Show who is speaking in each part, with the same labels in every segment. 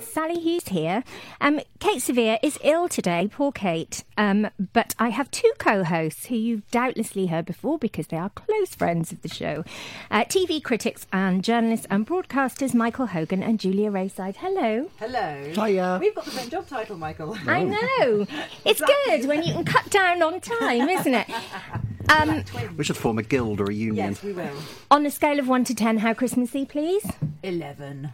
Speaker 1: Sally Hughes here. Um, Kate Severe is ill today, poor Kate. Um, but I have two co hosts who you've doubtlessly heard before because they are close friends of the show uh, TV critics and journalists and broadcasters Michael Hogan and Julia Rayside. Hello.
Speaker 2: Hello.
Speaker 3: Hiya.
Speaker 2: We've got the same job title, Michael.
Speaker 1: I know. It's good when you can cut down on time, isn't it? Um,
Speaker 3: We should form a guild or a union.
Speaker 2: Yes, we will.
Speaker 1: on a scale of 1 to 10, how Christmassy, please?
Speaker 2: Eleven.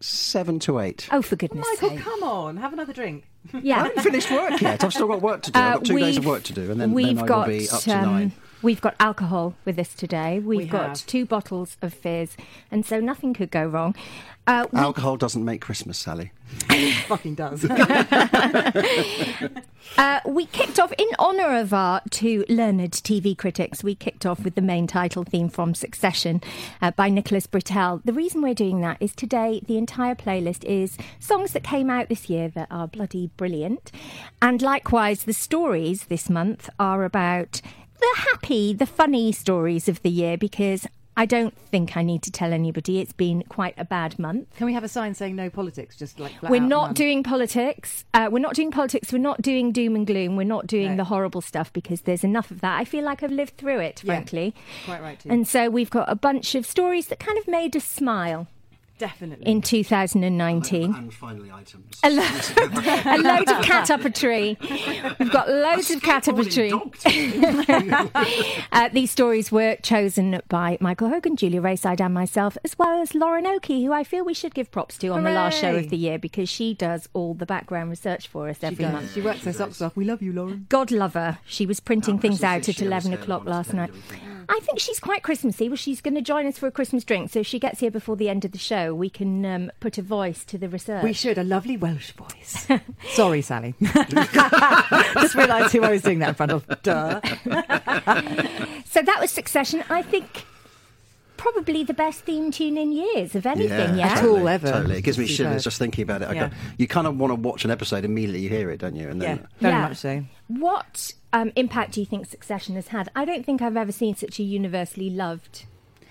Speaker 3: Seven to eight.
Speaker 1: Oh, for goodness
Speaker 2: Michael,
Speaker 1: sake.
Speaker 2: come on, have another drink.
Speaker 1: Yeah.
Speaker 3: I haven't finished work yet. I've still got work to do. I've got
Speaker 1: Uh,
Speaker 3: two days of work to do, and then, then I will be up to
Speaker 1: um,
Speaker 3: nine.
Speaker 1: We've got alcohol with us today. We've
Speaker 2: We
Speaker 1: got
Speaker 2: have.
Speaker 1: two bottles of fizz, and so nothing could go wrong. Uh, we-
Speaker 3: Alcohol doesn't make Christmas, Sally.
Speaker 2: Fucking does.
Speaker 1: uh, we kicked off in honour of our two learned TV critics. We kicked off with the main title theme from Succession uh, by Nicholas Britell. The reason we're doing that is today the entire playlist is songs that came out this year that are bloody brilliant, and likewise the stories this month are about the happy, the funny stories of the year because I don't think I need to tell anybody it's been quite a bad month.
Speaker 2: Can we have a sign saying no politics? Just like flat
Speaker 1: We're
Speaker 2: out
Speaker 1: not
Speaker 2: none?
Speaker 1: doing politics. Uh, we're not doing politics. We're not doing doom and gloom. We're not doing
Speaker 2: No.
Speaker 1: the horrible stuff because there's enough of that. I feel like I've lived through it,
Speaker 2: Yeah.
Speaker 1: frankly.
Speaker 2: Quite right, too.
Speaker 1: And so we've got a bunch of stories that kind of made us smile
Speaker 2: Definitely.
Speaker 1: in 2019.
Speaker 3: And finally, items.
Speaker 1: A, lo- a load of cat up a tree. We've got loads of cat up a tree. Uh, these stories were chosen by Michael Hogan, Julia Rayside, and myself, as well as Lauren Oakey, who I feel we should give props to on the last show
Speaker 2: Hooray!
Speaker 1: of the year because she does all the background research for us
Speaker 2: she
Speaker 1: every
Speaker 2: does.
Speaker 1: month.
Speaker 2: She works her socks off. We love you, Lauren.
Speaker 1: God love her. She was printing
Speaker 3: How
Speaker 1: things out
Speaker 3: Christmassy
Speaker 1: at
Speaker 3: she is,
Speaker 1: 11
Speaker 3: uh,
Speaker 1: o'clock
Speaker 3: once
Speaker 1: last
Speaker 3: again,
Speaker 1: night.
Speaker 3: do we think?
Speaker 1: I think she's quite Christmassy. Well, she's going to join us for a Christmas drink. So if she gets here before the end of the show, we can um, put a voice to the research.
Speaker 2: We should. A lovely Welsh voice. Sorry, Sally. Just realised who I was doing that in front of. Duh.
Speaker 1: So that was Succession. I think probably the best theme tune in years of anything, yeah?
Speaker 2: At all.
Speaker 3: totally,
Speaker 2: ever.
Speaker 3: Totally. It gives me
Speaker 2: Superb.
Speaker 3: shivers just thinking about it. I
Speaker 2: Yeah.
Speaker 3: got, you kind of want to watch an episode immediately you hear it, don't you? And
Speaker 2: Yeah,
Speaker 3: then
Speaker 2: very
Speaker 1: Yeah.
Speaker 2: much so.
Speaker 1: What um, impact do you think Succession has had? I don't think I've ever seen such a universally loved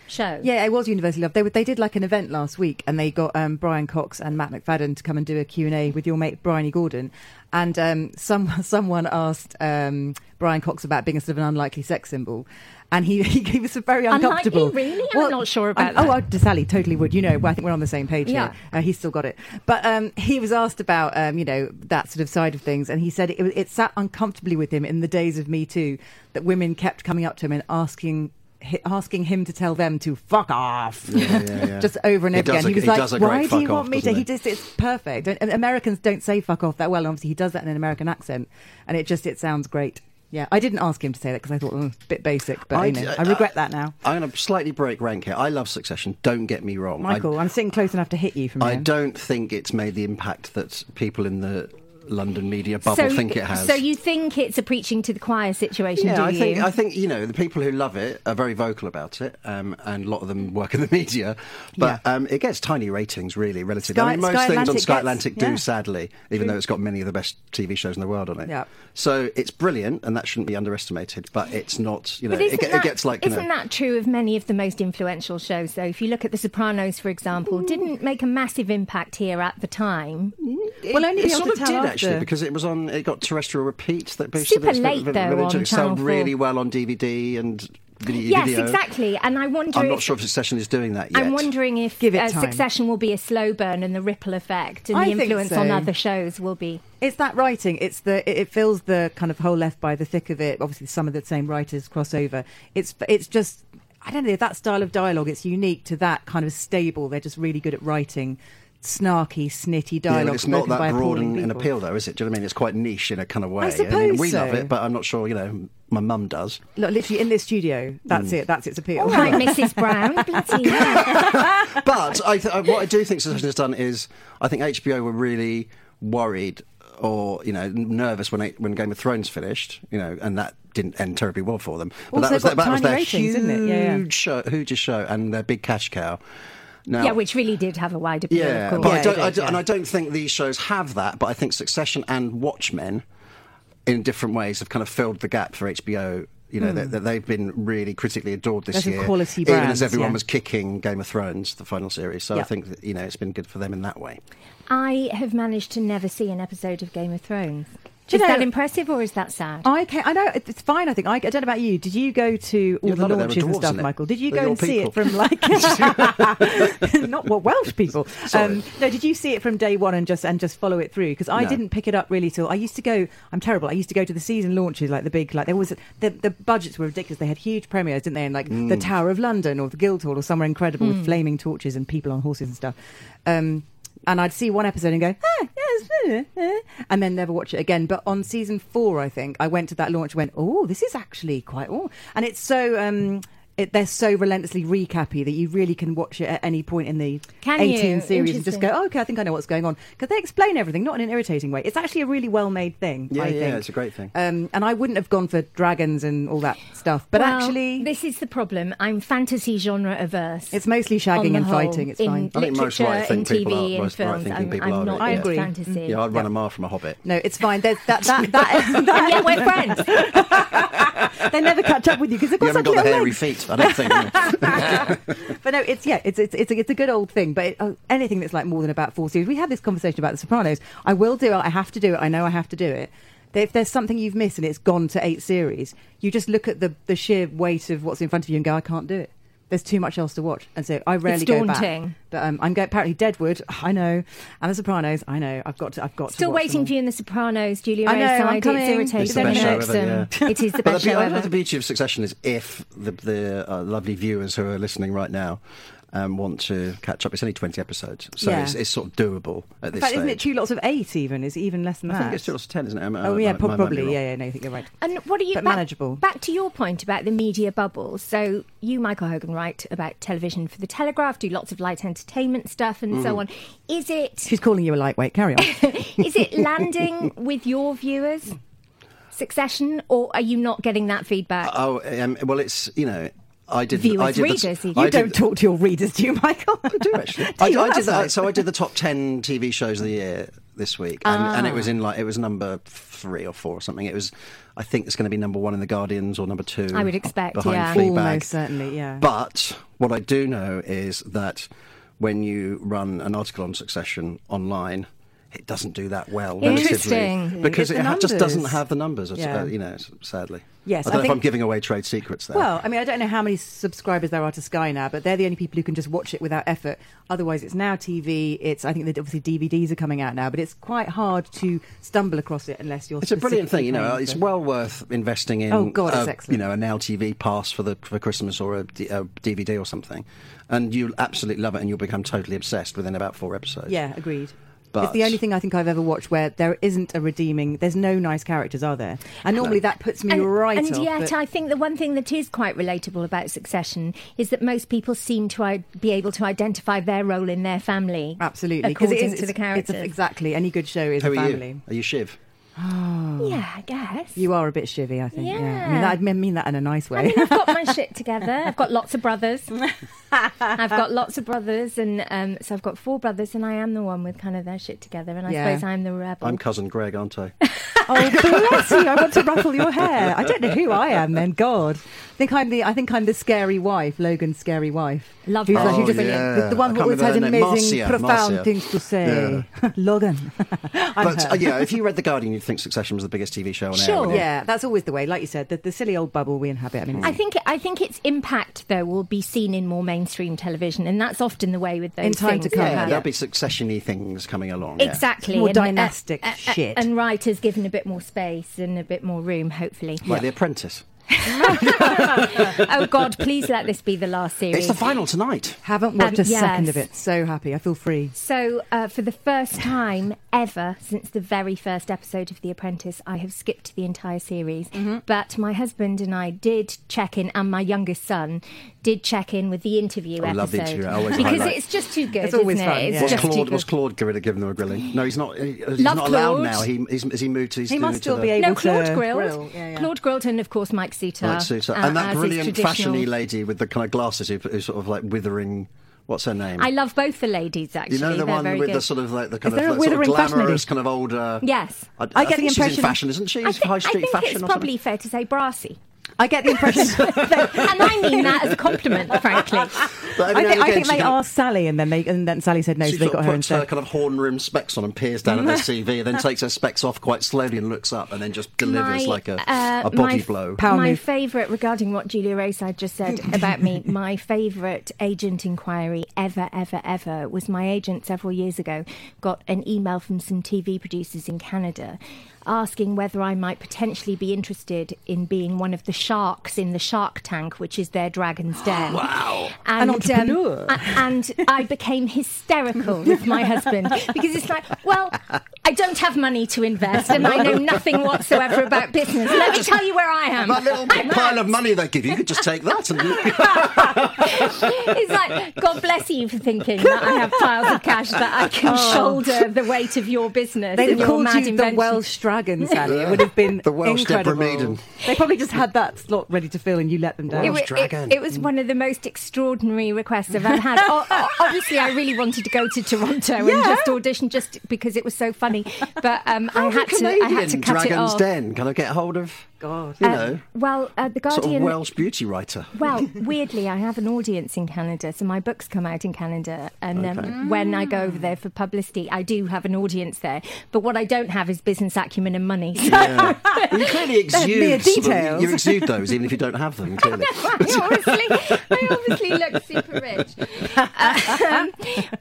Speaker 1: show.
Speaker 2: Yeah, it was universally loved. They were, they did like an event last week, and they got um, Brian Cox and Matt McFadden to come and do a Q and A with your mate Bryony Gordon. And um, some someone asked um, Brian Cox about being a sort of an unlikely sex symbol, and he, he gave us a very
Speaker 1: Unlikely?
Speaker 2: uncomfortable.
Speaker 1: Really? I'm not sure about
Speaker 2: I-
Speaker 1: that.
Speaker 2: Oh, I, to Sally totally would. You know, I think we're on the same page
Speaker 1: Yeah.
Speaker 2: here. Uh, he's still got it, but um, he was asked about um, you know that sort of side of things, and he said it, it sat uncomfortably with him in the days of Me Too that women kept coming up to him and asking. hi- Asking him to tell them to fuck off,
Speaker 3: Yeah, yeah, yeah.
Speaker 2: just over and
Speaker 3: He
Speaker 2: over
Speaker 3: does
Speaker 2: again.
Speaker 3: a-
Speaker 2: he was
Speaker 3: he
Speaker 2: like,
Speaker 3: does a
Speaker 2: "Why
Speaker 3: great
Speaker 2: do you
Speaker 3: fuck
Speaker 2: want
Speaker 3: off,
Speaker 2: me to?"
Speaker 3: doesn't
Speaker 2: He
Speaker 3: he?
Speaker 2: just it's perfect. Don't, and Americans don't say fuck off that well. Obviously, he does that in an American accent, and it just it sounds great. Yeah, I didn't ask him to say that because I thought mm, a bit basic, but you know,
Speaker 3: d- uh,
Speaker 2: I regret that now.
Speaker 3: I'm going to slightly break rank here. I love Succession. Don't get me wrong. I-
Speaker 2: Michael, I, am sitting close enough to hit you from
Speaker 3: I
Speaker 2: here.
Speaker 3: don't think it's made the impact that people in the London media bubble
Speaker 1: So,
Speaker 3: think it has.
Speaker 1: so you think it's a preaching to the choir situation, do
Speaker 3: yeah, I
Speaker 1: you?
Speaker 3: think I think you know the people who love it are very vocal about it, um, and a lot of them work in the media. But um, it gets tiny ratings, really, relatively.
Speaker 2: Sky-
Speaker 3: I mean, most
Speaker 2: Sky
Speaker 3: things on
Speaker 2: Atlantic
Speaker 3: Sky
Speaker 2: gets-
Speaker 3: Atlantic do,
Speaker 2: yeah.
Speaker 3: sadly, even
Speaker 1: Mm.
Speaker 3: though it's got many of the best TV shows in the world on it.
Speaker 2: Yeah.
Speaker 3: So it's brilliant, and that shouldn't be underestimated. But it's not, you know,
Speaker 1: But
Speaker 3: it,
Speaker 1: isn't,
Speaker 3: ge-
Speaker 1: that,
Speaker 3: it gets like you
Speaker 1: isn't
Speaker 3: know,
Speaker 1: that true of many of the most influential shows? Though, if you look at The Sopranos, for example, didn't make a massive impact here at the time.
Speaker 2: Well, only
Speaker 3: it
Speaker 2: be
Speaker 3: sort
Speaker 2: able to
Speaker 3: of
Speaker 2: tell
Speaker 3: did
Speaker 2: after.
Speaker 3: actually because it was on. It got terrestrial repeats that boosted
Speaker 1: Super
Speaker 3: it. so
Speaker 1: late,
Speaker 3: it-
Speaker 1: though,
Speaker 3: it
Speaker 1: on
Speaker 3: took- sold
Speaker 1: Channel
Speaker 3: really
Speaker 1: 4.
Speaker 3: well on DVD and video.
Speaker 1: Yes,
Speaker 3: video.
Speaker 1: exactly. And I wonder.
Speaker 3: I'm
Speaker 1: if,
Speaker 3: not sure if Succession is doing that yet.
Speaker 1: I'm wondering if
Speaker 2: Give it
Speaker 1: uh,
Speaker 2: time.
Speaker 1: Succession will be a slow burn, and the ripple effect and
Speaker 2: I
Speaker 1: the
Speaker 2: think
Speaker 1: influence
Speaker 2: so.
Speaker 1: on other shows will be.
Speaker 2: It's that writing. It's the it, it feels the kind of whole left by the thick of it. Obviously, some of the same writers cross over. It's it's just I don't know that style of dialogue. It's unique to that kind of stable. They're just really good at writing snarky, snitty
Speaker 3: Yeah,
Speaker 2: dialogue.
Speaker 3: but it's not
Speaker 2: spoken
Speaker 3: that
Speaker 2: by
Speaker 3: broad
Speaker 2: appalling
Speaker 3: and, and
Speaker 2: people.
Speaker 3: appeal, though, is it? Do you know what I mean? It's quite niche in a kind of way. mean,
Speaker 2: suppose
Speaker 3: we love
Speaker 2: so.
Speaker 3: it, but I'm not sure. You know, my mum does.
Speaker 2: Look, literally in this studio.
Speaker 3: Mm.
Speaker 2: That's it. That's its appeal.
Speaker 1: All right, Mrs. Brown. Bloody hell.
Speaker 3: But I th- I- what I do think Succession has done is, I think HBO were really worried or you know n- nervous when it, when Game of Thrones finished. You know, and that didn't end terribly well for them. But
Speaker 2: Also,
Speaker 3: that was,
Speaker 2: they've
Speaker 3: their-
Speaker 2: got
Speaker 3: that was
Speaker 2: tiny
Speaker 3: their
Speaker 2: ratings,
Speaker 3: huge
Speaker 2: isn't it? Yeah, yeah.
Speaker 3: show, huge show, and their big cash cow. Now,
Speaker 1: Yeah, which really did have a wide appeal,
Speaker 3: yeah,
Speaker 1: of
Speaker 3: but
Speaker 1: course.
Speaker 3: I don't,
Speaker 2: Yeah, it
Speaker 3: I
Speaker 2: did,
Speaker 3: don't- and
Speaker 2: yeah.
Speaker 3: I don't think these shows have that. But I think Succession and Watchmen, in different ways, have kind of filled the gap for HBO. You know that, that they've been really critically adored this
Speaker 2: Hmm. Those are
Speaker 3: year,
Speaker 2: quality
Speaker 3: even
Speaker 2: brands,
Speaker 3: as everyone
Speaker 2: yeah.
Speaker 3: was kicking Game of Thrones, the final series. So
Speaker 2: Yeah.
Speaker 3: I think that, you know it's been good for them in that way.
Speaker 1: I have managed to never see an episode of Game of Thrones.
Speaker 2: Do
Speaker 1: Is
Speaker 2: you
Speaker 1: that
Speaker 2: know-
Speaker 1: impressive or is that sad?
Speaker 2: I can I know it's fine. I think I, I don't know about you. Did you go to all
Speaker 3: Yeah,
Speaker 2: the
Speaker 3: look, there were
Speaker 2: launches and
Speaker 3: dwarves
Speaker 2: stuff,
Speaker 3: in it.
Speaker 2: Michael? Did you
Speaker 3: They're
Speaker 2: go
Speaker 3: your
Speaker 2: and see it
Speaker 3: people.
Speaker 2: from like not what Welsh people? Um,
Speaker 3: Sorry.
Speaker 2: no, did you see it from day one and just and just follow it through? Because I
Speaker 3: No.
Speaker 2: didn't pick it up really till I used to go. I'm terrible. I used to go to the season launches like the big like there was the, the budgets were ridiculous. They had huge premieres, didn't they? And like the Tower of London or the Guildhall or somewhere incredible
Speaker 1: Mm.
Speaker 2: with flaming torches and people on horses and stuff. Um, and I'd see one episode and go, ah, yes, eh, eh," and then never watch it again. But on season four, I think I went to that launch, and went, oh, this is actually quite oh, and it's so. Um, it, they're so relentlessly recappy that you really can watch it at any point in the
Speaker 1: Can you?
Speaker 2: 18 series and just
Speaker 1: Interesting.
Speaker 2: go, oh, okay, I think I know what's going on. Because they explain everything, not in an irritating way. It's actually a really well made thing,
Speaker 3: Yeah,
Speaker 2: I
Speaker 3: yeah,
Speaker 2: think.
Speaker 3: it's a great thing.
Speaker 2: Um, and I wouldn't have gone for dragons and all that stuff. But
Speaker 1: Well,
Speaker 2: actually,
Speaker 1: this is the problem. I'm fantasy genre averse.
Speaker 2: it's mostly
Speaker 1: on
Speaker 2: shagging
Speaker 1: the
Speaker 2: and
Speaker 1: whole.
Speaker 2: fighting. It's
Speaker 1: in
Speaker 2: fine.
Speaker 3: I think most
Speaker 1: literature,
Speaker 3: right-thinking
Speaker 1: in
Speaker 3: people are-
Speaker 1: TV, in
Speaker 3: most
Speaker 1: films.
Speaker 3: right-thinking
Speaker 1: I'm,
Speaker 3: people
Speaker 1: I'm
Speaker 3: are,
Speaker 1: not
Speaker 3: yeah. I
Speaker 1: into
Speaker 2: agree.
Speaker 1: fantasy.
Speaker 3: Yeah, I'd run
Speaker 2: Yeah.
Speaker 3: a mile from a hobbit.
Speaker 2: No, it's fine. There's that, that, that,
Speaker 1: And yet we're friends.
Speaker 2: that, they never catch up with you because they've
Speaker 3: You
Speaker 2: got
Speaker 3: haven't
Speaker 2: such
Speaker 3: got the
Speaker 2: little
Speaker 3: hairy
Speaker 2: legs.
Speaker 3: feet, I don't think. no.
Speaker 2: But no, it's yeah, it's it's it's a, it's a good old thing. But it, oh, anything that's like more than about four series, we had this conversation about The Sopranos. I will do it. I have to do it. I know I have to do it. That If there's something you've missed and it's gone to eight series, you just look at the the sheer weight of what's in front of you and go, I can't do it. There's too much else to watch, and so I rarely go back.
Speaker 1: daunting.
Speaker 2: But um, I'm going apparently Deadwood. I know, and The Sopranos. I know. I've got to. I've got.
Speaker 1: Still
Speaker 2: to watch
Speaker 1: waiting
Speaker 2: them
Speaker 1: for you in The Sopranos, Julia
Speaker 2: I know, I'm
Speaker 1: Rayside.
Speaker 2: coming.
Speaker 1: It's irritating.
Speaker 3: It's the
Speaker 1: Don't
Speaker 3: best
Speaker 1: you
Speaker 3: show
Speaker 1: notice
Speaker 3: ever,
Speaker 1: them?
Speaker 3: yeah.
Speaker 1: It is the
Speaker 3: But
Speaker 1: best
Speaker 3: the, be-
Speaker 1: show
Speaker 3: I think
Speaker 1: ever.
Speaker 3: the beauty of Succession is if the, the uh, lovely viewers who are listening right now um, want to catch up, it's only 20 episodes. So
Speaker 2: Yeah.
Speaker 3: it's, it's sort of doable at
Speaker 2: all. In
Speaker 3: this
Speaker 2: fact,
Speaker 3: stage.
Speaker 2: isn't it two lots of eight? Even is it even less than
Speaker 3: I
Speaker 2: that.
Speaker 3: think it's two lots of 10, isn't it? Um,
Speaker 2: Oh
Speaker 3: uh,
Speaker 2: yeah,
Speaker 3: my-
Speaker 2: prob-
Speaker 3: my memory
Speaker 2: probably.
Speaker 3: wrong.
Speaker 2: Yeah, yeah. No, I think you're right.
Speaker 1: And what are you
Speaker 2: But
Speaker 1: back,
Speaker 2: manageable.
Speaker 1: Back to your point about the media bubble. So you, Michael Hogan, write about television for the Telegraph, do lots of light entertainment stuff and
Speaker 3: Mm.
Speaker 1: so on. Is it
Speaker 2: She's calling you a lightweight. Carry on.
Speaker 1: is it landing with your viewers? Succession, or are you not getting that feedback?
Speaker 3: Oh, um, well, it's, you know, I did.
Speaker 1: Viewers,
Speaker 3: I did the-
Speaker 1: readers, even.
Speaker 3: I did
Speaker 2: You don't talk to your readers, do you, Michael? I
Speaker 3: do actually. I, I did that. So I did the top ten TV shows of the year this week, and,
Speaker 1: Ah.
Speaker 3: and it was in like it was number three or four or something. It was, I think it's going to be number one in the Guardians or number two.
Speaker 1: I would expect,
Speaker 3: behind
Speaker 1: yeah.
Speaker 3: Fleabag.
Speaker 2: Almost certainly, yeah.
Speaker 3: But what I do know is that when you run an article on Succession online. It doesn't do that well,
Speaker 1: Interesting.
Speaker 3: relatively, because
Speaker 2: It's
Speaker 3: it
Speaker 2: the
Speaker 3: ha- just
Speaker 2: numbers.
Speaker 3: doesn't have the numbers. as-
Speaker 2: Yeah.
Speaker 3: uh, you know, s- sadly.
Speaker 2: Yes,
Speaker 3: I don't
Speaker 2: I
Speaker 3: know if I'm
Speaker 2: think-
Speaker 3: giving away trade secrets there.
Speaker 2: Well, I mean, I don't know how many subscribers there are to Sky now, but they're the only people who can just watch it without effort. Otherwise, it's now TV. It's I think that obviously DVDs are coming out now, but it's quite hard to stumble across it unless you're.
Speaker 3: It's a brilliant thing, you know.
Speaker 2: specifically
Speaker 3: It's
Speaker 2: paying
Speaker 3: well worth investing in.
Speaker 2: Oh, God, it's
Speaker 3: a,
Speaker 2: excellent.
Speaker 3: You know, an LTV pass for the for Christmas or a, D- a DVD or something, and you'll absolutely love it, and you'll become totally obsessed within about four
Speaker 2: for
Speaker 3: episodes.
Speaker 2: it. Yeah, agreed. it's
Speaker 3: But-
Speaker 2: the only thing I think I've ever watched where there isn't a redeeming. There's no nice characters, are there? And normally that puts me right.
Speaker 1: and
Speaker 2: off,
Speaker 1: yet,
Speaker 2: but-
Speaker 1: I think the one thing that is quite relatable about Succession is that most people seem to I- be able to identify their role in their family.
Speaker 2: absolutely because
Speaker 1: according
Speaker 2: it is
Speaker 1: to the
Speaker 2: it's- it's
Speaker 1: characters.
Speaker 2: a- exactly any good show is
Speaker 3: Who
Speaker 2: a
Speaker 3: are
Speaker 2: family.
Speaker 3: you? Are you Shiv?
Speaker 1: Yeah, I guess.
Speaker 2: You are a bit shivvy, I think. Yeah. I mean,
Speaker 1: Yeah.
Speaker 2: that, I mean that in a nice way.
Speaker 1: I mean, I've got my shit together. I've got lots of brothers. I've got lots of brothers, and um, so I've got four brothers, and I am the one with kind of their shit together. And I
Speaker 2: Yeah.
Speaker 1: suppose I'm the rebel.
Speaker 3: I'm cousin Greg, aren't I?
Speaker 2: oh, bless you! I want to ruffle your hair. I don't know who I am. Then God, I think I'm the I think I'm the scary wife, Logan's scary wife.
Speaker 1: Love
Speaker 2: who's
Speaker 1: that.
Speaker 2: like- who
Speaker 1: Oh,
Speaker 2: just-
Speaker 3: yeah.
Speaker 2: the, the
Speaker 3: I
Speaker 2: one who
Speaker 3: can't
Speaker 2: always has
Speaker 3: remember her name.
Speaker 2: amazing,
Speaker 3: Marcia,
Speaker 2: profound
Speaker 3: Marcia.
Speaker 2: things to say. Logan, I'm
Speaker 3: but
Speaker 2: her.
Speaker 3: uh, yeah, if you read the Guardian, you'd think Succession was the biggest TV show on air.
Speaker 1: Sure.
Speaker 3: wouldn't you?
Speaker 2: yeah, that's always the way. Like you said, the, the silly old bubble we inhabit. I mean,
Speaker 1: I think I think its impact though will be seen in more mainstream television, and that's often the way with those
Speaker 2: In time to
Speaker 1: things.
Speaker 2: come,
Speaker 3: Yeah,
Speaker 2: Yeah.
Speaker 3: there'll be succession-y things coming along. yeah.
Speaker 1: Exactly,
Speaker 2: More
Speaker 1: and, uh,
Speaker 2: dynastic
Speaker 1: uh, uh,
Speaker 2: shit.
Speaker 1: and writers given a bit more space and a bit more room, hopefully.
Speaker 3: Like The Apprentice.
Speaker 1: oh God, please let this be the last series.
Speaker 3: It's the final tonight.
Speaker 2: haven't watched
Speaker 1: Um,
Speaker 2: a second
Speaker 1: yes.
Speaker 2: of it. So happy. I feel free.
Speaker 1: So, uh, for the first time ever since the very first episode of The Apprentice, I have skipped
Speaker 3: Mm-hmm.
Speaker 1: the entire series. But my husband and I did check in, and my youngest son did check in with the interview
Speaker 3: I
Speaker 1: episode
Speaker 3: love the interview. I always
Speaker 1: because
Speaker 3: highlight.
Speaker 1: it's just too good.
Speaker 2: It's always
Speaker 1: isn't
Speaker 2: fun,
Speaker 1: It? It's
Speaker 2: yeah.
Speaker 3: Was
Speaker 1: just too
Speaker 3: Claude,
Speaker 1: good.
Speaker 3: was Claude gonna give them a grilling? No, he's not. he- He's
Speaker 1: Love
Speaker 3: not allowed
Speaker 1: Claude.
Speaker 3: now. He, he's, has he moved to? He's
Speaker 2: He
Speaker 3: doing
Speaker 2: must
Speaker 3: it
Speaker 2: still
Speaker 3: to
Speaker 2: be
Speaker 3: the,
Speaker 2: able
Speaker 1: no, Claude
Speaker 2: to
Speaker 1: grilled.
Speaker 2: grill. Yeah, yeah.
Speaker 1: Claude grilled, and of course Mike Suter.
Speaker 3: Like, suit up.
Speaker 1: uh,
Speaker 3: and
Speaker 1: as
Speaker 3: that
Speaker 1: is
Speaker 3: brilliant
Speaker 1: traditional.
Speaker 3: fashiony lady with the kind of glasses who, who's sort of like withering. What's her name?
Speaker 1: I love both the ladies actually.
Speaker 3: You know the
Speaker 1: They're
Speaker 3: one
Speaker 1: very
Speaker 3: with
Speaker 1: good.
Speaker 3: the sort of like the kind
Speaker 2: Is there
Speaker 3: of,
Speaker 2: a
Speaker 3: like, sort of
Speaker 2: withering fashion
Speaker 3: glamorous
Speaker 2: lady?
Speaker 3: kind of older.
Speaker 1: Yes.
Speaker 3: I, I,
Speaker 2: I get
Speaker 3: think
Speaker 2: the
Speaker 3: she's
Speaker 2: impression-
Speaker 3: in fashion, isn't she?
Speaker 1: I,
Speaker 3: She's
Speaker 1: thi-
Speaker 3: high street
Speaker 1: I think
Speaker 3: fashion
Speaker 1: it's
Speaker 3: or
Speaker 1: probably
Speaker 3: something.
Speaker 1: fair to say brassy,
Speaker 2: I get the impression.
Speaker 1: and I mean that as a compliment, frankly.
Speaker 3: But every
Speaker 2: I
Speaker 3: now and
Speaker 2: think, I
Speaker 3: again
Speaker 2: think
Speaker 3: she
Speaker 2: they
Speaker 3: kind of-
Speaker 2: asked Sally, and then they and then Sally said no, so
Speaker 3: She
Speaker 2: they
Speaker 3: sort
Speaker 2: got
Speaker 3: of
Speaker 2: her and
Speaker 3: puts her
Speaker 2: said,
Speaker 3: kind of horn rim specs on and peers down at her CV, then takes her specs off quite slowly and looks up, and then just delivers
Speaker 1: My,
Speaker 3: like a,
Speaker 1: uh,
Speaker 3: a body
Speaker 1: my-
Speaker 3: blow.
Speaker 2: Power
Speaker 1: my
Speaker 2: move.
Speaker 1: favourite, regarding what Julia Rayside just said about me, my favourite agent inquiry ever, ever, ever was my agent several years ago got an email from some TV producers in Canada asking whether I might potentially be interested in being one of the sharks in the Shark Tank, which is their Dragon's Den.
Speaker 3: Wow.
Speaker 1: And, um,
Speaker 2: An entrepreneur.
Speaker 1: a- and I became hysterical with my husband because it's like, well, I don't have money to invest and I know nothing whatsoever about business. Let me tell you where I am.
Speaker 3: That little
Speaker 1: I'm
Speaker 3: pile
Speaker 1: out.
Speaker 3: of money they give you, you could just take that and
Speaker 1: It's like, God bless you for thinking that I have piles of cash that I can shoulder the weight of your business
Speaker 2: They'd
Speaker 1: and
Speaker 2: have
Speaker 1: your
Speaker 2: Oh. called
Speaker 1: mad
Speaker 2: you the
Speaker 1: invention.
Speaker 2: Welsh dragon, Sally. It would have been
Speaker 3: The Welsh Deborah
Speaker 2: incredible.
Speaker 3: Maiden.
Speaker 2: They probably just had that slot ready to fill, and you let them down.
Speaker 1: It,
Speaker 3: Welsh
Speaker 1: wa-
Speaker 3: dragon.
Speaker 1: It, it was one of the most extraordinary requests I've ever had. O- o- Obviously, I really wanted to go to Toronto and just audition just because it was so funny. But um, I had to. I had to
Speaker 3: Oh, Canadian
Speaker 1: cut it
Speaker 3: Dragon's
Speaker 1: off.
Speaker 3: Den. Can I get hold of,
Speaker 2: God.
Speaker 3: you
Speaker 1: Uh,
Speaker 3: know,
Speaker 1: well, uh, the
Speaker 3: sort
Speaker 1: Guardian.
Speaker 3: of Welsh beauty writer?
Speaker 1: Well, weirdly, I have an audience in Canada, so my books come out in Canada, and
Speaker 3: Okay.
Speaker 1: um, when I go over there for publicity, I do have an audience there. But what I don't have is business acumen and money. So
Speaker 3: You clearly
Speaker 2: mere
Speaker 3: exude sort of-
Speaker 2: details.
Speaker 3: you exude those even if you don't have them. Clearly,
Speaker 1: I obviously, I obviously look super rich. Uh,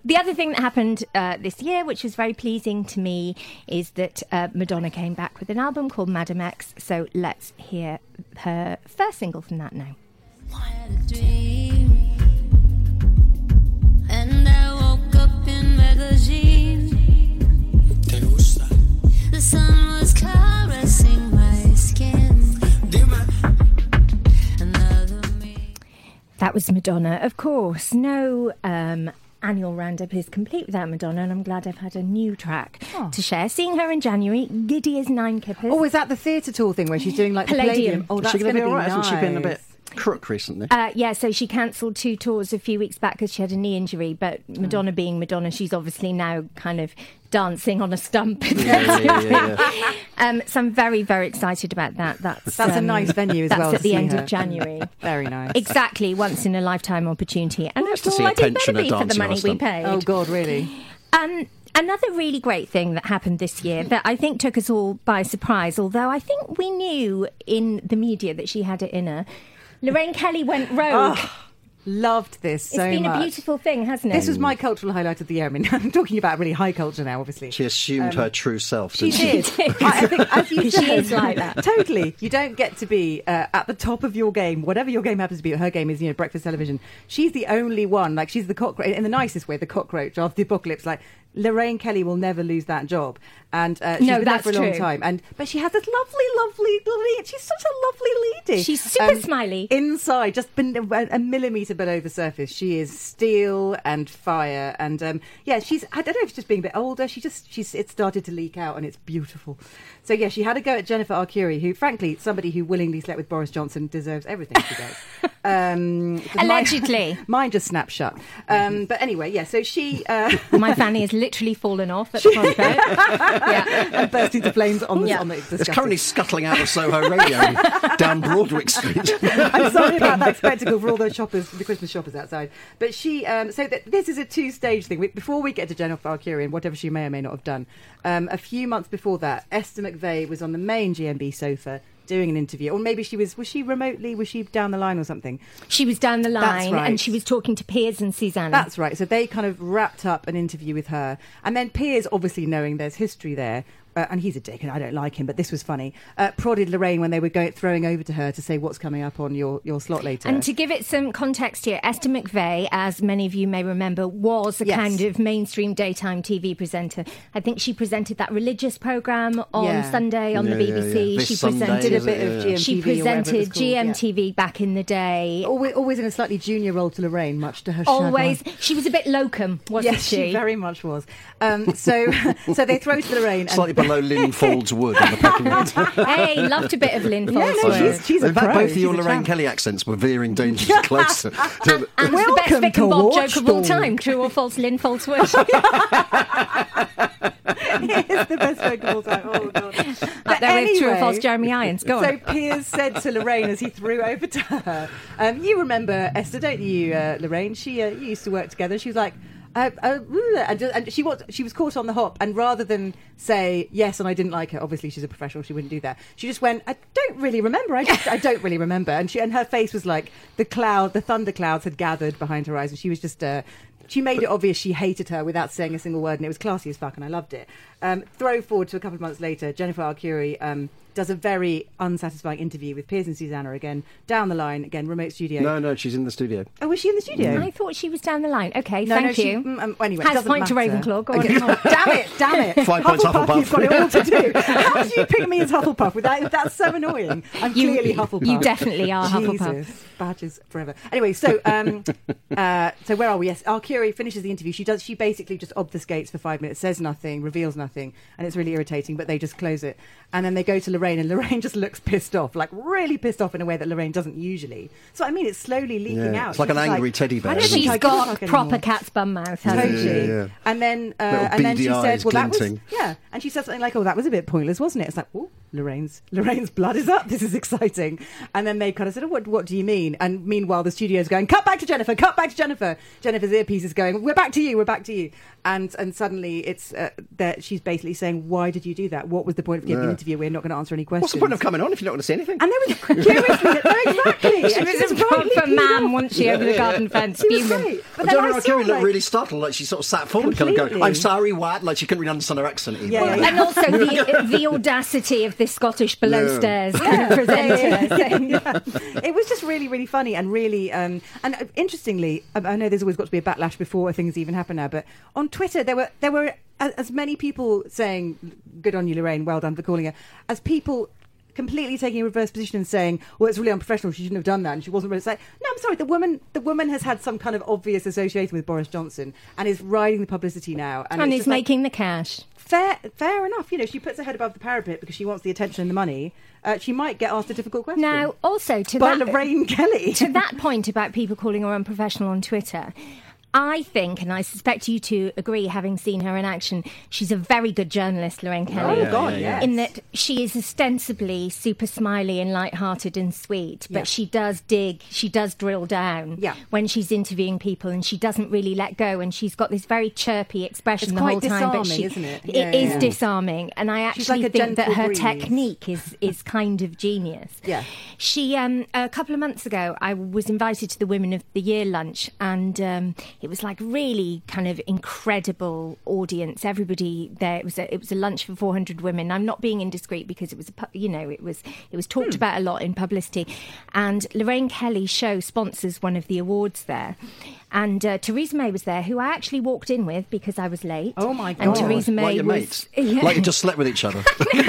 Speaker 1: the other thing that happened uh, this year, which was very pleasing to me, is that uh, Madonna came back with an album called Madame X. So let's hear her first single from that now.
Speaker 4: I had a dream, and I woke up in magazine.
Speaker 5: Te gusta,
Speaker 4: The sun was caressing my skin.
Speaker 5: dime,
Speaker 4: Another me.
Speaker 1: That was Madonna, of course. No um, annual roundup is complete without Madonna, and I'm glad I've had a new track to share. Seeing her in January, giddy as nine kippers.
Speaker 2: Oh, is that the theatre tour thing where she's doing like
Speaker 1: Palladium.
Speaker 2: the Palladium? Oh,
Speaker 3: Is
Speaker 2: that's
Speaker 3: she
Speaker 2: going to
Speaker 3: be all right?
Speaker 2: Nice.
Speaker 3: Hasn't she been a bit crook recently?
Speaker 1: Uh, yeah, so she cancelled two tours a few weeks back because she had a knee injury. But
Speaker 2: Mm.
Speaker 1: Madonna, being Madonna, she's obviously now kind of dancing on a stump.
Speaker 3: yeah, yeah, yeah, yeah.
Speaker 1: um, so I'm very, very excited about that. That's
Speaker 2: That's a
Speaker 1: um,
Speaker 2: nice venue as
Speaker 1: that's
Speaker 2: well.
Speaker 1: at
Speaker 2: to
Speaker 1: the
Speaker 2: see
Speaker 1: end
Speaker 2: her.
Speaker 1: of January.
Speaker 2: Very nice.
Speaker 1: Exactly, once in a lifetime opportunity, and
Speaker 3: Nice
Speaker 1: that's
Speaker 3: to see
Speaker 1: all
Speaker 3: a
Speaker 1: I did better
Speaker 3: pensioner
Speaker 1: be for the
Speaker 3: dancing on a
Speaker 1: money we
Speaker 3: stump.
Speaker 1: paid.
Speaker 2: Oh God, really?
Speaker 1: Um, another really great thing that happened this year that I think took us all by surprise, although I think we knew in the media that she had it in her. Lorraine Kelly went rogue.
Speaker 2: Oh. Loved this
Speaker 1: It's
Speaker 2: so
Speaker 1: been
Speaker 2: much.
Speaker 1: a beautiful thing, hasn't it?
Speaker 2: This was my cultural highlight of the year. I mean, I'm talking about really high culture now, obviously.
Speaker 3: She assumed her true self.
Speaker 2: She
Speaker 3: didn't
Speaker 2: did. I, I think, as you
Speaker 1: She
Speaker 2: said,
Speaker 1: is like that.
Speaker 2: Totally. You don't get to be uh, at the top of your game, whatever your game happens to be. Her game is, you know, breakfast television. She's the only one. Like she's the cockroach in the nicest way, the cockroach of the apocalypse. Like Lorraine Kelly will never lose that job, and uh, she's
Speaker 1: No,
Speaker 2: been
Speaker 1: that's
Speaker 2: there for a long
Speaker 1: true.
Speaker 2: time. And but she has this lovely, lovely, lovely. She's such a lovely lady.
Speaker 1: She's super smiley.
Speaker 2: Um, Inside, just been a, a millimeter below the surface, she is steel and fire. And um, yeah, she's I don't know if it's just being a bit older. She just she's it started to leak out, and it's beautiful. So yeah, she had a go at Jennifer Arcuri, who frankly somebody who willingly slept with Boris Johnson deserves everything she gets. um, 'cause mine-
Speaker 1: Allegedly.
Speaker 2: mine just snapped shut. Um, but anyway, yeah. So she. Uh,
Speaker 1: my fanny has literally fallen off at the front of it.
Speaker 2: and burst into flames on the
Speaker 1: Yeah.
Speaker 2: on the
Speaker 3: It's
Speaker 2: discussion.
Speaker 3: currently scuttling out of Soho Radio down Broadwick Street.
Speaker 2: I'm sorry about that spectacle for all those shoppers, the Christmas shoppers outside. But she, um, so th- this is a two-stage thing. We, before we get to Jennifer Arcuri and whatever she may or may not have done, um, a few months before that, Esther McVeigh was on the main GMB sofa doing an interview, or maybe she was was she remotely was she down the line or something?
Speaker 1: She was down the
Speaker 2: That's
Speaker 1: line
Speaker 2: right.
Speaker 1: and she was talking to Piers and Susanna.
Speaker 2: That's right. So they kind of wrapped up an interview with her, and then Piers, obviously knowing there's history there, uh, and he's a dick, and I don't like him, but this was funny. Uh, prodded Lorraine when they were going throwing over to her to say what's coming up on your, your slot later.
Speaker 1: And to give it some context here, Esther McVeigh, as many of you may remember, was a
Speaker 2: Yes.
Speaker 1: kind of mainstream daytime TV presenter. I think she presented that religious program on
Speaker 2: Yeah.
Speaker 1: Sunday on the
Speaker 3: Yeah, yeah, yeah.
Speaker 1: BBC.
Speaker 3: This
Speaker 1: She
Speaker 3: Sunday,
Speaker 1: presented
Speaker 2: did
Speaker 3: is it?
Speaker 2: a bit
Speaker 3: Yeah.
Speaker 2: of GMTV.
Speaker 1: She
Speaker 2: or whatever it's
Speaker 1: presented
Speaker 2: called, yeah.
Speaker 1: GMTV back in the day.
Speaker 2: Always, always in a slightly junior role to Lorraine, much to her chagrin.
Speaker 1: Always, she was a bit locum, wasn't
Speaker 2: Yes, she very much was. Um, so, so they throw to Lorraine. And
Speaker 3: Slightly below Lynn Ford's Wood on the pecking order.
Speaker 1: hey, loved a bit of Lynn
Speaker 2: Yeah, no,
Speaker 1: Falsworth.
Speaker 2: she's- she's a
Speaker 3: In fact,
Speaker 2: pro,
Speaker 3: both of
Speaker 2: she's
Speaker 3: your
Speaker 2: a
Speaker 3: Lorraine
Speaker 2: champ.
Speaker 3: Kelly accents were veering dangerously closer. to the-
Speaker 1: and it's the best
Speaker 2: Welcome
Speaker 1: Vic and
Speaker 2: to
Speaker 1: Bob
Speaker 2: Watch
Speaker 1: joke of all
Speaker 2: Dog.
Speaker 1: time. True or false, Lynn Falsworth.
Speaker 2: it's the best joke of all time. Oh, God.
Speaker 1: Up
Speaker 2: But
Speaker 1: there with true or
Speaker 2: anyway,
Speaker 1: false, Jeremy Irons. Go on.
Speaker 2: So Piers said to Lorraine as he threw over to her, um, "You remember Esther, don't you, uh, Lorraine? She uh, you used to work together." She was like. Uh, uh, ooh," and, ju- and she was she was caught on the hop, and rather than say yes, and I didn't like her. Obviously, she's a professional; she wouldn't do that. She just went, "I don't really remember. I just, I don't really remember." And she and her face was like the cloud, the thunder clouds had gathered behind her eyes, and she was just uh, she made it obvious she hated her without saying a single word, and it was classy as fuck, and I loved it. Um, throw forward to a couple of months later, Jennifer R. Curie um, does a very unsatisfying interview with Piers and Susanna again, down the line, again, remote studio.
Speaker 3: no, no, she's in the studio.
Speaker 2: Oh, was she in the studio?
Speaker 1: I thought she was down the line. Okay,
Speaker 2: No,
Speaker 1: Mm-hmm. thank
Speaker 2: no, she-
Speaker 1: you.
Speaker 2: mm, um, anyway,
Speaker 1: Has
Speaker 2: doesn't
Speaker 1: point to
Speaker 2: matter.
Speaker 1: Ravenclaw. Go
Speaker 2: Okay.
Speaker 1: on.
Speaker 2: damn it, damn it.
Speaker 3: Five points Hufflepuff.
Speaker 2: you've got it all to do. How do you pick me as Hufflepuff? Without, that's so annoying. I'm
Speaker 1: You-
Speaker 2: clearly Hufflepuff.
Speaker 1: you definitely are Hufflepuff.
Speaker 2: Jesus, badges forever. Anyway, so um, uh, so where are we? Yes, our Curie finishes the interview. She does. She basically just obfuscates for five minutes, says nothing, reveals nothing, and it's really irritating. But they just close it, and then they go to Lorraine, and Lorraine just looks pissed off, like really pissed off in a way that Lorraine doesn't usually. So I mean, it's slowly leaking
Speaker 3: Yeah,
Speaker 2: out.
Speaker 3: it's like
Speaker 2: She's
Speaker 3: an
Speaker 2: just
Speaker 3: angry teddy
Speaker 2: "I
Speaker 3: bear,
Speaker 2: don't
Speaker 3: isn't it?"
Speaker 2: think
Speaker 1: She's
Speaker 2: I can
Speaker 1: got
Speaker 2: fuck anymore."
Speaker 1: proper cat's bum mouth, hasn't
Speaker 2: Totally.
Speaker 1: she?
Speaker 3: yeah, yeah.
Speaker 2: And then, uh,
Speaker 3: Little
Speaker 2: and then
Speaker 3: beady
Speaker 2: she said,
Speaker 3: eyes
Speaker 2: "Well, that was
Speaker 3: glinting.
Speaker 2: yeah." And she said something like, "Oh, that was a bit pointless, wasn't it?" It's like, "Oh, Lorraine's Lorraine's blood is up. This is exciting." And then they kind of said, oh, "What? What do you mean?" And meanwhile, the studio's going, "Cut back to Jennifer. Cut back to Jennifer." Jennifer's earpiece is going, "We're back to you. We're back to you." And and suddenly it's uh, that she's basically saying, "Why did you do that? What was the point of giving
Speaker 3: Yeah.
Speaker 2: an interview? We're not going to answer any questions."
Speaker 3: What's the point of coming on if you're not going to see anything?
Speaker 2: And there was curiously, no, exactly.
Speaker 1: She
Speaker 2: And
Speaker 1: was a
Speaker 2: rightly
Speaker 1: proper
Speaker 2: peed
Speaker 1: man
Speaker 2: off.
Speaker 1: once she over the garden fence.
Speaker 2: She was
Speaker 1: Fuming.
Speaker 2: right. But
Speaker 3: And
Speaker 2: then
Speaker 3: Donna
Speaker 2: I saw,
Speaker 3: Arcuri looked
Speaker 2: like,
Speaker 3: really startled, like she sort of sat forward, kind of going,
Speaker 2: Completely.
Speaker 3: "I'm sorry, what?" Like she couldn't really understand her accent either.
Speaker 2: Yeah, yeah, yeah.
Speaker 1: And also the, the audacity of this Scottish below
Speaker 3: Yeah.
Speaker 1: stairs kind of presenter. saying,
Speaker 2: Yeah. It was just really, really funny and really, um, and uh, interestingly, I, I know there's always got to be a backlash before things even happen now, but on Twitter there were there were a- as many people saying, "Good on you, Lorraine. Well done for calling her," as people. Completely taking a reverse position and saying, "Well, it's really unprofessional. She shouldn't have done that, and she wasn't." Really... It's like, no, I'm sorry. The woman, the woman has had some kind of obvious association with Boris Johnson and is riding the publicity now,
Speaker 1: and
Speaker 2: it's
Speaker 1: he's
Speaker 2: just like-
Speaker 1: making the cash.
Speaker 2: fair, fair enough. You know, she puts her head above the parapet because she wants the attention and the money. Uh, she might get asked a difficult question.
Speaker 1: Now, also to
Speaker 2: by
Speaker 1: that,
Speaker 2: Lorraine Kelly.
Speaker 1: to that point about people calling her unprofessional on Twitter, I think, and I suspect you two agree, having seen her in action, she's a very good journalist, Lorraine Kelly.
Speaker 2: Oh
Speaker 3: yeah,
Speaker 2: God,
Speaker 3: yeah,
Speaker 2: yes.
Speaker 1: In that she is ostensibly super smiley and light-hearted and sweet, but
Speaker 2: Yeah.
Speaker 1: she does dig, she does drill down
Speaker 2: Yeah.
Speaker 1: when she's interviewing people, and she doesn't really let go, and she's got this very chirpy expression
Speaker 2: It's
Speaker 1: the
Speaker 2: quite
Speaker 1: whole time. but
Speaker 2: disarming,
Speaker 1: she,
Speaker 2: isn't it?
Speaker 1: It
Speaker 2: Yeah,
Speaker 1: is
Speaker 2: yeah.
Speaker 1: disarming, and I actually
Speaker 2: She's like a
Speaker 1: think that
Speaker 2: gentle
Speaker 1: her
Speaker 2: breeze.
Speaker 1: technique is is kind of genius.
Speaker 2: Yeah.
Speaker 1: She um a couple of months ago I was invited to the Women of the Year lunch and um it was like really kind of incredible audience everybody there it was a, it was a lunch for 400 women I'm not being indiscreet because it was a, pu- you know it was it was talked about a lot in publicity and Lorraine Kelly's show sponsors one of the awards there and uh, Theresa May was there who I actually walked in with because I was late
Speaker 2: Oh, my
Speaker 1: and
Speaker 2: God.
Speaker 1: Theresa May
Speaker 3: like your
Speaker 1: was
Speaker 3: mates,
Speaker 1: Yeah.
Speaker 3: like you just slept with each other.
Speaker 1: yeah.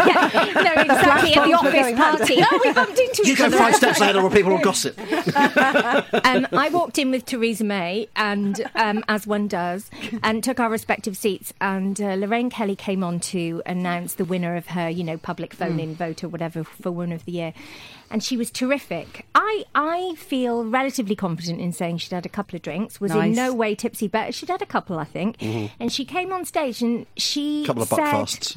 Speaker 1: no exactly at the
Speaker 2: bombs were
Speaker 1: office
Speaker 2: going hard.
Speaker 1: party oh we bumped into
Speaker 3: you
Speaker 1: each
Speaker 3: go
Speaker 1: other
Speaker 3: five steps ahead, or people will gossip.
Speaker 1: um, I walked in with Theresa May, and um, as one does, and took our respective seats. And uh, Lorraine Kelly came on to announce the winner of her, you know, public
Speaker 3: Hmm.
Speaker 1: phone-in vote or whatever for Woman of the Year, and she was terrific. I I feel relatively confident in saying she'd had a couple of drinks, was in
Speaker 2: Nice.
Speaker 1: no way tipsy, but she'd had a couple, I think. And she came on stage and she
Speaker 3: Mm-hmm. Couple of
Speaker 1: said,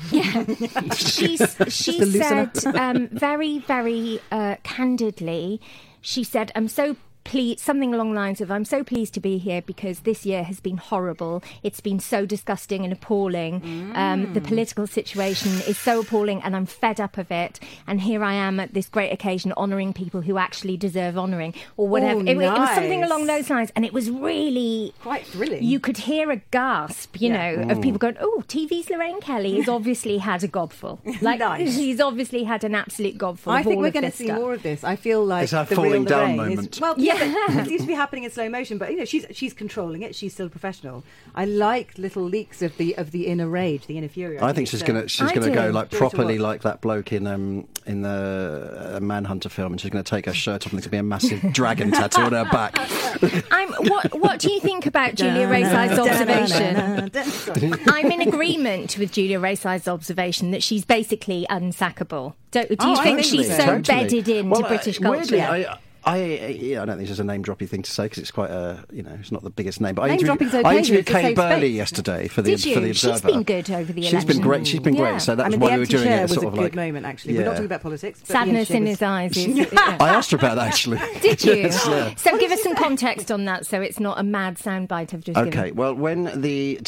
Speaker 3: buckfasts.
Speaker 1: she she
Speaker 2: a loosener.
Speaker 1: said um, very very uh, candidly. She said, "I'm so please, something along the lines of, I'm so pleased to be here because this year has been horrible. It's been so disgusting and appalling. Um,
Speaker 2: Mm.
Speaker 1: the political situation is so appalling and I'm fed up of it. And here I am at this great occasion honouring people who actually deserve honouring or whatever.
Speaker 2: Ooh,
Speaker 1: It wa- it was something
Speaker 2: Oh, nice.
Speaker 1: along those lines. And it was really
Speaker 2: Quite thrilling.
Speaker 1: you could hear a gasp, you
Speaker 2: Yeah.
Speaker 1: know, of people going, "Oh, TV's Lorraine Kelly has obviously had a gobful. Like
Speaker 2: Nice.
Speaker 1: she's obviously had an absolute gobful."
Speaker 2: I
Speaker 1: of
Speaker 2: think
Speaker 1: all
Speaker 2: we're
Speaker 1: of
Speaker 2: going to
Speaker 1: this
Speaker 2: see
Speaker 1: stuff.
Speaker 2: more of this. I feel like
Speaker 3: It's our
Speaker 2: the
Speaker 3: falling
Speaker 2: real
Speaker 3: down
Speaker 2: Lorraine is-
Speaker 3: moment.
Speaker 6: Well,
Speaker 1: Yeah.
Speaker 6: yeah, but it seems to be happening in slow motion. But you know, she's she's controlling it. She's still a professional.
Speaker 2: I like little leaks of the of the inner rage, the inner fury.
Speaker 3: I think she's
Speaker 2: it's, uh,
Speaker 3: gonna she's
Speaker 1: I
Speaker 3: gonna go
Speaker 1: do.
Speaker 3: like
Speaker 2: Do it to
Speaker 3: properly
Speaker 2: what?
Speaker 3: like that bloke in um in the uh, Manhunter film, and she's gonna take her shirt off and there's gonna be a massive dragon tattoo on her back.
Speaker 1: I'm, what What do you think about Julia Rayside's observation?
Speaker 2: observation.
Speaker 1: I'm in agreement with Julia Rayside's observation that she's basically unsackable. Do, do you
Speaker 2: Oh, I
Speaker 1: think
Speaker 2: think
Speaker 1: she's
Speaker 2: so.
Speaker 1: so
Speaker 3: Totally.
Speaker 1: bedded into
Speaker 3: Well, uh,
Speaker 1: British culture?
Speaker 3: weirdly, I, I, yeah, I don't think this is a name droppy thing to say because it's quite a, you know, it's not the biggest name. But I interviewed,
Speaker 2: Name-dropping's okay,
Speaker 3: I interviewed
Speaker 2: it's a
Speaker 3: Kay
Speaker 2: safe
Speaker 3: Burley
Speaker 2: space.
Speaker 3: yesterday for the
Speaker 1: Did
Speaker 3: for the
Speaker 1: you? She's
Speaker 3: Observer.
Speaker 1: been good over the
Speaker 3: She's been
Speaker 1: election.
Speaker 3: great. She's been
Speaker 1: Yeah.
Speaker 3: great. So that
Speaker 2: I
Speaker 3: was
Speaker 2: mean, the
Speaker 3: why we were
Speaker 2: empty
Speaker 3: doing
Speaker 2: chair
Speaker 3: it.
Speaker 2: was a
Speaker 3: Sort
Speaker 2: good
Speaker 3: of like
Speaker 2: moment. Actually, we're
Speaker 3: Yeah.
Speaker 2: not talking about politics. But
Speaker 1: Sadness
Speaker 2: yeah, she
Speaker 1: in
Speaker 2: was-
Speaker 1: his eyes. Is,
Speaker 3: I asked her about that actually.
Speaker 1: Did you?
Speaker 3: Yes, yeah.
Speaker 1: So give us some context on that, so it's not a mad soundbite I've just given.
Speaker 3: Okay, well, when the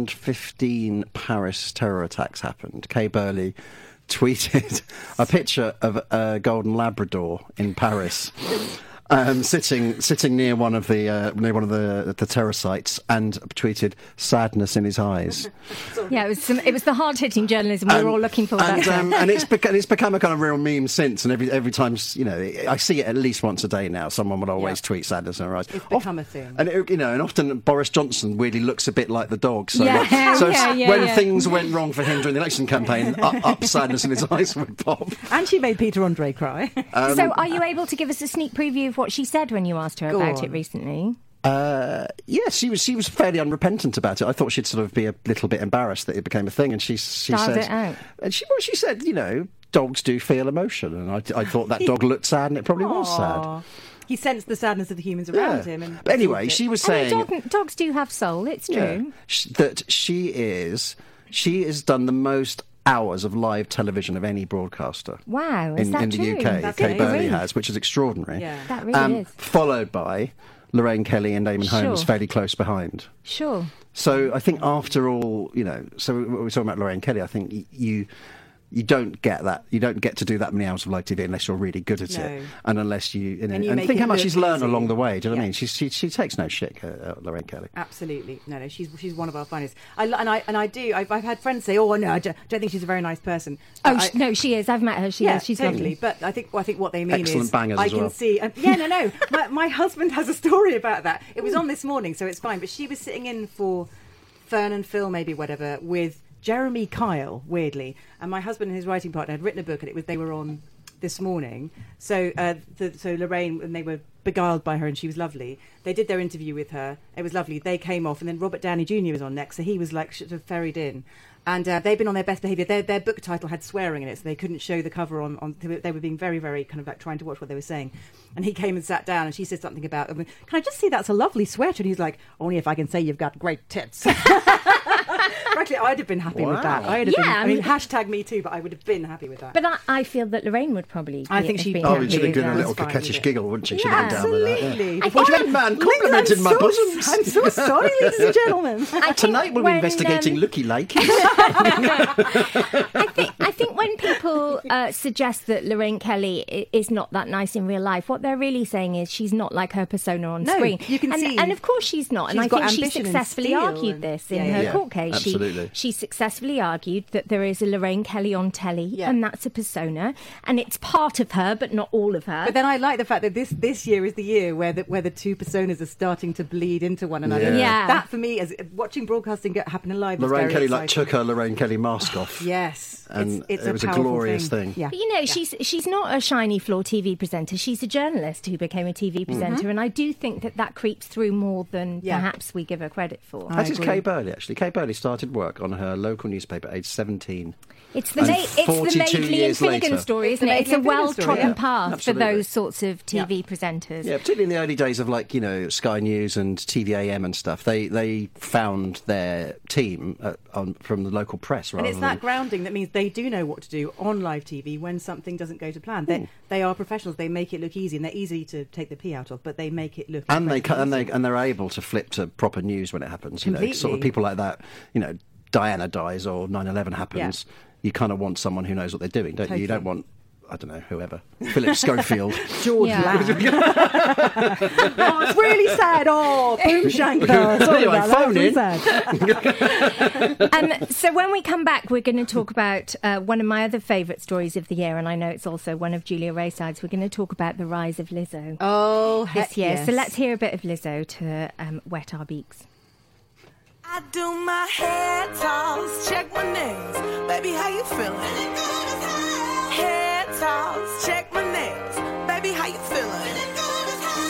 Speaker 3: 2015 Paris terror attacks happened, Kay Burley tweeted a picture of a golden Labrador in Paris. Um, sitting, sitting near one of the uh, near one of the the terror sites, and tweeted sadness in his eyes.
Speaker 1: Yeah, it was some, it was the hard hitting journalism we were all looking for.
Speaker 3: And,
Speaker 1: that time.
Speaker 3: um, and it's become it's become a kind of real meme since. And every every time you know, I see it at least once a day now. Someone would always
Speaker 2: Yeah.
Speaker 3: tweet sadness in her eyes. It's
Speaker 2: become a thing.
Speaker 3: And it, you know, and often Boris Johnson weirdly looks a bit like the dog. So,
Speaker 1: Yeah,
Speaker 3: like- so
Speaker 1: yeah,
Speaker 3: s-
Speaker 1: yeah,
Speaker 3: when
Speaker 1: yeah.
Speaker 3: things went wrong for him during the election campaign, up, up sadness in his eyes would pop.
Speaker 2: And she made Peter Andre cry.
Speaker 3: um,
Speaker 1: so, are you able to give us a sneak preview of what she said when you asked her
Speaker 2: Go
Speaker 1: about
Speaker 2: on.
Speaker 1: it recently?
Speaker 3: Uh, yeah, she was she was fairly unrepentant about it. I thought she'd sort of be a little bit embarrassed that it became a thing, and she she
Speaker 1: Dialed
Speaker 3: said,
Speaker 1: it out.
Speaker 3: and she well, she said, you know, dogs do feel emotion, and I, I thought that dog looked sad, and it probably was sad.
Speaker 2: Aw. He sensed the sadness of the humans
Speaker 3: Yeah.
Speaker 2: around him. And
Speaker 3: but anyway,
Speaker 2: absorbed it.
Speaker 3: she was
Speaker 1: I mean,
Speaker 3: saying
Speaker 1: dog, dogs do have soul. It's true.
Speaker 3: yeah, sh- that she is she has done the most hours of live television of any broadcaster.
Speaker 1: Wow, is
Speaker 3: in,
Speaker 1: that
Speaker 3: in the
Speaker 1: true?
Speaker 3: UK,
Speaker 1: That's
Speaker 3: Kay
Speaker 2: amazing.
Speaker 3: Burley has, which is extraordinary. Um,
Speaker 2: Yeah.
Speaker 1: That really is.
Speaker 3: Followed by Lorraine Kelly and Damon Holmes,
Speaker 1: Sure.
Speaker 3: fairly close behind.
Speaker 1: Sure.
Speaker 3: So I think after all, you know, so we- we we're talking about Lorraine Kelly. I think y- you you don't get that. You don't get to do that many hours of live TV unless you're really good at
Speaker 2: No.
Speaker 3: it, and unless you you know.
Speaker 2: And
Speaker 3: And,
Speaker 2: you make
Speaker 3: think
Speaker 2: it
Speaker 3: how much
Speaker 2: look
Speaker 3: she's learned
Speaker 2: easy.
Speaker 3: along the way. Do you know what I
Speaker 2: Yeah.
Speaker 3: mean? She she she takes no shit, uh, uh, Lorraine Kelly.
Speaker 2: Absolutely, no, no. She's she's one of our finest. I, lo- and I and I do. I've, I've had friends say, "Oh, no, I don't, don't think she's a very nice person." But
Speaker 1: Oh
Speaker 2: I-
Speaker 1: sh no, she is. I've met her. She
Speaker 2: yeah,
Speaker 1: is. She's
Speaker 2: totally.
Speaker 1: lovely.
Speaker 2: But I think I think what they mean
Speaker 3: Excellent
Speaker 2: is
Speaker 3: bangers
Speaker 2: I
Speaker 3: as
Speaker 2: can
Speaker 3: well.
Speaker 2: see. Um, yeah, no, no. my, my husband has a story about that. It was on this morning, so it's fine. But she was sitting in for Fern and Phil, maybe whatever, with Jeremy Kyle. Weirdly, and my husband and his writing partner had written a book, and it was they were on this morning. So uh, the, so Lorraine and they were beguiled by her, and she was lovely. They did their interview with her. It was lovely. They came off, and then Robert Downey Jr. was on next, so he was like sort of ferried in. And uh, they've been on their best behaviour. Their, their book title had swearing in it, so they couldn't show the cover on. on they were- they were being very, very kind of like trying to watch what they were saying. And he came and sat down, and she said something about, I mean, "Can I just say that's a lovely sweater?" And he's like, "Only if I can say you've got great tits." Frankly, I'd have been happy with that.
Speaker 3: Wow.
Speaker 2: I'd have
Speaker 1: Yeah,
Speaker 2: been,
Speaker 1: I
Speaker 2: I mean,
Speaker 1: mean-
Speaker 2: hashtag me too, but I would have been happy with that.
Speaker 1: But I, I feel that Lorraine would probably.
Speaker 2: I
Speaker 1: be-
Speaker 2: think she'd
Speaker 1: be
Speaker 2: be
Speaker 3: Oh,
Speaker 2: happy
Speaker 3: she'd have
Speaker 1: with
Speaker 2: did,
Speaker 3: given
Speaker 1: that.
Speaker 3: a
Speaker 2: that's
Speaker 3: little
Speaker 2: fine,
Speaker 3: coquettish
Speaker 2: yeah.
Speaker 3: giggle, wouldn't she? She'd have been down with that. yeah.
Speaker 2: Absolutely.
Speaker 1: I think-
Speaker 3: That man complimented
Speaker 2: I'm
Speaker 3: my
Speaker 2: so,
Speaker 3: bosoms.
Speaker 2: I'm so sorry, ladies and gentlemen.
Speaker 1: I think
Speaker 3: Tonight we'll
Speaker 1: when,
Speaker 3: be investigating
Speaker 1: um,
Speaker 3: looky like.
Speaker 1: I think I think when people uh, suggest that Lorraine Kelly i- is not that nice in real life, what they're really saying is she's not like her persona on
Speaker 2: No,
Speaker 1: screen.
Speaker 2: you can
Speaker 1: and,
Speaker 2: see
Speaker 1: and of course she's not. and
Speaker 2: she's
Speaker 1: I
Speaker 2: got
Speaker 1: think she
Speaker 2: ambition and
Speaker 1: successfully
Speaker 2: steel
Speaker 1: argued
Speaker 2: and-
Speaker 1: this
Speaker 2: yeah,
Speaker 1: in
Speaker 2: yeah,
Speaker 1: her
Speaker 2: yeah.
Speaker 1: court case.
Speaker 3: Absolutely.
Speaker 1: She, she successfully argued that there is a Lorraine Kelly on telly,
Speaker 2: Yeah.
Speaker 1: and that's a persona, and it's part of her, but not all of her.
Speaker 2: But then I like the fact that this this year is the year where the where the two personas are starting to bleed into one another.
Speaker 3: Yeah.
Speaker 1: Yeah.
Speaker 2: That for me is watching broadcasting get happen in live. is
Speaker 3: Lorraine
Speaker 2: very
Speaker 3: Kelly like
Speaker 2: exciting.
Speaker 3: took her Lorraine Kelly mask off.
Speaker 2: Yes,
Speaker 3: And
Speaker 2: it's, it's
Speaker 3: it was a
Speaker 2: powerful
Speaker 3: glorious thing.
Speaker 2: Yeah.
Speaker 1: But you know, she's she's not a shiny floor TV presenter. She's a journalist who became a TV presenter, and I do think that that creeps through more than
Speaker 2: Mm-hmm. Yeah.
Speaker 1: perhaps we give her credit for.
Speaker 2: I
Speaker 3: As is
Speaker 2: agree.
Speaker 3: Kay Burley, actually. Kay Burley started work on her local newspaper at age 17.
Speaker 1: It's the,
Speaker 3: And
Speaker 1: ma- it's the
Speaker 3: 42
Speaker 1: Maidley and
Speaker 3: years
Speaker 1: Finnegan
Speaker 3: later.
Speaker 1: story,
Speaker 2: It's
Speaker 1: isn't
Speaker 2: the
Speaker 1: it? It's
Speaker 2: Maidley
Speaker 1: a
Speaker 2: and Finnegan
Speaker 1: well
Speaker 2: story,
Speaker 1: trodden
Speaker 2: yeah.
Speaker 1: path
Speaker 3: Absolutely.
Speaker 1: for those sorts of TV presenters.
Speaker 3: Yeah, particularly in the early days of like you know Sky News and TVAM and stuff, they they found their team uh on, from the local press. Rather
Speaker 2: And it's
Speaker 3: than,
Speaker 2: that grounding that means they do know what what to do on live TV when something doesn't go to plan. They, they are professionals. They make it look easy, and they're easy to take the pee out of, but they make it look.
Speaker 3: and they ca-
Speaker 2: incredibly
Speaker 3: and they
Speaker 2: easy.
Speaker 3: and they're able to flip to proper news when it happens. You know, sort of
Speaker 2: Completely.
Speaker 3: people like that. You know, Diana dies or 9-11 happens. You kind of want someone who knows what they're doing, don't you? You don't
Speaker 2: Totally.
Speaker 3: want I don't know whoever Philip Schofield.
Speaker 7: George
Speaker 1: Yeah.
Speaker 7: Lamb.
Speaker 2: oh, it's really sad. Oh, boom shanker. Sorry
Speaker 3: Anyway,
Speaker 2: about that.
Speaker 3: phone
Speaker 2: Really
Speaker 3: in.
Speaker 2: sad.
Speaker 1: um, so when we come back, we're going to talk about uh, one of my other favourite stories of the year, and I know it's also one of Julia Rayside's. We're going to talk about the rise of Lizzo
Speaker 7: Oh,
Speaker 1: this
Speaker 7: heck
Speaker 1: year.
Speaker 7: yes.
Speaker 1: So let's hear a bit of Lizzo to um, wet our beaks.
Speaker 8: I do my hair toss, check my nails. Baby, how you feeling? Hair toss, check my nails. Baby, how you feeling? Woo,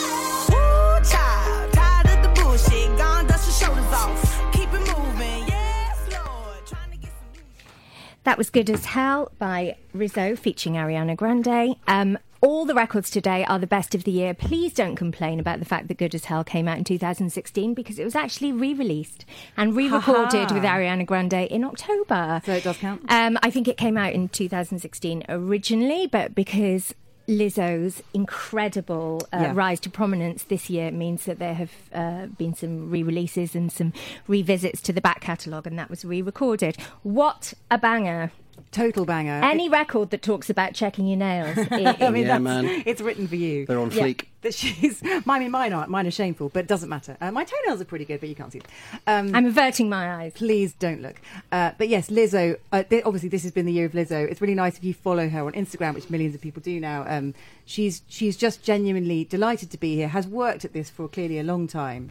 Speaker 8: child, tired of the bullshit. Gone, dust your shoulders off. Keep it moving, yes, Lord. Trying to get some.
Speaker 1: That was Good as Hell by Rizzo featuring Ariana Grande. Um, all the records today are the best of the year. Please don't complain about the fact that Good as Hell came out in 2016 because it was actually re released and re recorded with Ariana Grande in October.
Speaker 7: So it does count.
Speaker 1: Um, I think it came out in 2016 originally, but because Lizzo's incredible uh,
Speaker 7: Yeah.
Speaker 1: rise to prominence this year means that there have uh, been some re releases and some revisits to the back catalogue, and that was re recorded. What a banger!
Speaker 7: Total banger.
Speaker 1: Any record that talks about checking your nails. i- i-
Speaker 2: I mean,
Speaker 3: Yeah,
Speaker 2: that's,
Speaker 3: man.
Speaker 2: it's written for you.
Speaker 3: They're on
Speaker 1: Yeah.
Speaker 3: fleek.
Speaker 2: That she's. I mean, mine aren't. Mine are shameful, but it doesn't matter. Uh, my toenails are pretty good, but you can't see them. Um,
Speaker 1: I'm averting my eyes.
Speaker 2: please don't look.
Speaker 7: Uh, but yes, Lizzo. Uh, th- obviously, this has been the year of Lizzo. It's really nice if you follow her on Instagram, which millions of people do now. Um, she's she's just genuinely delighted to be here. Has worked at this for clearly a long time.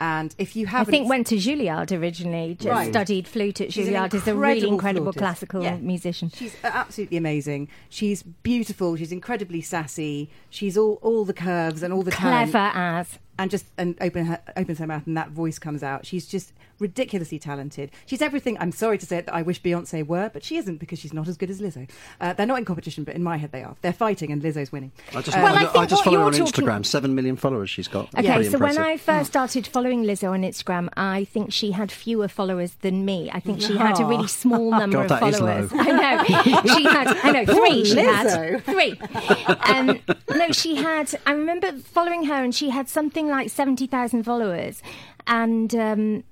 Speaker 7: And if you
Speaker 1: I
Speaker 7: haven't,
Speaker 1: think went to Juilliard originally, just
Speaker 7: Right.
Speaker 1: studied flute at
Speaker 7: She's an
Speaker 1: Juilliard, is a really
Speaker 7: incredible
Speaker 1: incredible
Speaker 7: flautist.
Speaker 1: classical
Speaker 7: Yeah.
Speaker 1: musician.
Speaker 7: she's absolutely amazing. She's beautiful. She's incredibly sassy. She's all all the curves and all the talent.
Speaker 1: Clever as.
Speaker 7: and just and open her opens her mouth and that voice comes out. She's just ridiculously talented. She's everything. I'm sorry to say it that I wish Beyonce were, but she isn't because she's not as good as Lizzo. Uh, they're not in competition, but in my head they are. They're fighting and Lizzo's winning.
Speaker 3: I just,
Speaker 1: Well, I
Speaker 3: I,
Speaker 1: think
Speaker 3: just
Speaker 1: what
Speaker 3: follow her on
Speaker 1: you're talking-
Speaker 3: Instagram. Seven million followers she's got. That's
Speaker 1: Okay,
Speaker 3: pretty
Speaker 1: so when
Speaker 3: impressive. Oh.
Speaker 1: I first started following Lizzo on Instagram, I think she had fewer followers than me. I think she had a really small number
Speaker 3: God, that
Speaker 1: of
Speaker 3: is
Speaker 1: followers.
Speaker 3: low.
Speaker 1: I know she had. I know three. She had three. Um, no, she had. I remember following her, and she had something like seventy thousand followers, and. Um,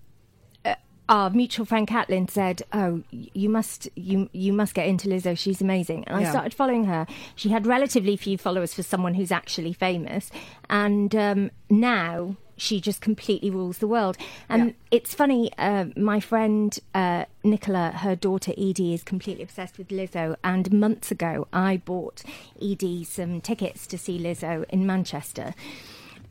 Speaker 1: uh, our mutual friend Catelyn said, "Oh, y- you must, you you must get into Lizzo. She's amazing." And I
Speaker 7: Yeah.
Speaker 1: started following her. She had relatively few followers for someone who's actually famous, and um, now she just completely rules the world. And
Speaker 7: Yeah.
Speaker 1: it's funny. Uh, my friend uh, Nicola, her daughter Edie, is completely obsessed with Lizzo. And months ago, I bought Edie some tickets to see Lizzo in Manchester.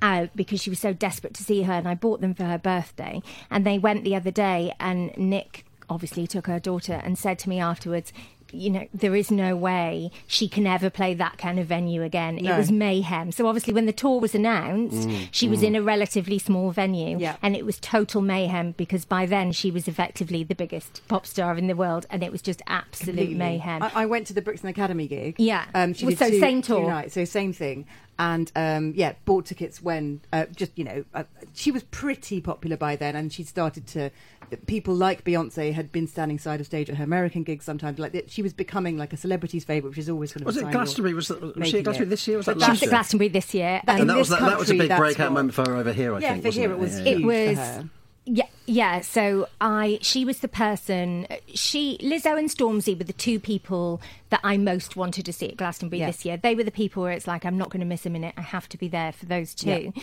Speaker 1: Uh, because she was so desperate to see her, and I bought them for her birthday. And they went the other day, and Nick obviously took her daughter and said to me afterwards, you know, there is no way she can ever play that kind of venue again. It
Speaker 7: No. Mm,
Speaker 1: was mayhem. So obviously, when the tour was announced, she was in a relatively small venue,
Speaker 7: Yeah.
Speaker 1: and it was total mayhem because by then she was effectively the biggest pop star in the world, and it was just absolute mayhem.
Speaker 7: I, I went to the Brixton Academy gig. Um,
Speaker 1: Yeah.
Speaker 7: she
Speaker 1: Well,
Speaker 7: did
Speaker 1: so
Speaker 7: two-
Speaker 1: same
Speaker 7: two
Speaker 1: tour.
Speaker 7: nights, so same thing. And um, yeah, bought tickets when uh, just you know uh, she was pretty popular by then, and she started to. People like Beyonce had been standing side of stage at her American gigs sometimes. Like that- she was becoming like a celebrity's favorite, which is always going to
Speaker 3: was
Speaker 7: be
Speaker 3: it Glastonbury? Was, that, was she
Speaker 7: making
Speaker 3: at Glastonbury
Speaker 7: it.
Speaker 3: this year? Was that
Speaker 7: But
Speaker 1: she
Speaker 3: last
Speaker 1: was at
Speaker 3: year?
Speaker 1: Glastonbury this year.
Speaker 7: That-
Speaker 1: and
Speaker 3: And that was
Speaker 7: this
Speaker 3: that, that was a
Speaker 7: country,
Speaker 3: big
Speaker 7: that's
Speaker 3: breakout
Speaker 7: what-
Speaker 3: moment for her over here. I
Speaker 7: Yeah,
Speaker 3: think
Speaker 7: for
Speaker 3: wasn't
Speaker 7: here it was
Speaker 3: Yeah, yeah,
Speaker 7: huge.
Speaker 3: yeah.
Speaker 1: it was
Speaker 7: for her.
Speaker 1: yeah yeah so i she was the person she lizzo and stormzy were the two people that i most wanted to see at glastonbury
Speaker 7: Yeah.
Speaker 1: this year they were the people where it's like i'm not going to miss a minute i have to be there for those two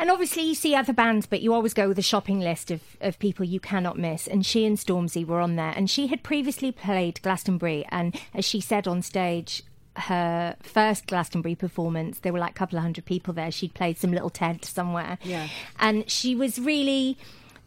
Speaker 1: And obviously, you see other bands, but you always go with a shopping list of, of people you cannot miss. And she and Stormzy were on there. And she had previously played Glastonbury. And as she said on stage, her first Glastonbury performance, there were like a couple of hundred people there. She'd played some little tent somewhere.
Speaker 7: Yeah.
Speaker 1: And she was really.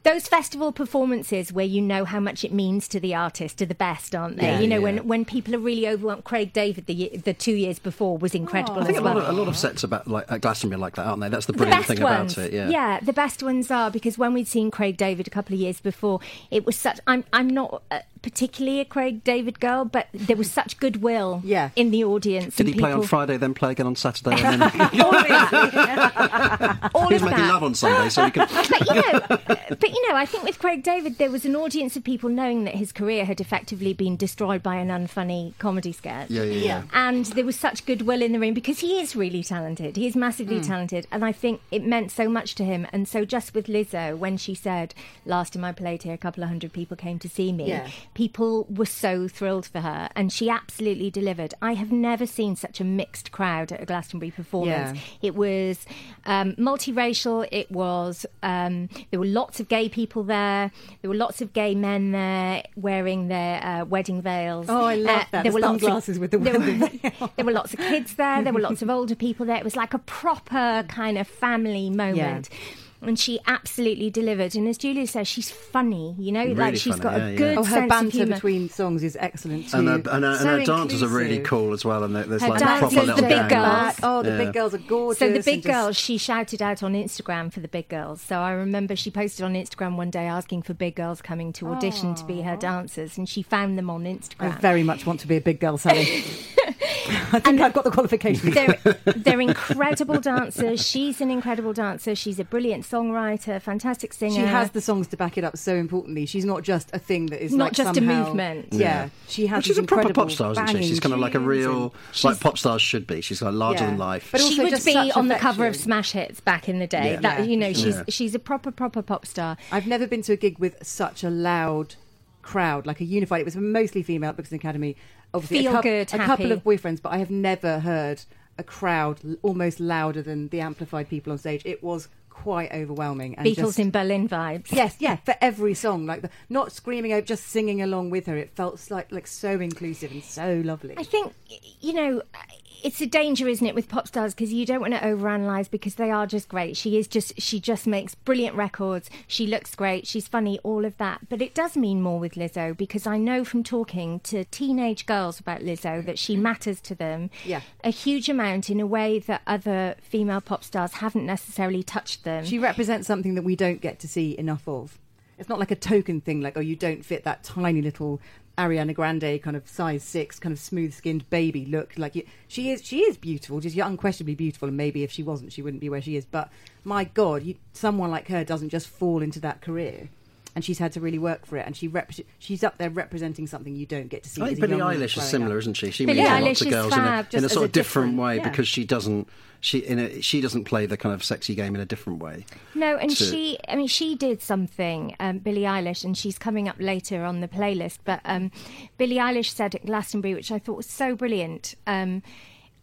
Speaker 1: Those festival performances where you know how much it means to the artist are the best, aren't they?
Speaker 3: Yeah,
Speaker 1: you know,
Speaker 3: yeah.
Speaker 1: when, when people are really overwhelmed. Craig David, the, ye- the two years before, was incredible
Speaker 3: Oh, I think
Speaker 1: as
Speaker 3: a lot
Speaker 1: well.
Speaker 3: of, a lot of sets about like at Glastonbury like that, aren't they? That's the
Speaker 1: the
Speaker 3: brilliant
Speaker 1: best
Speaker 3: thing
Speaker 1: ones.
Speaker 3: about it. Yeah.
Speaker 1: the best ones are because when we'd seen Craig David a couple of years before, it was such. I'm I'm not uh, particularly a Craig David girl, but there was such goodwill
Speaker 2: Yeah.
Speaker 1: in the audience.
Speaker 3: Did
Speaker 1: and
Speaker 3: he play on
Speaker 1: people-
Speaker 3: Friday, then play again on Saturday? And then he
Speaker 1: All of that. All
Speaker 3: was
Speaker 1: of
Speaker 3: making
Speaker 1: that.
Speaker 3: love on Sunday, so he could.
Speaker 1: but you know, but you know, I think with Craig David, there was an audience of people knowing that his career had effectively been destroyed by an unfunny comedy sketch.
Speaker 3: Yeah, yeah, yeah.
Speaker 1: And there was such goodwill in the room because he is really talented. He is massively
Speaker 2: Mm.
Speaker 1: talented, and I think it meant so much to him. And so, just with Lizzo, when she said, "Last time I played here, a couple of hundred people came to see me,"
Speaker 2: Yeah.
Speaker 1: people were so thrilled for her, and she absolutely delivered. I have never seen such a mixed crowd at a Glastonbury performance.
Speaker 2: Yeah.
Speaker 1: It was um, multiracial. It was um, there were lots of gay people there. There were lots of gay men there wearing their uh, wedding veils.
Speaker 2: Oh, I love
Speaker 1: Uh,
Speaker 2: that.
Speaker 1: There
Speaker 2: The
Speaker 1: were lots
Speaker 2: sunglasses
Speaker 1: of,
Speaker 2: with the
Speaker 1: there
Speaker 2: wedding
Speaker 1: were, there were lots of kids there. There were lots of older people there. It was like a proper kind of family moment. And she absolutely delivered. And as Julia says, she's funny. You know, like
Speaker 3: Really
Speaker 1: she's
Speaker 3: funny,
Speaker 1: got
Speaker 3: yeah,
Speaker 1: a
Speaker 3: yeah.
Speaker 1: good
Speaker 2: Oh, her
Speaker 1: sense of
Speaker 2: banter
Speaker 1: humour.
Speaker 2: between songs is excellent too.
Speaker 3: And her, and her,
Speaker 2: So
Speaker 3: and her dancers are really
Speaker 2: inclusive.
Speaker 3: cool as well, and there- there's
Speaker 1: Her
Speaker 3: like
Speaker 1: dancers,
Speaker 3: proper little
Speaker 1: the big
Speaker 3: gang.
Speaker 1: girls.
Speaker 2: Oh, the
Speaker 3: Yeah.
Speaker 2: big girls are gorgeous.
Speaker 1: So the big
Speaker 2: and just-
Speaker 1: girls, she shouted out on Instagram for the big girls. So I remember she posted on Instagram one day asking for big girls coming to audition to be her dancers, and she found them on
Speaker 2: I
Speaker 1: Instagram.
Speaker 2: very much want to be a big girl, Sally. I think I've got the qualifications.
Speaker 1: they're, they're incredible dancers. She's an incredible dancer. She's a brilliant songwriter, fantastic singer.
Speaker 2: She has the songs to back it up. So importantly, she's not just a thing that is
Speaker 1: Not
Speaker 2: like
Speaker 1: just a
Speaker 2: somehow-
Speaker 1: movement.
Speaker 2: Yeah,
Speaker 3: Yeah.
Speaker 2: she has.
Speaker 3: Well, she's
Speaker 2: these
Speaker 3: a proper
Speaker 2: incredible
Speaker 3: pop star, isn't she?
Speaker 2: banging
Speaker 3: She's kind of like a
Speaker 2: tunes
Speaker 3: real, like pop stars should be. She's like larger
Speaker 2: Yeah.
Speaker 3: than life.
Speaker 2: But
Speaker 1: she
Speaker 2: also
Speaker 1: would
Speaker 2: just
Speaker 1: be
Speaker 2: such
Speaker 1: on the cover of
Speaker 2: affection.
Speaker 1: Smash Hits back in the day.
Speaker 3: Yeah.
Speaker 1: That you know,
Speaker 2: Yeah.
Speaker 1: she's
Speaker 3: Yeah.
Speaker 1: she's a proper proper pop star.
Speaker 2: and- I've never been to a gig with such a loud crowd, like a unified. It was mostly female because of the academy. Obviously,
Speaker 1: Feel
Speaker 2: a, coup-
Speaker 1: good,
Speaker 2: a couple
Speaker 1: happy.
Speaker 2: of boyfriends, but I have never heard a crowd l- almost louder than the amplified people on stage. It was quite overwhelming. And
Speaker 1: Beatles
Speaker 2: just-
Speaker 1: in Berlin vibes.
Speaker 2: Yes, yeah, for every song, like the, not screaming out, just singing along with her. It felt like like so inclusive and so lovely.
Speaker 1: I think y- you know it's a danger, isn't it, with pop stars because you don't want to overanalyze because they are just great. She is just she just makes brilliant records. She looks great. She's funny, all of that. But it does mean more with Lizzo because I know from talking to teenage girls about Lizzo that she matters to them
Speaker 2: Yeah.
Speaker 1: a huge amount in a way that other female pop stars haven't necessarily touched them.
Speaker 2: She represents something that we don't get to see enough of. It's not like a token thing, like, oh, you don't fit that tiny little Ariana Grande kind of size six, kind of smooth skinned baby look. Like, you, she is, she is beautiful, just you're unquestionably beautiful. And maybe if she wasn't, she wouldn't be where she is. But my God, you, someone like her doesn't just fall into that career. And she's had to really work for it. And she rep- she's up there representing something you don't get to see.
Speaker 3: I
Speaker 2: as
Speaker 3: think
Speaker 2: a
Speaker 3: Billie
Speaker 2: young woman
Speaker 3: Eilish is
Speaker 2: growing
Speaker 3: similar,
Speaker 2: up.
Speaker 3: isn't she? She
Speaker 1: Billie
Speaker 3: means a lot
Speaker 1: Eilish
Speaker 3: to
Speaker 1: is
Speaker 3: girls
Speaker 1: fab,
Speaker 3: in a, in
Speaker 1: just
Speaker 3: a
Speaker 1: as
Speaker 3: sort
Speaker 1: a
Speaker 3: of different,
Speaker 1: different-
Speaker 3: way
Speaker 2: yeah.
Speaker 3: because she doesn't she in a, she doesn't play the kind of sexy game in a different way.
Speaker 1: No, and
Speaker 3: to-
Speaker 1: she, I mean, she did something, um, Billie Eilish, and she's coming up later on the playlist. But um, Billie Eilish said at Glastonbury, which I thought was so brilliant. Um,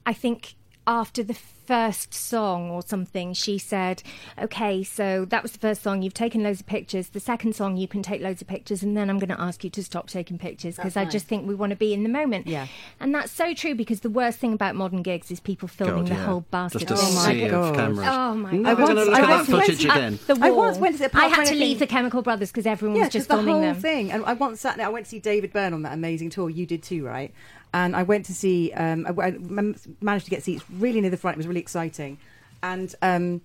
Speaker 1: I think after the first song or something, she said, Okay, so that was the first song. You've taken loads of pictures. The second song, you can take loads of pictures. And then I'm going to ask you to stop taking pictures because I just think we want to be in the moment.
Speaker 2: Yeah.
Speaker 1: And that's so true because the worst thing about modern gigs is people filming
Speaker 3: God,
Speaker 1: the
Speaker 3: yeah.
Speaker 1: whole bastard
Speaker 3: Just a
Speaker 2: Oh my
Speaker 3: sea of
Speaker 2: God.
Speaker 3: cameras.
Speaker 1: Oh my
Speaker 3: Never
Speaker 1: God.
Speaker 3: gonna
Speaker 2: once-
Speaker 3: look
Speaker 2: I
Speaker 3: at that
Speaker 2: once
Speaker 3: footage
Speaker 2: went-
Speaker 3: again.
Speaker 1: the
Speaker 2: I
Speaker 1: wall.
Speaker 2: once went to the
Speaker 1: I
Speaker 2: park
Speaker 1: had
Speaker 2: when
Speaker 1: to
Speaker 2: I
Speaker 1: leave
Speaker 2: think-
Speaker 1: the Chemical Brothers because everyone
Speaker 2: Yeah,
Speaker 1: was just
Speaker 2: 'cause
Speaker 1: filming
Speaker 2: the whole
Speaker 1: them.
Speaker 2: thing. And I once sat there. I went to see David Byrne on that amazing tour. You did too, right? And I went to see. Um, I, I m- managed to get seats really near the front. It was really exciting. And um,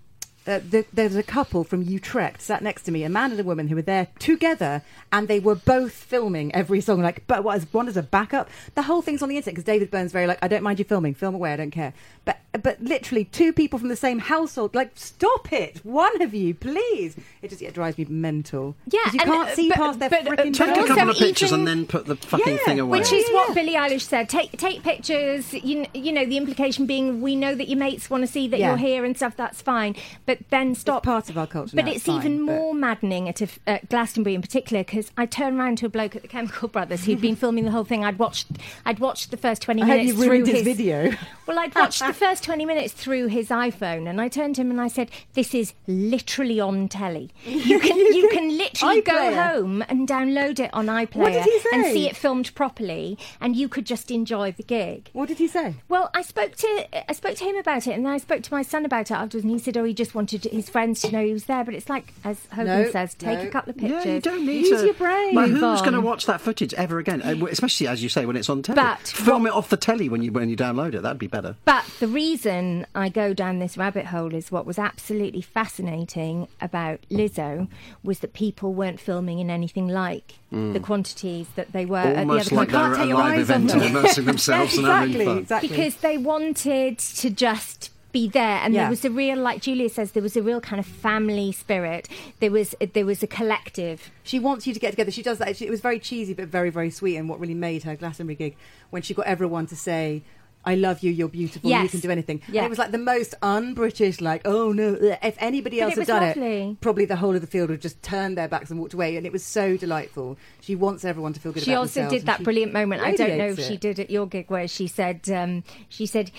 Speaker 2: uh, the, there was a couple from Utrecht sat next to me, a man and a woman who were there together, and they were both filming every song. Like, but what, one as a backup. The whole thing's on the internet because David Byrne's very like, I don't mind you filming, film away, I don't care. But but literally two people from the same household, like, stop it, one of you, please. It just it drives me mental.
Speaker 1: Yeah,
Speaker 2: 'Cause you
Speaker 1: and-
Speaker 2: can't see
Speaker 1: but-
Speaker 2: past their
Speaker 1: but-
Speaker 2: freaking
Speaker 1: but
Speaker 3: Take a
Speaker 1: also
Speaker 3: couple of pictures
Speaker 1: even-
Speaker 3: and then put the fucking
Speaker 2: Yeah,
Speaker 3: thing away.
Speaker 1: Which is what Billie Eilish said. Take take pictures. You, kn- you know the implication being we know that your mates want to see that
Speaker 2: Yeah.
Speaker 1: you're here and stuff. That's fine, but then stop.
Speaker 2: part of our culture
Speaker 1: But
Speaker 2: now,
Speaker 1: it's
Speaker 2: it's fine,
Speaker 1: even
Speaker 2: but-
Speaker 1: more maddening at, a f at Glastonbury in particular because I turned round to a bloke at the Chemical Brothers who'd been filming the whole thing. I'd watched I'd watched the first twenty
Speaker 2: I hope
Speaker 1: minutes
Speaker 2: you ruined
Speaker 1: through
Speaker 2: his video.
Speaker 1: Well, I'd watched the first 20 minutes through his iPhone and I turned to him and I said, This is literally on telly. You can, you can literally go
Speaker 2: iPlayer.
Speaker 1: home and download it on iPlayer
Speaker 2: did he
Speaker 1: and
Speaker 2: say?
Speaker 1: see it filmed properly and you could just enjoy the gig.
Speaker 2: What did he say?
Speaker 1: Well, I spoke to I spoke to him about it, and then I spoke to my son about it afterwards, and he said, "Oh, he just wanted his friends to know he was there, but it's like, as Hogan
Speaker 7: No,
Speaker 1: says, take a
Speaker 7: no.
Speaker 1: couple of
Speaker 3: Yeah,
Speaker 1: pictures.
Speaker 3: you don't need
Speaker 1: Use
Speaker 3: to.
Speaker 1: your brain.
Speaker 3: Like,
Speaker 1: Move
Speaker 3: who's
Speaker 1: on.
Speaker 3: going to watch that footage ever again? Uh, w- Especially as you say when it's on telly.
Speaker 1: But
Speaker 3: Film it off the telly when you when you download it. That'd be better.
Speaker 1: But the reason I go down this rabbit hole is what was absolutely fascinating about Lizzo was that people weren't filming in anything like the quantities that they were
Speaker 3: Mm. Almost
Speaker 1: at the other
Speaker 3: like
Speaker 1: countries.
Speaker 3: they're at
Speaker 2: can't
Speaker 3: a
Speaker 2: take your
Speaker 3: live
Speaker 2: eyes off
Speaker 3: event and
Speaker 2: them.
Speaker 3: immersing themselves and having
Speaker 2: exactly,
Speaker 3: fun.
Speaker 2: exactly.
Speaker 1: because they wanted to just be there and there
Speaker 2: Yeah.
Speaker 1: was a real like julia says there was a real kind of family spirit there was there was a collective
Speaker 2: She wants you to get together. She does that. She- It was very cheesy, but very, very sweet. And what really made her Glastonbury gig when she got everyone to say, "I love you. You're beautiful. You
Speaker 1: Yes.
Speaker 2: can do anything." And
Speaker 1: Yeah.
Speaker 2: it was like the most un-British. Like, oh no! ugh." If anybody
Speaker 1: But
Speaker 2: else
Speaker 1: it was
Speaker 2: had done
Speaker 1: lovely.
Speaker 2: it, probably the whole of the field would have just turned their backs and walked away. And it was so delightful. She wants everyone to feel good.
Speaker 1: she
Speaker 2: about
Speaker 1: also
Speaker 2: themselves,
Speaker 1: did
Speaker 2: and
Speaker 1: that
Speaker 2: she
Speaker 1: brilliant moment i don't know if
Speaker 2: radiates
Speaker 1: she
Speaker 2: it.
Speaker 1: did at your gig where she said um, she said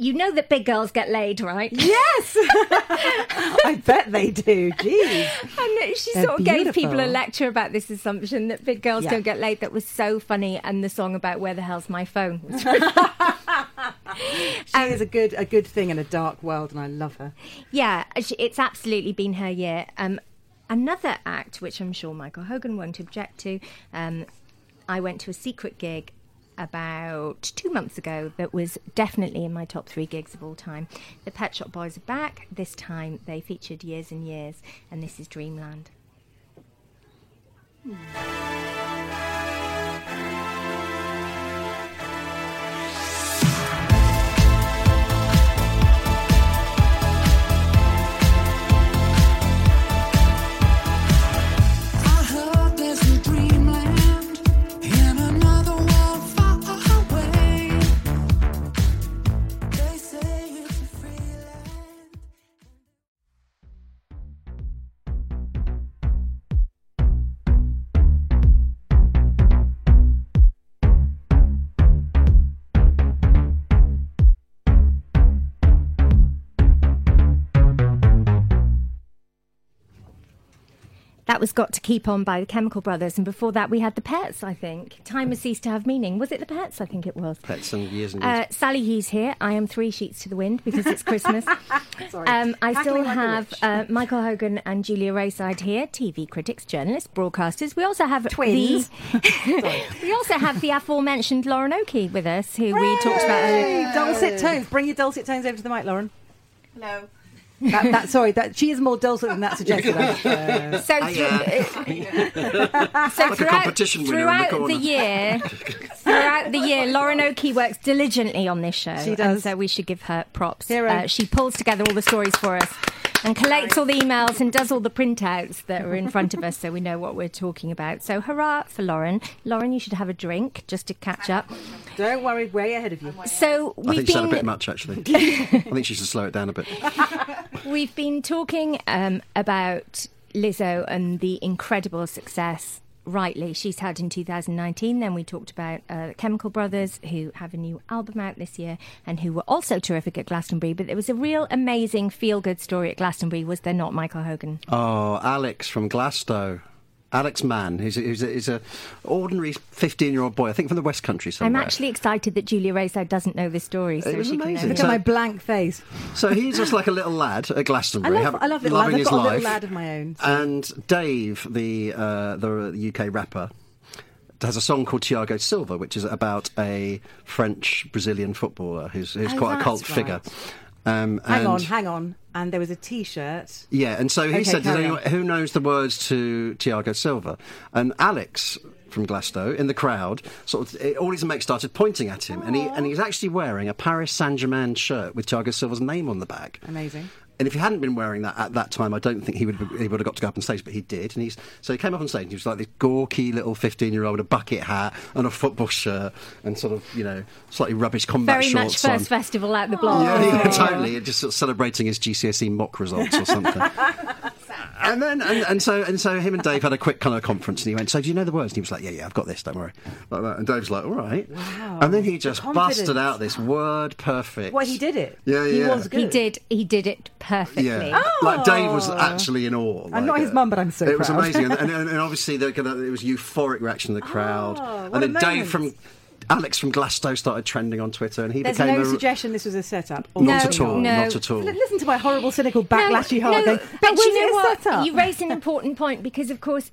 Speaker 1: you know that big girls get laid right
Speaker 2: Yes, I bet they do. Jeez.
Speaker 1: And she
Speaker 2: They're
Speaker 1: sort of gave people a
Speaker 2: beautiful.
Speaker 1: lecture about this assumption that big girls
Speaker 2: Yeah.
Speaker 1: don't get laid. That was so funny, and the song about where the hell's my phone. was-
Speaker 2: She is a good, a good thing in a dark world, and I love her.
Speaker 1: yeah, she- it's absolutely been her year. Um, another act, which I'm sure Michael Hogan won't object to, um, I went to a secret gig about two months ago that was definitely in my top three gigs of all time. The Pet Shop Boys are back. This time they featured Years and Years, and this is Dreamland.
Speaker 4: I heard there's a dreamland in another world far away. They say it's a free land.
Speaker 1: That was Got to Keep On by the Chemical Brothers. And before that, we had The Pets, I think. Time has ceased to have meaning. Was it The Pets? I think it was.
Speaker 3: Pets and years and years.
Speaker 1: Uh, Sally Hughes here. I am three sheets to the wind because it's Christmas.
Speaker 2: Sorry.
Speaker 1: Um, I still
Speaker 2: Cackling like a
Speaker 1: have
Speaker 2: witch.
Speaker 1: uh, Michael Hogan and Julia Rayside here, TV critics, journalists, broadcasters. We also have
Speaker 2: Twins.
Speaker 1: The, we also have the aforementioned Lauren Oakey with us, who we talked about earlier.
Speaker 2: Hey, dulcet tones. Bring your dulcet tones over to the mic, Lauren.
Speaker 8: Hello.
Speaker 2: That, that, sorry, that she is more dulcet than that suggested. Uh,
Speaker 1: So, thro- so
Speaker 3: Like a
Speaker 1: throughout,
Speaker 3: competition winner in the
Speaker 1: throughout
Speaker 3: corner.
Speaker 1: the year, throughout the year, Lauren Oakey works diligently on this show.
Speaker 2: She does.
Speaker 1: And so we should give her props.
Speaker 2: Hero.
Speaker 1: Uh, she pulls together all the stories for us and collects all the emails and does all the printouts that are in front of us so we know what we're talking about. So hurrah for Lauren. Lauren, you should have a drink just to catch up.
Speaker 2: don't worry, way ahead of you.
Speaker 1: So
Speaker 3: I
Speaker 1: we've
Speaker 3: think she said a bit
Speaker 1: been
Speaker 3: much actually. I think she should slow it down a bit.
Speaker 1: We've been talking um, about Lizzo and the incredible success, rightly, she's had in 2019. Then we talked about uh, Chemical Brothers, who have a new album out this year and who were also terrific at Glastonbury. But there was a real amazing feel good story at Glastonbury, was there not, Michael Hogan?
Speaker 3: Oh, Alex from Glasgow. Alex Mann, who's a, who's a, who's a ordinary 15 year old boy, I think from the West Country
Speaker 1: I'm
Speaker 3: somewhere.
Speaker 1: actually excited that Julia Rayside doesn't know this story. So
Speaker 3: was
Speaker 1: she can know.
Speaker 3: amazing.
Speaker 2: Look
Speaker 3: So-
Speaker 2: at my blank face.
Speaker 3: So he's just like a little lad at
Speaker 2: I
Speaker 3: Glastonbury,
Speaker 2: love,
Speaker 3: ha-
Speaker 2: I love little lad.
Speaker 3: loving
Speaker 2: I've
Speaker 3: his
Speaker 2: got a
Speaker 3: life.
Speaker 2: little lad of my own.
Speaker 3: And Dave, the uh, the UK rapper, has a song called Tiago Silva, which is about a French Brazilian footballer who's, who's
Speaker 2: Oh,
Speaker 3: quite a
Speaker 2: that's
Speaker 3: cult
Speaker 2: right.
Speaker 3: figure. Um,
Speaker 2: Hang
Speaker 3: and-
Speaker 2: on, hang on. And there was a T-shirt.
Speaker 3: Yeah, and so he
Speaker 2: Okay,
Speaker 3: said, Does
Speaker 2: carry
Speaker 3: anyone,
Speaker 2: on.
Speaker 3: "Who knows the words to Tiago Silva?" And Alex from Glasgow in the crowd, sort of, all his mates started pointing at him, and he and he was actually wearing a Paris Saint Germain shirt with Tiago Silva's name on the back.
Speaker 2: Amazing.
Speaker 3: And if he hadn't been wearing that at that time, I don't think he would have, he would have got to go up on stage. But he did, and he's so he came up on stage. and He was like this gawky little fifteen-year-old, with a bucket hat and a football shirt, and sort of you know slightly rubbish combat
Speaker 1: Very much
Speaker 3: shorts
Speaker 1: first
Speaker 3: on.
Speaker 1: festival out the block.
Speaker 3: Yeah, yeah, totally. It Just sort of celebrating his GCSE E mock results or something. and then and, and so and so him and Dave had a quick kind of conference, and he went, "So do you know the words?" And he was like, "Yeah, yeah, I've got this. Don't worry." Like that. And Dave's like, "All right."
Speaker 2: Wow.
Speaker 3: And then he
Speaker 2: The
Speaker 3: just
Speaker 2: confidence.
Speaker 3: busted out this word perfect.
Speaker 2: Well, he did it.
Speaker 3: Yeah,
Speaker 2: He
Speaker 3: yeah.
Speaker 2: was good.
Speaker 1: He did. He did it perfectly.
Speaker 3: Yeah, like Dave was actually in awe. Like,
Speaker 2: not his
Speaker 3: uh,
Speaker 2: mum, but Oh. I'm so
Speaker 3: It was
Speaker 2: proud.
Speaker 3: amazing, and, and, and obviously they're gonna, it was euphoric reaction of the crowd,
Speaker 2: Oh,
Speaker 3: and
Speaker 2: what a
Speaker 3: then Dave
Speaker 2: moment.
Speaker 3: from Alex from Glasgow started trending on Twitter, and he
Speaker 2: There's
Speaker 3: became
Speaker 2: no
Speaker 3: a,
Speaker 2: suggestion this was a setup.
Speaker 3: not
Speaker 1: No,
Speaker 3: at all,
Speaker 1: no.
Speaker 3: not at all.
Speaker 2: L- Listen to my horrible, cynical, backlashy heart. going,
Speaker 1: but
Speaker 2: was
Speaker 1: you
Speaker 2: it
Speaker 1: know
Speaker 2: a
Speaker 1: what?
Speaker 2: setup?"
Speaker 1: You raise an important point because, of course,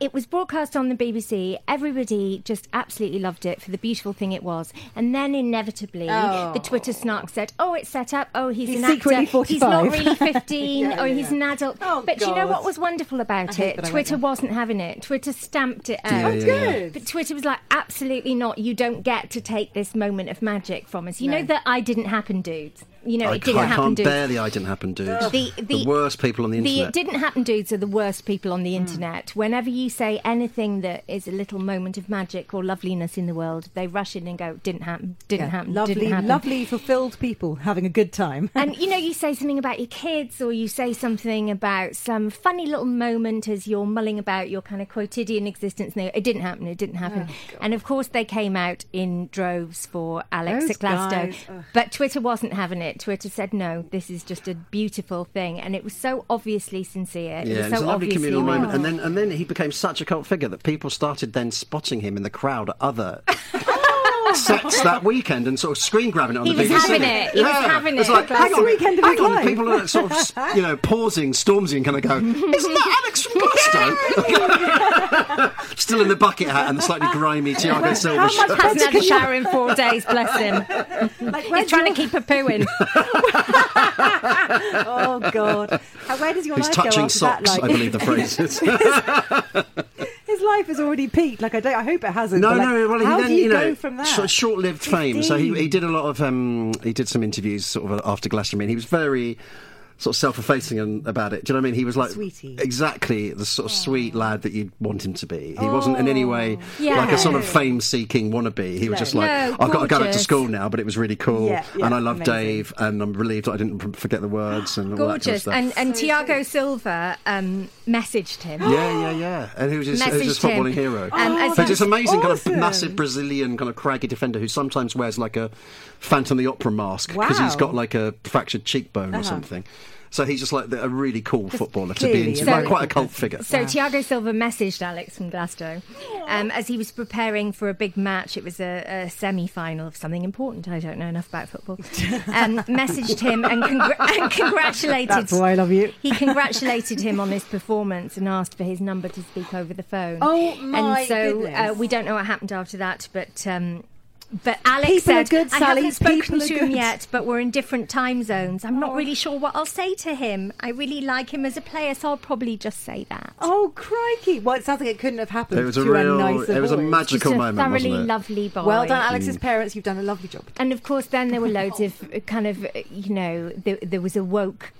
Speaker 1: it was broadcast on the BBC. Everybody just absolutely loved it for the beautiful thing it was. And then inevitably, the Twitter snark said, "Oh, it's set up. Oh, he's,
Speaker 2: Oh. He's
Speaker 1: an actor.
Speaker 2: secretly
Speaker 1: He's not
Speaker 2: 45."
Speaker 1: really 15.
Speaker 2: Yeah,
Speaker 1: or
Speaker 2: yeah,
Speaker 1: he's
Speaker 2: yeah.
Speaker 1: an adult."
Speaker 2: Oh,
Speaker 1: but you know
Speaker 2: God.
Speaker 1: what was wonderful about
Speaker 2: hate
Speaker 1: it?
Speaker 2: that I went
Speaker 1: Twitter
Speaker 2: there.
Speaker 1: wasn't having it. Twitter stamped it
Speaker 3: Yeah, yeah,
Speaker 1: out.
Speaker 3: yeah.
Speaker 2: Good.
Speaker 1: But Twitter was like, absolutely not. You don't get to take this moment of magic from us. You know that I didn't happen, dudes. You know
Speaker 3: I,
Speaker 1: it didn't
Speaker 3: I
Speaker 1: happen,
Speaker 3: can't
Speaker 1: dudes
Speaker 3: bear the I didn't happen dudes.
Speaker 1: The-
Speaker 3: The,
Speaker 1: the-
Speaker 3: worst people on the
Speaker 1: the
Speaker 3: internet.
Speaker 1: it didn't happen dudes are the worst people on the
Speaker 2: Hmm.
Speaker 1: internet. Whenever you say anything that is a little moment of magic or loveliness in the world, they rush in and go, "Didn't happen. Didn't
Speaker 2: Yeah,
Speaker 1: happen.
Speaker 2: lovely,
Speaker 1: didn't happen."
Speaker 2: lovely, fulfilled people having a good time.
Speaker 1: And you know, you say something about your kids, or you say something about some funny little moment as you're mulling about your kind of quotidian existence. No, it didn't happen. It didn't happen.
Speaker 2: Oh,
Speaker 1: and of course, they came out in droves for Alex
Speaker 2: Those
Speaker 1: at Glasgow.
Speaker 2: guys, ugh.
Speaker 1: But Twitter wasn't having it. Twitter said, "No, this is just a beautiful thing," and it was so obviously sincere.
Speaker 3: yeah,
Speaker 1: it was
Speaker 3: it was
Speaker 1: so
Speaker 3: a lovely
Speaker 1: obviously
Speaker 3: communal
Speaker 1: real.
Speaker 3: moment, and then and then he became such a cult figure that people started then spotting him in the crowd at other sets that weekend and sort of screen grabbing it on
Speaker 1: He
Speaker 3: the
Speaker 1: was
Speaker 3: BBC.
Speaker 1: having it. He was
Speaker 3: yeah.
Speaker 1: having
Speaker 3: It's
Speaker 1: it.
Speaker 3: like,
Speaker 1: That's
Speaker 3: hang
Speaker 1: the
Speaker 3: on,
Speaker 2: weekend of
Speaker 3: hang
Speaker 2: his
Speaker 3: on.
Speaker 2: life.
Speaker 3: People are sort of you know pausing, Stormzy, and kind of going, "Isn't that Alex from Glasgow?" Still in the bucket hat and the slightly grimy Tiago Silva
Speaker 2: how
Speaker 3: shirt.
Speaker 2: much
Speaker 1: Hasn't had a
Speaker 2: Can you-
Speaker 1: shower in four days, bless him. He's trying to keep a poo in.
Speaker 2: oh God! Uh, Where does your
Speaker 3: He's
Speaker 2: life go
Speaker 3: touching
Speaker 2: after
Speaker 3: socks,
Speaker 2: that?
Speaker 3: I
Speaker 2: Like,
Speaker 3: believe the phrase is.
Speaker 2: his life has already peaked. Like I don't. I hope it hasn't.
Speaker 3: No,
Speaker 2: but, like,
Speaker 3: no. Well, he
Speaker 2: how
Speaker 3: then,
Speaker 2: do you,
Speaker 3: know,
Speaker 2: go from that?
Speaker 3: sort of short-lived fame. So he, he did a lot of um, he did some interviews sort of after Glastonbury. And he was very sort of self-effacing and about it. Do you know what I mean? He was like
Speaker 2: Sweetie.
Speaker 3: exactly the sort of sweet lad that you'd want him to be. He wasn't in any way like
Speaker 2: Oh.
Speaker 1: Yeah.
Speaker 3: a sort of fame-seeking wannabe. He was just like,
Speaker 1: No,
Speaker 3: I've got to go back to
Speaker 1: gorgeous.
Speaker 3: school now, but it was really cool,
Speaker 2: Yeah, yeah,
Speaker 3: and I love
Speaker 2: amazing.
Speaker 3: Dave, and I'm relieved that I didn't pr- forget the words and all that kind of
Speaker 1: Gorgeous.
Speaker 3: stuff.
Speaker 1: And, and Tiago Silva um, messaged him.
Speaker 3: yeah, yeah, yeah. And who's his, who's his
Speaker 1: Messaged Oh. him.
Speaker 3: footballing hero?
Speaker 1: And as
Speaker 3: But it's
Speaker 1: an-
Speaker 3: amazing, kind
Speaker 2: awesome.
Speaker 3: of massive Brazilian, kind of craggy defender who sometimes wears like a Phantom of the Opera mask because he's
Speaker 2: Wow.
Speaker 3: got like a fractured cheekbone
Speaker 1: Uh-huh.
Speaker 3: or something. So he's just like the- a really cool footballer to be
Speaker 2: clearly
Speaker 3: into,
Speaker 2: a
Speaker 3: like
Speaker 1: really
Speaker 3: quite a
Speaker 2: cool
Speaker 3: cult
Speaker 2: person.
Speaker 3: figure.
Speaker 1: So Tiago Silva messaged Alex from Glasgow um, as he was preparing for a big match. It was a, a semi-final of something important. I don't know enough about football. Um, messaged him and, congr- and congratulated.
Speaker 2: That's why I love you.
Speaker 1: He congratulated him on his performance and asked for his number to speak over the phone.
Speaker 2: Oh, my
Speaker 1: And so uh,
Speaker 2: goodness.
Speaker 1: we don't know what happened after that, but. Um, but Alex
Speaker 2: People are
Speaker 1: said,
Speaker 2: good,
Speaker 1: "I
Speaker 2: Sally.
Speaker 1: haven't spoken
Speaker 2: People
Speaker 1: to
Speaker 2: are
Speaker 1: him
Speaker 2: good." Oh.
Speaker 1: yet, but we're in different time zones. I'm not really sure what I'll say to him. I really like him as a player, so I'll probably just say that."
Speaker 2: Oh crikey! Well, it sounds like it couldn't have happened.
Speaker 3: It was a
Speaker 2: to
Speaker 3: real,
Speaker 2: nicer
Speaker 3: it was a Mm.
Speaker 2: boy.
Speaker 1: Just
Speaker 3: magical
Speaker 1: a
Speaker 3: moment,
Speaker 1: thoroughly
Speaker 3: wasn't it?
Speaker 1: lovely boy.
Speaker 2: Well done, Alex's parents. You've done a lovely job.
Speaker 1: And of course, then there were loads of uh, kind of, uh, you know, there, there was a woke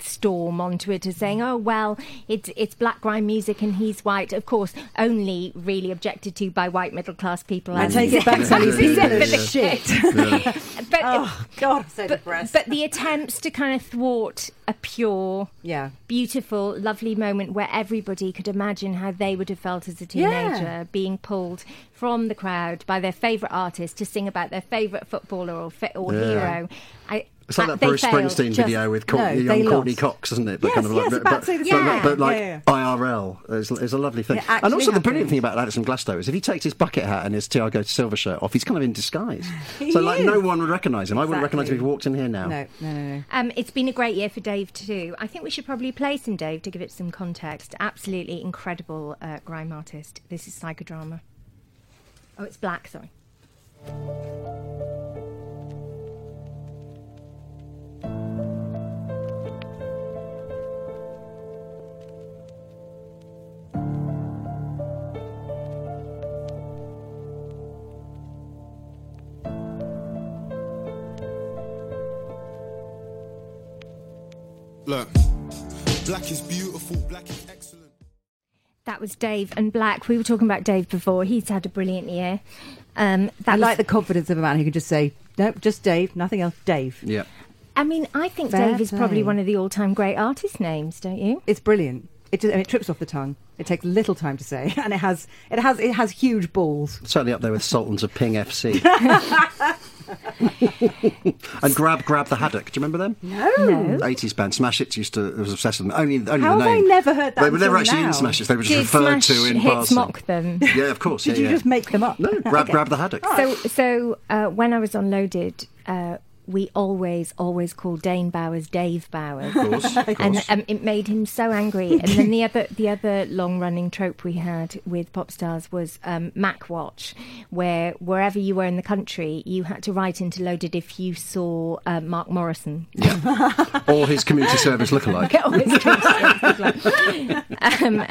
Speaker 1: storm on Twitter saying, "Oh well, it's it's black grime music and he's white." Of course, only really objected to by white middle class people.
Speaker 2: I
Speaker 1: as
Speaker 2: take
Speaker 1: he
Speaker 2: it back,
Speaker 1: said.
Speaker 2: Sally.
Speaker 1: As he
Speaker 2: People
Speaker 1: said,
Speaker 2: are
Speaker 1: but the-
Speaker 2: shit.
Speaker 1: But,
Speaker 2: Oh God, I'm so
Speaker 1: but,
Speaker 2: depressed.
Speaker 1: but the attempts to kind of thwart a pure
Speaker 2: yeah.
Speaker 1: beautiful, lovely moment where everybody could imagine how they would have felt as a teenager,
Speaker 2: Yeah.
Speaker 1: being pulled from the crowd by their favourite artist to sing about their favourite footballer or fi- or
Speaker 3: Yeah.
Speaker 1: hero. I,
Speaker 3: It's like
Speaker 1: I-
Speaker 3: that
Speaker 1: they
Speaker 3: Bruce
Speaker 1: failed.
Speaker 3: Springsteen
Speaker 2: just-
Speaker 3: video with
Speaker 2: no,
Speaker 3: Courtney,
Speaker 2: they
Speaker 3: young Courtney
Speaker 2: lost.
Speaker 3: Cox, isn't it? But
Speaker 2: Yes, yes,
Speaker 3: but,
Speaker 2: about
Speaker 3: but-
Speaker 2: to say the
Speaker 3: but-
Speaker 2: same
Speaker 3: but-
Speaker 2: thing.
Speaker 3: but like
Speaker 2: Yeah, yeah,
Speaker 3: IRL is, is a lovely thing.
Speaker 2: It
Speaker 3: And
Speaker 2: actually
Speaker 3: also the brilliant
Speaker 2: happened.
Speaker 3: thing about Alex from Glasgow is if he takes his bucket hat and his Tiago Silver shirt off, he's kind of in disguise. so like
Speaker 2: is.
Speaker 3: no one would recognise him. I wouldn't recognise him if he
Speaker 2: Exactly.
Speaker 3: walked in here now.
Speaker 2: No, no, no, no.
Speaker 1: Um, it's been a great year for Dave too. I think we should probably play some Dave to give it some context. Absolutely incredible uh, grime artist. This is psychodrama. Oh, it's black. Sorry.
Speaker 9: Look, black is beautiful, black is excellent.
Speaker 1: That was Dave and Black. We were talking about Dave before. He's had a brilliant year. Um, that
Speaker 2: I
Speaker 1: was-
Speaker 2: like the confidence of a man who can just say, "Nope, just Dave, nothing else, Dave."
Speaker 3: Yeah.
Speaker 1: I mean, I think
Speaker 2: Fair
Speaker 1: Dave is probably
Speaker 2: play.
Speaker 1: one of the all-time great artist names, don't you?
Speaker 2: It's brilliant. It, just, I mean, it trips off the tongue. It takes little time to say, and it has it has it has huge balls.
Speaker 3: Certainly up there with Sultans of Ping FC. And grab, grab the haddock. Do you remember them?
Speaker 1: No.
Speaker 3: 80s band Smash Hits used to I was obsessed with them. Only, only
Speaker 2: How
Speaker 3: the
Speaker 2: have I
Speaker 3: name.
Speaker 2: never heard that
Speaker 3: They were never
Speaker 2: until
Speaker 3: actually
Speaker 2: now?
Speaker 3: in Smash Hits. They were just
Speaker 1: Did
Speaker 3: referred
Speaker 1: Smash
Speaker 3: to in
Speaker 1: hits
Speaker 3: passing.
Speaker 1: mock them?
Speaker 3: Yeah, of course.
Speaker 2: Did
Speaker 3: yeah,
Speaker 2: you
Speaker 3: yeah.
Speaker 2: just make Oh, them up?
Speaker 3: no, grab, grab the haddock.
Speaker 1: So, so uh, when I was on Loaded, uh, we always, always called Dane Bowers Dave Bowers.
Speaker 3: Of course, of
Speaker 1: And
Speaker 3: course.
Speaker 1: um, it made him so angry. And then the other, the other long-running trope we had with pop stars was um, Mac Watch, where wherever you were in the country, you had to write into Loaded if you saw uh, Mark Morrison.
Speaker 3: or his community service lookalike.
Speaker 1: um,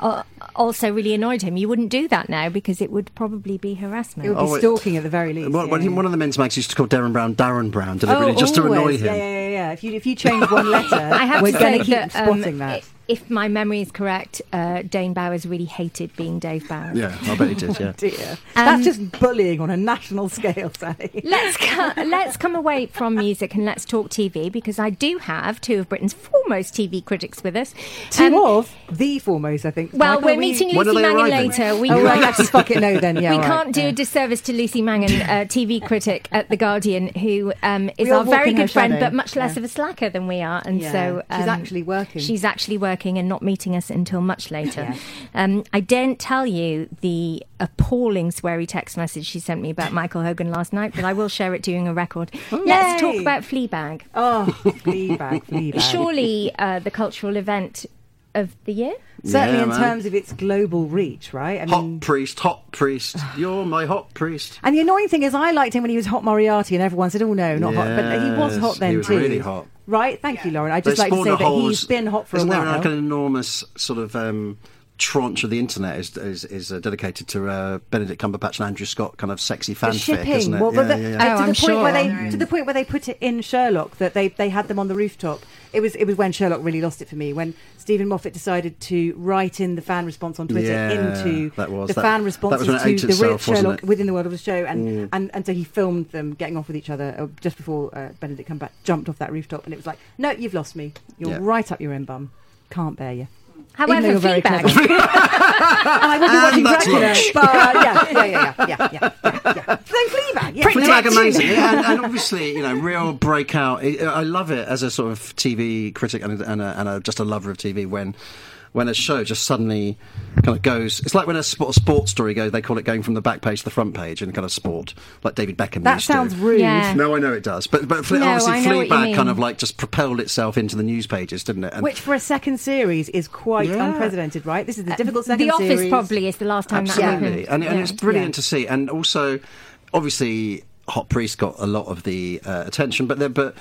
Speaker 1: uh, also, really annoyed him. You wouldn't do that now because it would probably be harassment.
Speaker 2: It would be
Speaker 3: Oh, it-
Speaker 2: stalking at the very least.
Speaker 3: One, one-
Speaker 2: yeah.
Speaker 3: one of the men's mags used to call Darren Brown Darren Brown
Speaker 2: Oh,
Speaker 3: deliberately just to annoy
Speaker 2: always.
Speaker 3: him.
Speaker 2: Yeah, yeah, yeah, yeah. If you if you change one letter,
Speaker 1: I have
Speaker 2: we're
Speaker 1: to
Speaker 2: going
Speaker 1: say
Speaker 2: to keep
Speaker 1: that, um,
Speaker 2: spotting that.
Speaker 1: i- if my memory is correct, uh, Dane Bowers really hated being Dave Bowers.
Speaker 3: Yeah, I bet he did. Yeah.
Speaker 1: um,
Speaker 2: Dear. That's just bullying on a national scale, Sally.
Speaker 1: Let's co- let's come away from music and let's talk TV because I do have two of Britain's foremost TV critics with us.
Speaker 2: Two
Speaker 1: Um,
Speaker 2: of the foremost, I think.
Speaker 1: Well,
Speaker 2: Michael,
Speaker 1: we're
Speaker 2: we-
Speaker 1: meeting
Speaker 3: When are
Speaker 1: Lucy
Speaker 3: they
Speaker 1: Mangan
Speaker 3: arriving?
Speaker 1: later. We
Speaker 2: Oh,
Speaker 1: can't-
Speaker 2: right, let's fuck it. No, then. Yeah,
Speaker 1: we
Speaker 2: all right.
Speaker 1: can't do
Speaker 2: Yeah.
Speaker 1: a disservice to Lucy Mangan, uh, TV critic at The Guardian, who um, is
Speaker 2: We all
Speaker 1: our
Speaker 2: walk
Speaker 1: very
Speaker 2: in her
Speaker 1: good friend,
Speaker 2: shadow.
Speaker 1: but much less
Speaker 2: Yeah.
Speaker 1: of a slacker than we are. And
Speaker 2: Yeah.
Speaker 1: so um,
Speaker 2: She's actually working.
Speaker 1: She's actually working and not meeting us until much later.
Speaker 2: Yeah.
Speaker 1: Um, I daren't tell you the appalling sweary text message she sent me about Michael Hogan last night, but I will share it during a record. Let's talk
Speaker 2: Yay.
Speaker 1: about Fleabag.
Speaker 2: Oh, Fleabag, Fleabag.
Speaker 1: Surely uh, the cultural event of the year.
Speaker 2: Certainly
Speaker 3: Yeah,
Speaker 2: in
Speaker 3: man.
Speaker 2: terms of its global reach, right? I
Speaker 3: Hot priest, hot priest, you're my hot priest.
Speaker 2: And the annoying thing is, I liked him when he was hot Moriarty, and everyone said, "Oh no, not hot," but he was
Speaker 3: Yes,
Speaker 2: hot then
Speaker 3: he was
Speaker 2: too.
Speaker 3: really hot.
Speaker 2: right? Thank you, Lauren. I
Speaker 3: They
Speaker 2: just like to
Speaker 3: spawned
Speaker 2: say
Speaker 3: a
Speaker 2: that
Speaker 3: whole-
Speaker 2: he's been hot for
Speaker 3: isn't
Speaker 2: a while.
Speaker 3: there like an enormous sort of um, tranche of the internet is is, is uh, dedicated to uh, Benedict Cumberbatch and Andrew Scott kind of sexy
Speaker 2: The
Speaker 3: fanfic,
Speaker 2: shipping,
Speaker 3: isn't it?
Speaker 2: well,
Speaker 3: yeah,
Speaker 2: but the-
Speaker 3: yeah,
Speaker 2: uh,
Speaker 3: yeah.
Speaker 1: Oh,
Speaker 2: to the
Speaker 1: I'm
Speaker 2: point where they
Speaker 1: sure.
Speaker 2: to the point where they put it in Sherlock that they they had them on the rooftop. It was it was when Sherlock really lost it for me when Stephen Moffat decided to write in the fan response on Twitter
Speaker 3: Yeah,
Speaker 2: into
Speaker 3: that was-
Speaker 2: the
Speaker 3: that-
Speaker 2: fan
Speaker 3: that was
Speaker 2: responses
Speaker 3: when it ate
Speaker 2: to the real
Speaker 3: itself, wasn't
Speaker 2: Sherlock
Speaker 3: it? Mm.
Speaker 2: within the world of the show, and, and and so he filmed them getting off with each other uh, just before uh, Benedict Cumberbatch jumped off that rooftop, and it was like, no, you've lost me. You're
Speaker 3: Yeah.
Speaker 2: right up your own bum. Can't bear you. Even though
Speaker 1: However,
Speaker 2: you're very
Speaker 1: Fleabag.
Speaker 2: clever. And I wasn't watching
Speaker 3: that's
Speaker 2: Dracula,
Speaker 3: lunch.
Speaker 2: but uh, yeah, yeah, yeah, yeah, yeah, yeah, yeah, yeah. Then Fleabag, yeah.
Speaker 3: Fleabag amazing, yeah, and, and obviously you know real breakout. I I love it as a sort of TV critic and a, and, a, and a, just a lover of TV when when a show just suddenly kind of goes. It's like when a sport, sports story goes. They call it going from the back page to the front page in kind of sport, like David Beckham.
Speaker 2: That
Speaker 3: used to.
Speaker 2: sounds rude.
Speaker 1: Yeah.
Speaker 3: No, I know it does, but but Fle-
Speaker 1: No, I know
Speaker 3: obviously
Speaker 1: what you
Speaker 3: Fleabag
Speaker 1: mean.
Speaker 3: kind of like just propelled itself into the news pages, didn't it? And
Speaker 2: Which for a second series is quite
Speaker 3: Yeah.
Speaker 2: unprecedented, right? This is the difficult second
Speaker 1: Uh, The Office
Speaker 2: series.
Speaker 1: probably is the last time that
Speaker 3: absolutely,
Speaker 1: happened.
Speaker 3: and, and
Speaker 1: Yeah.
Speaker 3: it's brilliant
Speaker 2: Yeah.
Speaker 3: to see. And also, obviously, Hot Priest got a lot of the uh, attention, but there, but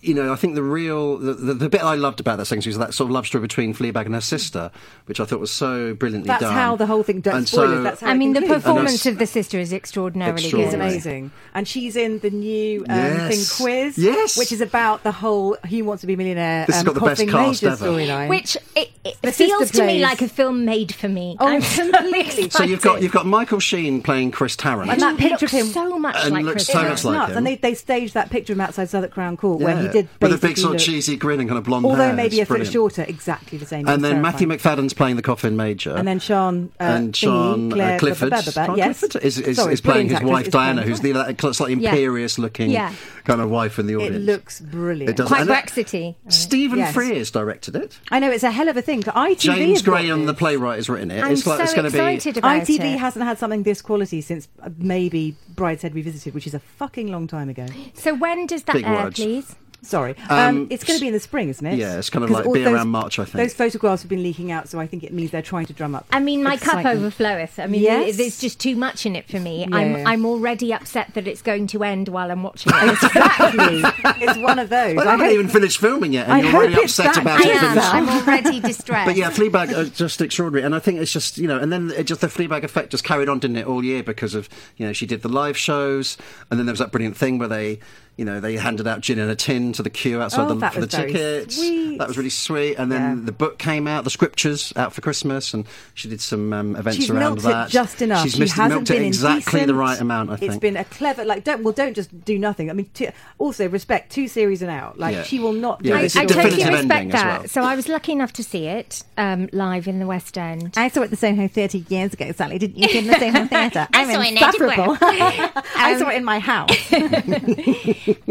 Speaker 3: you know, I think the real the, the, the bit I loved about that second series was that sort of love story between Fleabag and her sister, which I thought was so brilliantly
Speaker 2: That's
Speaker 3: done.
Speaker 2: how the whole thing. Don't
Speaker 3: And
Speaker 2: spoil it,
Speaker 3: so-
Speaker 2: That's how
Speaker 1: I
Speaker 2: it
Speaker 1: mean, the
Speaker 2: concludes.
Speaker 1: performance
Speaker 3: that's-
Speaker 1: of the sister is extraordinarily
Speaker 3: Extraordinary.
Speaker 2: is
Speaker 1: good.
Speaker 2: amazing, and she's in the new um,
Speaker 3: Yes.
Speaker 2: thing quiz,
Speaker 3: Yes.
Speaker 2: which is about the whole "Who Wants to Be a Millionaire"
Speaker 3: This has got
Speaker 2: um,
Speaker 3: the best
Speaker 2: coughing
Speaker 3: cast
Speaker 2: major
Speaker 3: ever.
Speaker 2: storyline.
Speaker 1: Which it, it
Speaker 2: The sister
Speaker 1: feels to me
Speaker 2: plays-
Speaker 1: like a film made for me.
Speaker 2: Oh,
Speaker 1: I'm
Speaker 2: completely.
Speaker 3: So you've got you've got Michael Sheen playing Chris Tarrant.
Speaker 2: And that
Speaker 1: He
Speaker 2: picture
Speaker 1: looks
Speaker 2: of him-
Speaker 1: so much
Speaker 3: and
Speaker 1: like
Speaker 3: looks
Speaker 1: Chris
Speaker 3: so
Speaker 1: Evans.
Speaker 3: much like him.
Speaker 2: and they, they staged that picture of him outside Southwark Crown Court where he
Speaker 3: Yeah.
Speaker 2: did
Speaker 3: with a big
Speaker 2: basically
Speaker 3: sort of
Speaker 2: look-
Speaker 3: cheesy grin and kind of blonde hair.
Speaker 2: although maybe
Speaker 3: It's
Speaker 2: a foot
Speaker 3: brilliant.
Speaker 2: shorter, exactly the same.
Speaker 3: And
Speaker 2: It's
Speaker 3: then Matthew
Speaker 2: terrifying.
Speaker 3: McFadden's playing the coffin major.
Speaker 2: And then Sean, uh,
Speaker 3: and
Speaker 2: thingy,
Speaker 3: Sean uh,
Speaker 2: Claire,
Speaker 3: Clifford,
Speaker 2: blah, blah, blah, blah,
Speaker 3: Sean
Speaker 2: yes.
Speaker 3: Clifford is, is,
Speaker 2: Sorry,
Speaker 3: is playing
Speaker 2: brilliant
Speaker 3: his
Speaker 2: actress,
Speaker 3: wife
Speaker 2: it's
Speaker 3: Diana,
Speaker 2: fine.
Speaker 3: who's the like, slightly
Speaker 1: Yeah.
Speaker 3: imperious-looking
Speaker 1: Yeah.
Speaker 3: kind of wife in the
Speaker 2: It
Speaker 3: audience.
Speaker 2: looks brilliant.
Speaker 3: It does.
Speaker 1: Quite
Speaker 3: And that-
Speaker 1: Brexity.
Speaker 3: Stephen
Speaker 2: Yes.
Speaker 3: Frears directed it.
Speaker 2: I know it's a hell of a thing. ITV
Speaker 3: James
Speaker 2: has got
Speaker 3: Graham, the
Speaker 2: this.
Speaker 3: playwright, has written it.
Speaker 1: I'm
Speaker 3: it's like
Speaker 1: so
Speaker 3: it's going to
Speaker 1: excited
Speaker 3: be.
Speaker 1: about it.
Speaker 2: ITV hasn't had something this quality since uh, maybe Brideshead Revisited, which is a fucking long time ago.
Speaker 1: So when does that
Speaker 3: Big
Speaker 1: air,
Speaker 3: words.
Speaker 1: please?
Speaker 2: Sorry, um,
Speaker 3: Um,
Speaker 2: it's going to be in the spring, isn't it?
Speaker 3: Yeah, it's kind of
Speaker 2: 'Cause
Speaker 3: like
Speaker 2: all
Speaker 3: be
Speaker 2: those-
Speaker 3: around March, I think.
Speaker 2: Those photographs have been leaking out, so I think it means they're trying to drum up.
Speaker 1: I mean, my cup
Speaker 2: excitement.
Speaker 1: overfloweth. I mean,
Speaker 2: Yes.
Speaker 1: there- there's just too much in it for me.
Speaker 2: Yeah.
Speaker 1: I'm I'm already upset that it's going to end while I'm watching it.
Speaker 2: Exactly, it's one of those.
Speaker 3: Well, I
Speaker 2: I
Speaker 3: haven't
Speaker 2: hope-
Speaker 3: even finished filming yet, and
Speaker 2: I
Speaker 3: you're
Speaker 2: hope
Speaker 3: already
Speaker 2: it's
Speaker 3: upset
Speaker 2: that
Speaker 3: about
Speaker 1: I
Speaker 3: it.
Speaker 1: am.
Speaker 3: finishing.
Speaker 1: I'm already distressed.
Speaker 3: But yeah, Fleabag are just extraordinary, and I think it's just you know, and then it just the Fleabag effect just carried on, didn't it, all year because of you know she did the live shows, and then there was that brilliant thing where they you know, they handed out gin in a tin to the queue outside
Speaker 2: Oh,
Speaker 3: the,
Speaker 2: that
Speaker 3: for the
Speaker 2: was very
Speaker 3: tickets.
Speaker 2: sweet.
Speaker 3: That was really sweet. And then
Speaker 2: Yeah.
Speaker 3: the book came out, the scriptures out for Christmas, and she did some um, events
Speaker 2: She's
Speaker 3: around
Speaker 2: milked
Speaker 3: that.
Speaker 2: it just enough.
Speaker 3: She's
Speaker 2: she
Speaker 3: mis-
Speaker 2: hasn't
Speaker 3: milked
Speaker 2: been
Speaker 3: it exactly the
Speaker 2: indecent.
Speaker 3: right amount. I think
Speaker 2: It's been a clever, like, don't well, don't just do nothing. I mean, t- also respect two series and out. Like,
Speaker 3: Yeah.
Speaker 2: she will not.
Speaker 3: Yeah,
Speaker 2: do
Speaker 1: I,
Speaker 3: this
Speaker 2: it.
Speaker 3: is
Speaker 1: I totally
Speaker 3: definitive
Speaker 1: respect
Speaker 3: ending as
Speaker 1: that.
Speaker 3: well.
Speaker 1: So I was lucky enough to see it um, live in the West End.
Speaker 2: I saw it at the Soho Theatre years ago, Sally. Didn't you? In the Soho Theatre,
Speaker 1: I'm saw it in Edinburgh.
Speaker 2: I saw it in my house.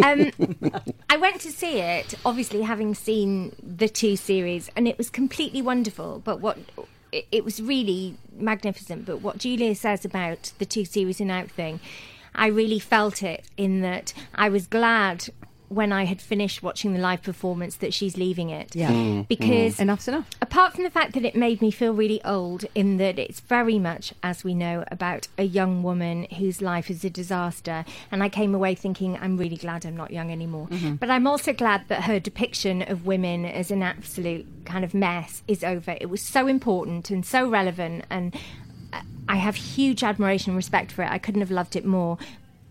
Speaker 1: um, I went to see it, obviously having seen the two series, and it was completely wonderful. But what it, it was really magnificent. But what Julia says about the two series and out thing, I really felt it in that I was glad when I had finished watching the live performance that she's leaving it.
Speaker 2: Yeah.
Speaker 1: Because
Speaker 2: Enough's enough.
Speaker 1: apart from the fact that it made me feel really old in that it's very much as we know about a young woman whose life is a disaster and i came away thinking i'm really glad i'm not young anymore but i'm also glad that her depiction of women as an absolute kind of mess is over it was so important and so relevant and uh, i have huge admiration and respect for it i couldn't have loved it more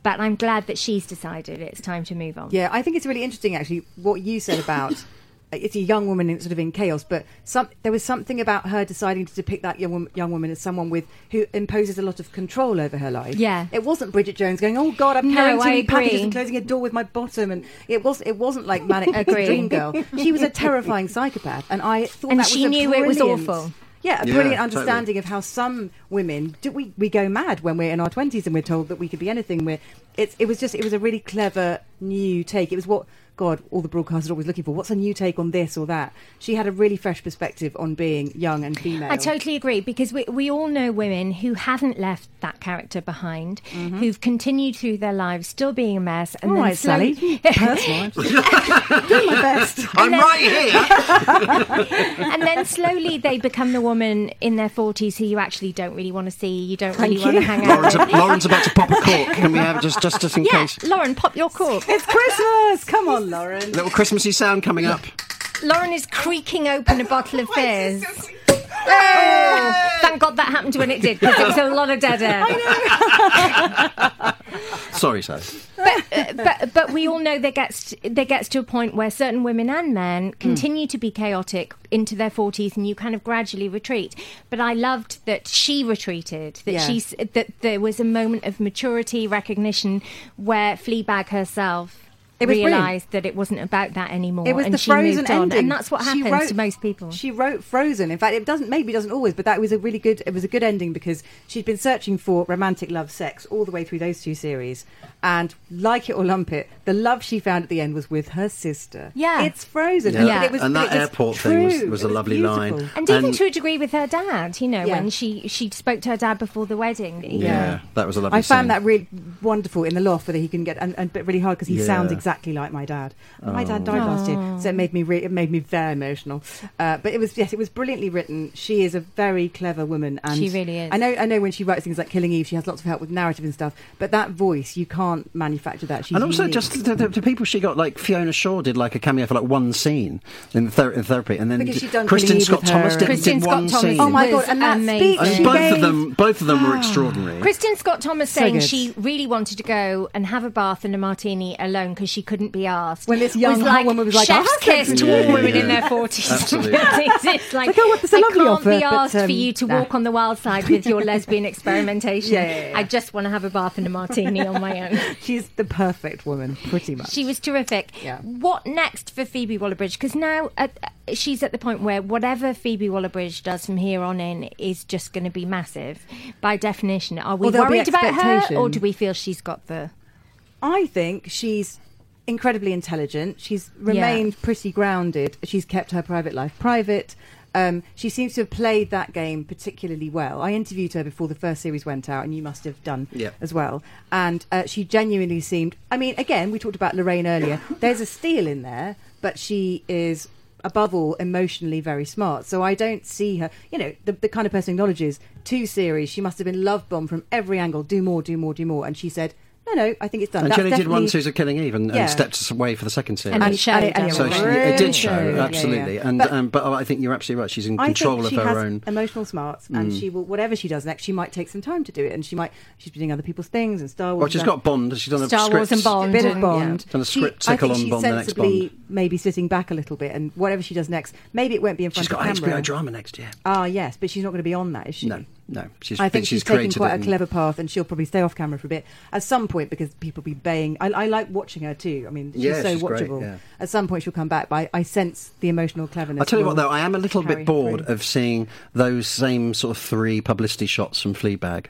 Speaker 1: but i'm glad that she's decided it's time to move on
Speaker 2: Yeah, I think it's really interesting actually what you said about it's a young woman in, sort of in chaos, but some, there was something about her deciding to depict that young, wom- young woman as someone with who imposes a lot of control over her life.
Speaker 1: Yeah.
Speaker 2: it wasn't Bridget Jones going, "Oh God, I'm
Speaker 1: No,
Speaker 2: carrying
Speaker 1: I
Speaker 2: too many
Speaker 1: agree.
Speaker 2: packages and closing a door with my bottom," and it was it wasn't like manic
Speaker 1: Agree.
Speaker 2: dream girl. She was a terrifying psychopath, and I thought
Speaker 1: And
Speaker 2: that
Speaker 1: she
Speaker 2: was a
Speaker 1: knew it was
Speaker 2: brilliant-
Speaker 1: awful.
Speaker 2: Yeah, a
Speaker 3: Yeah,
Speaker 2: brilliant
Speaker 3: totally.
Speaker 2: understanding of how some women do we, we go mad when we're in our twenties and we're told that we could be anything. We're it's it was just it was a really clever new take. It was what God all the broadcasters are always looking for. What's a new take on this or that? She had a really fresh perspective on being young and female.
Speaker 1: I totally agree because we, we all know women who haven't left that character behind,
Speaker 2: Mm-hmm.
Speaker 1: who've continued through their lives still being a mess, and
Speaker 2: all
Speaker 1: then
Speaker 2: right,
Speaker 1: slowly,
Speaker 2: Sally. Personal. I'm doing my best.
Speaker 3: I'm right here.
Speaker 1: and then slowly they become the woman in their forties who you actually don't really want to see, you don't really
Speaker 2: Thank
Speaker 1: want to
Speaker 2: you.
Speaker 1: hang out.
Speaker 3: Lauren's,
Speaker 1: with.
Speaker 3: Lauren's about to pop a cork. Can we have just just, just in
Speaker 1: Yeah,
Speaker 3: case?
Speaker 1: Lauren, pop your cork.
Speaker 2: It's Christmas. Come on, Lauren.
Speaker 3: Little Christmassy sound coming up.
Speaker 1: Lauren is creaking open a bottle of fizz. Oh, thank God that happened when it did because it was a lot of dead air.
Speaker 3: Sorry, Sally.
Speaker 1: but but we all know there gets there gets to a point where certain women and
Speaker 2: Hmm.
Speaker 1: men continue to be chaotic into their forties, and you kind of gradually retreat. But I loved that she retreated. That
Speaker 2: Yeah.
Speaker 1: she s- that there was a moment of maturity, recognition, where Fleabag herself.
Speaker 2: It was brilliant.
Speaker 1: realised that it wasn't about that anymore.
Speaker 2: It was
Speaker 1: and
Speaker 2: the
Speaker 1: she
Speaker 2: Frozen
Speaker 1: moved on,
Speaker 2: ending,
Speaker 1: and that's what
Speaker 2: She
Speaker 1: happens
Speaker 2: wrote-
Speaker 1: to most people.
Speaker 2: She wrote Frozen. In fact, it doesn't maybe doesn't always, but that was a really good. It was a good ending because she'd been searching for romantic love, sex all the way through those two series, and like it or lump it, the love she found at the end was with her sister.
Speaker 1: Yeah.
Speaker 2: it's Frozen.
Speaker 3: Yeah.
Speaker 2: but it was,
Speaker 3: and
Speaker 2: but
Speaker 3: that
Speaker 2: it was
Speaker 3: airport thing was,
Speaker 2: true.
Speaker 3: was
Speaker 2: It
Speaker 3: a lovely
Speaker 2: beautiful.
Speaker 3: line.
Speaker 1: and even to a degree with her dad, you know,
Speaker 2: Yeah.
Speaker 1: when she she spoke to her dad before the wedding.
Speaker 3: yeah, that was a lovely.
Speaker 2: I
Speaker 3: scene.
Speaker 2: found that really wonderful in the loft where he can get and, and but really hard because he
Speaker 3: Yeah.
Speaker 2: sounds exactly like my dad. And My dad died last year, so it made me re- it made me very emotional. Uh, but it was yes, it was brilliantly written. She is a very clever woman, and
Speaker 1: She really is.
Speaker 2: I know I know when she writes things like Killing Eve, she has lots of help with narrative and stuff. But that voice, you can't manufacture that. She's
Speaker 3: and also
Speaker 2: unique.
Speaker 3: just the, the, the people she got like Fiona Shaw did like a cameo for like one scene in, ther- in therapy and then
Speaker 2: Because
Speaker 3: d-
Speaker 2: she'd done
Speaker 3: Kristen
Speaker 2: Killing Eve
Speaker 3: Scott
Speaker 2: with
Speaker 3: Thomas
Speaker 2: her.
Speaker 3: did,
Speaker 1: Kristen
Speaker 3: did
Speaker 1: Scott
Speaker 3: one
Speaker 1: Thomas.
Speaker 3: scene
Speaker 2: Oh my
Speaker 1: was
Speaker 2: God, and that
Speaker 1: amazing.
Speaker 2: speech
Speaker 3: and
Speaker 2: she
Speaker 3: both of
Speaker 2: gave- Ah.
Speaker 3: them both of them were extraordinary
Speaker 1: Kristen Scott Thomas saying
Speaker 2: good.
Speaker 1: she really wanted to go and have a bath and a martini alone because she couldn't be asked.
Speaker 2: When this young
Speaker 1: was
Speaker 2: hot
Speaker 1: like
Speaker 2: woman was like, "Oh, "I'll
Speaker 1: chef's
Speaker 2: have
Speaker 1: kiss
Speaker 2: sex
Speaker 1: to
Speaker 3: with
Speaker 1: all
Speaker 3: you."
Speaker 1: women in
Speaker 3: Yeah.
Speaker 1: their forties.
Speaker 3: Absolutely.
Speaker 1: it's, it's like,
Speaker 2: Like, oh, it's a
Speaker 1: I
Speaker 2: lovely
Speaker 1: can't
Speaker 2: offer,
Speaker 1: be
Speaker 2: but,
Speaker 1: asked for
Speaker 2: um,
Speaker 1: you to
Speaker 2: nah."
Speaker 1: walk on the wild side with your lesbian experimentation.
Speaker 2: Yeah, yeah, yeah.
Speaker 1: I just want to have a bath and a martini on my own.
Speaker 2: she's the perfect woman, pretty much.
Speaker 1: She was terrific.
Speaker 2: Yeah.
Speaker 1: What next for Phoebe Waller-Bridge? Because now at, she's at the point where whatever Phoebe Waller-Bridge does from here on in is just going to be massive, by definition. Are we
Speaker 2: Well, there'll be
Speaker 1: worried about her, or
Speaker 2: expectation.
Speaker 1: do we feel she's got the?
Speaker 2: I think she's incredibly intelligent. She's remained pretty grounded. She's kept her private life private. Um, she seems to have played that game particularly well. I interviewed her before the first series went out, and you must have done
Speaker 3: Yep.
Speaker 2: as well. And uh, she genuinely seemed. I mean, again, we talked about Lorraine earlier. There's a steal in there, but she is. Above all, emotionally very smart. So I don't see her, you know, the, the kind of person who acknowledges two series. She must have been love bombed from every angle. Do more, do more, do more. And she said, No, no, I think it's done.
Speaker 3: And
Speaker 2: That's
Speaker 3: Jenny did one
Speaker 2: definitely-
Speaker 3: twos of Killing Eve and,
Speaker 2: Yeah.
Speaker 3: and stepped us away for the second series.
Speaker 1: And it
Speaker 2: And-
Speaker 1: showed,
Speaker 2: and it-
Speaker 1: doesn't
Speaker 3: so
Speaker 1: it?
Speaker 3: she, it did
Speaker 2: Really
Speaker 3: show,
Speaker 2: showed, yeah,
Speaker 3: absolutely.
Speaker 2: yeah.
Speaker 3: And
Speaker 2: But-
Speaker 3: um, but I think you're absolutely right. She's in
Speaker 2: I think
Speaker 3: control of
Speaker 2: she
Speaker 3: her
Speaker 2: has
Speaker 3: own. Mm.
Speaker 2: emotional smarts, and she will whatever she does next. She might take some time to do it, and she might she's been doing other people's things and Star Wars.
Speaker 3: Well, she's
Speaker 2: and-
Speaker 3: got Bond. She's done a
Speaker 1: Star Wars
Speaker 3: script.
Speaker 1: and Bond.
Speaker 2: a bit of
Speaker 1: and-
Speaker 2: Bond.
Speaker 3: Done a
Speaker 2: She-
Speaker 3: script
Speaker 2: I
Speaker 3: tickle
Speaker 2: think
Speaker 3: on
Speaker 2: she's
Speaker 3: Bond, the next
Speaker 2: sensibly
Speaker 3: Bond.
Speaker 2: maybe sitting back a little bit, and whatever she does next, maybe it won't be in front
Speaker 3: She's
Speaker 2: of
Speaker 3: got an
Speaker 2: camera.
Speaker 3: HBO drama next year.
Speaker 2: Ah, yes, but she's not going to be on that, is she?
Speaker 3: No, no. She's,
Speaker 2: I think she's, taking
Speaker 3: created it
Speaker 2: quite a
Speaker 3: and-
Speaker 2: clever path, and she'll probably stay off camera for a bit at some point because people be baying. I, I like watching her too. I mean, she's
Speaker 3: Yeah,
Speaker 2: so
Speaker 3: she's great,
Speaker 2: watchable.
Speaker 3: yeah.
Speaker 2: At some point, she'll come back, but I, I sense the emotional cleverness.
Speaker 3: I'll tell you what,
Speaker 2: will
Speaker 3: though, I am a little
Speaker 2: carry her
Speaker 3: bit bored
Speaker 2: through.
Speaker 3: of seeing those same sort of three publicity shots from Fleabag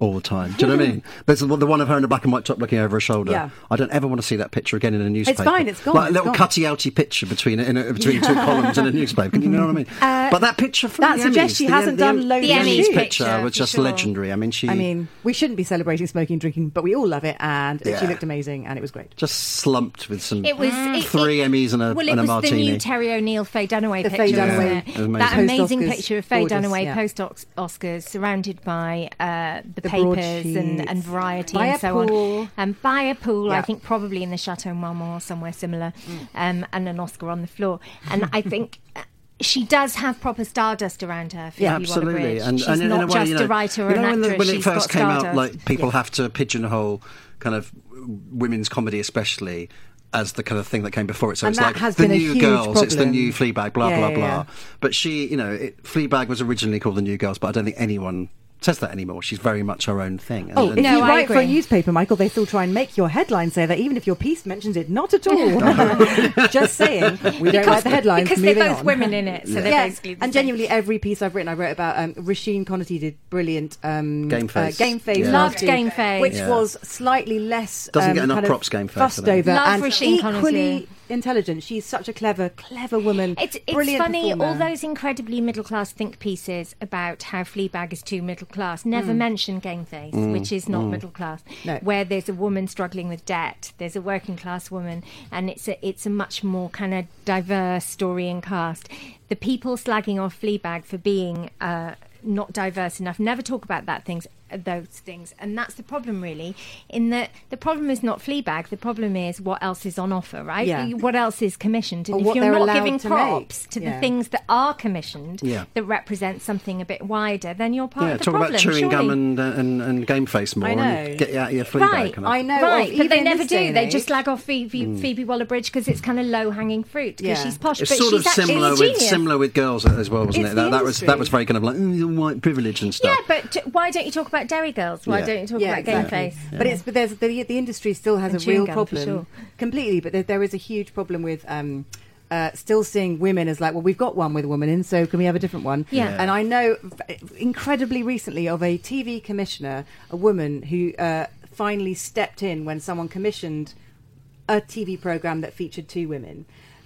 Speaker 3: all the time. Do you know what I mean? There's the one the one of her in a black and white top looking over her shoulder.
Speaker 2: Yeah.
Speaker 3: I don't ever want to see that picture again in a newspaper.
Speaker 2: fine, it's gone,
Speaker 3: Like a
Speaker 2: it's
Speaker 3: little
Speaker 2: gone.
Speaker 3: cutty outy picture between in a, between two columns in a newspaper. You know what I mean? but that picture from
Speaker 2: Uh, that
Speaker 3: the
Speaker 2: suggests
Speaker 3: Emmys,
Speaker 2: she
Speaker 3: the-
Speaker 2: hasn't
Speaker 3: the-
Speaker 2: done loads
Speaker 3: the
Speaker 2: of
Speaker 3: Emmys
Speaker 2: shoots.
Speaker 3: picture
Speaker 1: picture,
Speaker 3: was
Speaker 1: for
Speaker 3: just
Speaker 1: sure.
Speaker 3: legendary. I mean, she
Speaker 2: I mean, we shouldn't be celebrating smoking and drinking, but we all love it, and
Speaker 3: Yeah.
Speaker 2: she looked amazing, and it was great.
Speaker 3: just slumped with some
Speaker 1: It was
Speaker 2: Mm.
Speaker 1: it-
Speaker 3: three
Speaker 1: it-
Speaker 3: Emmys and a
Speaker 1: well, it
Speaker 3: and a
Speaker 1: was
Speaker 3: martini.
Speaker 1: the new Terry O'Neill Faye Dunaway
Speaker 2: The
Speaker 1: picture.
Speaker 2: Faye
Speaker 1: wasn't
Speaker 3: Dunaway.
Speaker 1: it?
Speaker 3: Yeah, it was
Speaker 1: That
Speaker 3: amazing.
Speaker 1: amazing
Speaker 2: Post-Oscars,
Speaker 1: picture of Faye
Speaker 2: gorgeous,
Speaker 1: Dunaway
Speaker 2: yeah.
Speaker 1: post Oscars, surrounded by uh, the,
Speaker 2: The
Speaker 1: papers and,
Speaker 2: broadsheets.
Speaker 1: and variety
Speaker 2: By
Speaker 1: and
Speaker 2: a
Speaker 1: so
Speaker 2: pool.
Speaker 1: on. And by a pool, I
Speaker 2: Yeah. Mm.
Speaker 1: think probably in the Chateau Marmont somewhere similar, um, and an Oscar on the floor. And I think. uh, She does have proper stardust around her. Phoebe
Speaker 3: absolutely,
Speaker 1: Waller-Bridge.
Speaker 3: and,
Speaker 1: she's
Speaker 3: and in
Speaker 1: not
Speaker 3: a way,
Speaker 1: just
Speaker 3: you know,
Speaker 1: a writer or
Speaker 3: you know, when,
Speaker 1: an
Speaker 3: the-
Speaker 1: actress.
Speaker 3: when it
Speaker 1: she's
Speaker 3: first
Speaker 1: got
Speaker 3: came out,
Speaker 1: stardust.
Speaker 3: like people have to pigeonhole kind of w- women's comedy, especially as the kind of thing that came before it. So
Speaker 2: And
Speaker 3: it's
Speaker 2: that
Speaker 3: like
Speaker 2: has
Speaker 3: the
Speaker 2: been a
Speaker 3: new
Speaker 2: huge
Speaker 3: girls, it's the
Speaker 2: problem.
Speaker 3: new Fleabag, blah
Speaker 2: Yeah,
Speaker 3: blah
Speaker 2: yeah,
Speaker 3: blah.
Speaker 2: yeah.
Speaker 3: But she, you know, it, Fleabag was originally called the new girls, but I don't think anyone says that anymore. She's very much her own thing. And-
Speaker 2: Oh,
Speaker 3: and-
Speaker 2: if
Speaker 1: No,
Speaker 2: you
Speaker 1: I
Speaker 2: write for a
Speaker 1: agree.
Speaker 2: newspaper, Michael, they still try and make your headline say that, even if your piece mentions it. Not at all. Just saying, we don't write the headlines.
Speaker 1: because
Speaker 2: moving
Speaker 1: they're both
Speaker 2: on.
Speaker 1: women in it, so they're
Speaker 2: Yeah,
Speaker 1: basically the
Speaker 2: and
Speaker 1: same.
Speaker 2: genuinely every piece I've written, I wrote about um, Rasheen Connerty did brilliant um,
Speaker 3: Game Face.
Speaker 2: game face,
Speaker 3: Yeah.
Speaker 1: Loved
Speaker 2: last year,
Speaker 1: Game Face.
Speaker 2: which
Speaker 3: Yeah.
Speaker 2: was slightly less
Speaker 3: Doesn't
Speaker 2: um,
Speaker 3: get enough
Speaker 2: kind of
Speaker 3: props, Game Face, I
Speaker 2: fussed
Speaker 3: don't
Speaker 2: over
Speaker 1: think. Love
Speaker 2: and
Speaker 1: Rasheen Connerty.
Speaker 2: equally intelligent. She's such a clever, clever woman.
Speaker 1: It's, it's
Speaker 2: brilliant
Speaker 1: funny, all
Speaker 2: performer.
Speaker 1: those incredibly middle class think pieces about how Fleabag is too middle class never mention Game Face, which is not middle class,
Speaker 2: Hmm. No.
Speaker 1: where there's a woman struggling with debt, there's a working class woman, and it's a, it's a much more kind of diverse story and cast. The people slagging off Fleabag for being uh, not diverse enough never talk about that things. Those things, and that's the problem, really. In that, the problem is not Fleabag. The problem is what else is on offer, right?
Speaker 2: Yeah.
Speaker 1: What else is commissioned?
Speaker 2: Or
Speaker 1: if
Speaker 2: what
Speaker 1: you're
Speaker 2: they're
Speaker 1: not
Speaker 2: allowed
Speaker 1: giving
Speaker 2: to
Speaker 1: props
Speaker 2: make.
Speaker 1: to the
Speaker 2: Yeah.
Speaker 1: things that are commissioned
Speaker 3: Yeah.
Speaker 1: that represent something a bit wider, then you're part
Speaker 3: yeah,
Speaker 1: of the
Speaker 3: talk
Speaker 1: problem.
Speaker 3: about chewing gum
Speaker 1: surely.
Speaker 3: and, uh, and and game face more,
Speaker 2: know.
Speaker 3: and get you out of your Fleabag.
Speaker 1: Right,
Speaker 3: kind of.
Speaker 2: I know.
Speaker 1: right,
Speaker 2: of
Speaker 1: but they
Speaker 2: even
Speaker 1: never
Speaker 2: this day
Speaker 1: do.
Speaker 2: and
Speaker 1: They
Speaker 2: age.
Speaker 1: just lag off Phoebe, Phoebe Waller-Bridge because it's kind of low-hanging fruit because
Speaker 2: Yeah.
Speaker 1: she's posh,
Speaker 3: Hmm. It's
Speaker 1: but
Speaker 3: sort
Speaker 1: she's
Speaker 3: of
Speaker 1: actually
Speaker 3: similar
Speaker 1: a
Speaker 3: with
Speaker 1: genius.
Speaker 3: similar with girls as well, wasn't
Speaker 2: It's
Speaker 3: it?
Speaker 2: the
Speaker 3: That, that was that
Speaker 2: industry.
Speaker 3: was very kind of like "Mm, white privilege and
Speaker 1: Yeah,
Speaker 3: stuff.
Speaker 1: but t- why don't you talk about Dairy Girls? Why
Speaker 3: Yeah.
Speaker 1: don't you talk about Game Face?
Speaker 2: But it's but there's the the industry still has
Speaker 1: And
Speaker 2: a
Speaker 1: chewing
Speaker 2: real
Speaker 1: gum, for
Speaker 2: problem
Speaker 1: sure.
Speaker 2: completely. But there, there is a huge problem with. Um, uh, still seeing women as like, well, we've got one with a woman in, so can we have a different one?
Speaker 1: Yeah. Yeah.
Speaker 2: And I know v- incredibly recently of a TV commissioner, a woman who uh, finally stepped in when someone commissioned a TV program that featured two women,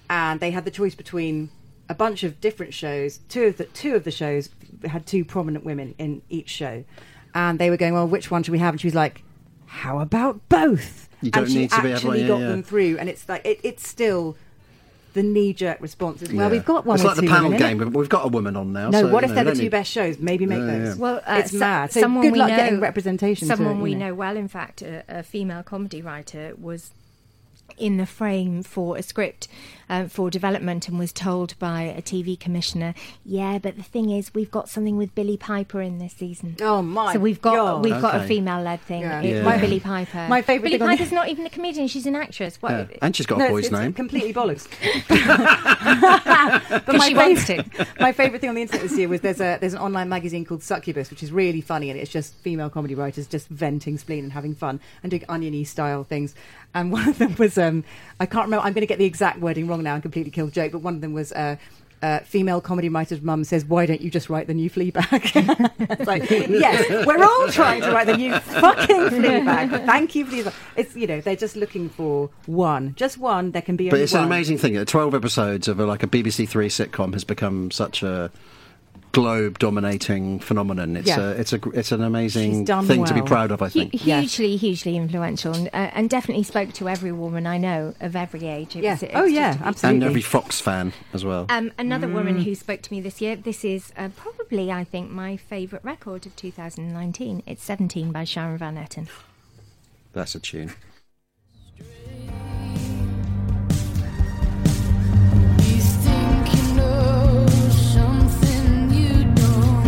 Speaker 2: and they had the choice between a bunch of different shows. Two of the two of the shows had two prominent women in each show, and they were going, "Well, which one should we have?" And she was like, "How about both?"
Speaker 3: You don't
Speaker 2: and she
Speaker 3: need to be everyone,
Speaker 2: actually
Speaker 3: yeah,
Speaker 2: got
Speaker 3: yeah.
Speaker 2: them through, and it's like it, it's still the knee-jerk response is, "Well,
Speaker 3: Yeah.
Speaker 2: we've got one."
Speaker 3: It's
Speaker 2: with
Speaker 3: like the
Speaker 2: two
Speaker 3: panel
Speaker 2: women in it."
Speaker 3: game, but we've got a woman on now.
Speaker 2: No,
Speaker 3: so,
Speaker 2: what
Speaker 3: you
Speaker 2: if
Speaker 3: know,
Speaker 2: they're
Speaker 3: they
Speaker 2: the
Speaker 3: need-
Speaker 2: two best shows? Maybe make
Speaker 3: Yeah, yeah.
Speaker 2: those.
Speaker 1: Well, uh,
Speaker 2: it's
Speaker 1: so-
Speaker 2: mad. So
Speaker 1: someone
Speaker 2: good
Speaker 1: we
Speaker 2: luck
Speaker 1: know,
Speaker 2: getting representation. to
Speaker 1: Someone
Speaker 2: it,
Speaker 1: we
Speaker 2: you
Speaker 1: know. well, in fact, a, a female comedy writer was in the frame for a script um, for development and was told by a TV commissioner, "Yeah, but the thing is, we've got something with Billy Piper in this season.
Speaker 2: Oh, my
Speaker 1: So we've got
Speaker 2: God.
Speaker 1: we've got a
Speaker 3: Okay.
Speaker 1: female-led thing.
Speaker 2: Yeah.
Speaker 1: It-
Speaker 3: Yeah.
Speaker 1: with
Speaker 3: Yeah.
Speaker 1: Billy Piper.
Speaker 2: My favourite
Speaker 1: Billy
Speaker 2: thing on-
Speaker 1: Piper's not even a comedian; she's an actress. What?
Speaker 3: Yeah. And she's got
Speaker 2: No,
Speaker 3: a
Speaker 2: it's-
Speaker 3: boy's
Speaker 2: it's
Speaker 3: name.
Speaker 2: completely bollocks. but
Speaker 1: 'Cause she wants
Speaker 2: fav-
Speaker 1: to.
Speaker 2: my favourite thing on the internet this year was there's a there's an online magazine called Succubus, which is really funny, and it's just female comedy writers just venting spleen and having fun and doing oniony style things. And one of them was um, I can't remember. I'm going to get the exact wording wrong now and completely kill the joke. But one of them was. Uh, uh, female comedy writer's mum says, "Why don't you just write the new Fleabag?" it's like, yes, we're all trying to write the new fucking Fleabag. Thank you, Fleabag. It's you know they're just looking for one, just one. There can be
Speaker 3: But
Speaker 2: only
Speaker 3: it's an
Speaker 2: one.
Speaker 3: amazing thing. that Twelve episodes of a, like a BBC Three sitcom has become such a globe-dominating phenomenon. It's
Speaker 2: Yeah.
Speaker 3: a, it's a, gr- it's an amazing
Speaker 2: She's done
Speaker 3: thing to be
Speaker 2: well.
Speaker 3: proud of. I
Speaker 1: Hu-
Speaker 3: think.
Speaker 1: hugely, hugely influential, and, uh, and definitely spoke to every woman I know of every age. It
Speaker 2: Yeah.
Speaker 1: was- it
Speaker 2: Oh,
Speaker 1: was
Speaker 2: yeah,
Speaker 1: just a-
Speaker 2: absolutely.
Speaker 3: And every Fox fan as well.
Speaker 1: Um, another woman
Speaker 2: Mm.
Speaker 1: who spoke to me this year. This is uh, probably, I think, my favourite record of 2019. It's 17 by Sharon Van Etten.
Speaker 3: That's a tune.
Speaker 4: You think you know something you don't.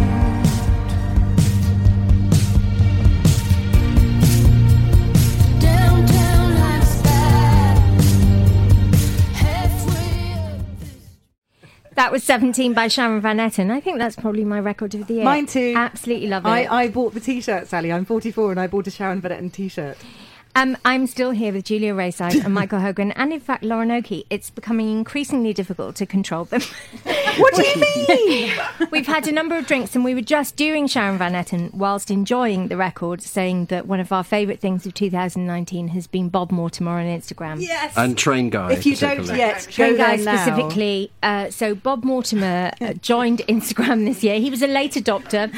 Speaker 4: Downtown life's bad. Halfway up the
Speaker 1: That was 17 by Sharon Van Etten. I think that's probably my record of the year.
Speaker 2: Mine too.
Speaker 1: Absolutely love it.
Speaker 2: I, I bought the t-shirt, Sally. I'm 44 and I bought a Sharon Vanetten t-shirt.
Speaker 1: Um, I'm still here with Julia Rayside and Michael Hogan, and in fact, Lauren Oakey. It's becoming increasingly difficult to control them. what do you mean? We've had a number of drinks, and we were just during Sharon Van Etten, whilst enjoying the record, saying that one of our favourite things of 2019 has been Bob Mortimer on Instagram. Yeah,
Speaker 3: And Train Guy.
Speaker 2: If you don't
Speaker 3: particularly.
Speaker 2: yet,
Speaker 1: Train
Speaker 2: go
Speaker 1: Guy
Speaker 2: there now.
Speaker 1: specifically. Uh, so Bob Mortimer uh, joined Instagram this year. He was a late adopter.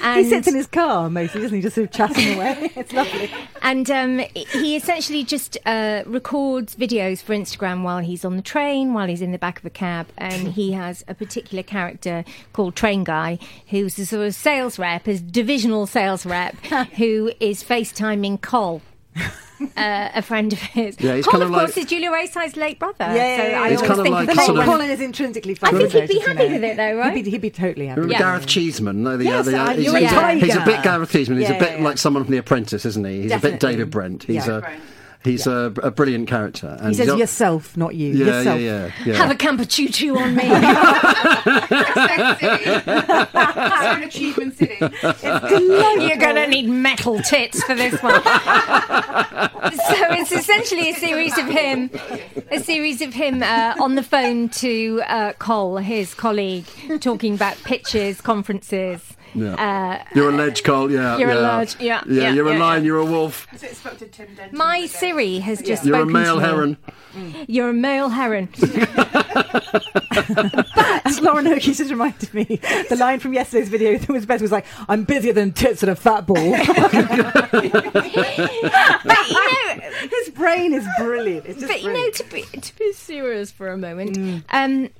Speaker 1: And
Speaker 2: He sits in his car mostly, doesn't he? Just sort of chatting away. it's lovely.
Speaker 1: And um, he essentially just uh, records videos for Instagram while he's on the train, while he's in the back of a cab. And he has a particular character called Train Guy, who's a sort of sales rep, a divisional sales rep, who is FaceTiming Cole. uh, a friend of his.
Speaker 3: Yeah, he's
Speaker 1: Cole,
Speaker 3: kinda
Speaker 1: of course,
Speaker 3: like-
Speaker 1: is Julia Rayside's late brother.
Speaker 2: yeah,
Speaker 1: so
Speaker 2: yeah.
Speaker 1: I
Speaker 2: He's
Speaker 1: always
Speaker 3: kinda
Speaker 1: think
Speaker 3: like
Speaker 1: of
Speaker 3: sort
Speaker 1: Cole
Speaker 3: of-
Speaker 1: Collins.
Speaker 2: Colin is intrinsically fun.
Speaker 1: think he'd be happy with it, though, right?
Speaker 2: He'd be, he'd be totally happy.
Speaker 3: Remember
Speaker 1: Yeah.
Speaker 3: Gareth Cheeseman? No, the,
Speaker 2: Yes,
Speaker 3: the,
Speaker 2: I-
Speaker 3: he's,
Speaker 2: you're a
Speaker 3: he's a, he's a
Speaker 2: tiger.
Speaker 3: bit Gareth Cheeseman. He's
Speaker 2: Yeah,
Speaker 3: a bit
Speaker 2: yeah,
Speaker 3: like
Speaker 2: yeah.
Speaker 3: someone from The Apprentice, isn't he? He's a bit
Speaker 2: Definitely.
Speaker 3: David Brent. He's
Speaker 2: Yeah.
Speaker 3: a he's a, a brilliant character. And
Speaker 2: He says
Speaker 3: he's al-
Speaker 2: yourself, not you.
Speaker 3: Yeah, yeah,
Speaker 2: yourself.
Speaker 3: yeah, yeah.
Speaker 1: Have a camper choo choo on me.
Speaker 8: That's an achievement city.
Speaker 1: You're going to need metal tits for this one. so it's essentially a series of him, a series of him uh, on the phone to uh, Cole, his colleague, talking about pitches, conferences.
Speaker 3: Yeah.
Speaker 1: Uh,
Speaker 3: You're a ledge, Cole. Yeah,
Speaker 1: You're a
Speaker 3: yeah.
Speaker 1: ledge, yeah,
Speaker 3: yeah.
Speaker 1: yeah,
Speaker 3: You're a
Speaker 1: yeah,
Speaker 3: lion. You're a wolf.
Speaker 8: So it's spoke to Tim Denton.
Speaker 1: my Siri has just
Speaker 3: You're a
Speaker 1: spoken to
Speaker 3: male
Speaker 1: me.
Speaker 3: heron.
Speaker 1: You're a male heron.
Speaker 2: As Lauren Oakey just reminded me, the line from yesterday's video that was better was like, I'm busier than tits at a fat ball.
Speaker 1: but you know,
Speaker 2: His brain is brilliant. It's just
Speaker 1: but you know,
Speaker 2: brilliant.
Speaker 1: to be to be serious for a moment,
Speaker 2: Mm.
Speaker 1: um,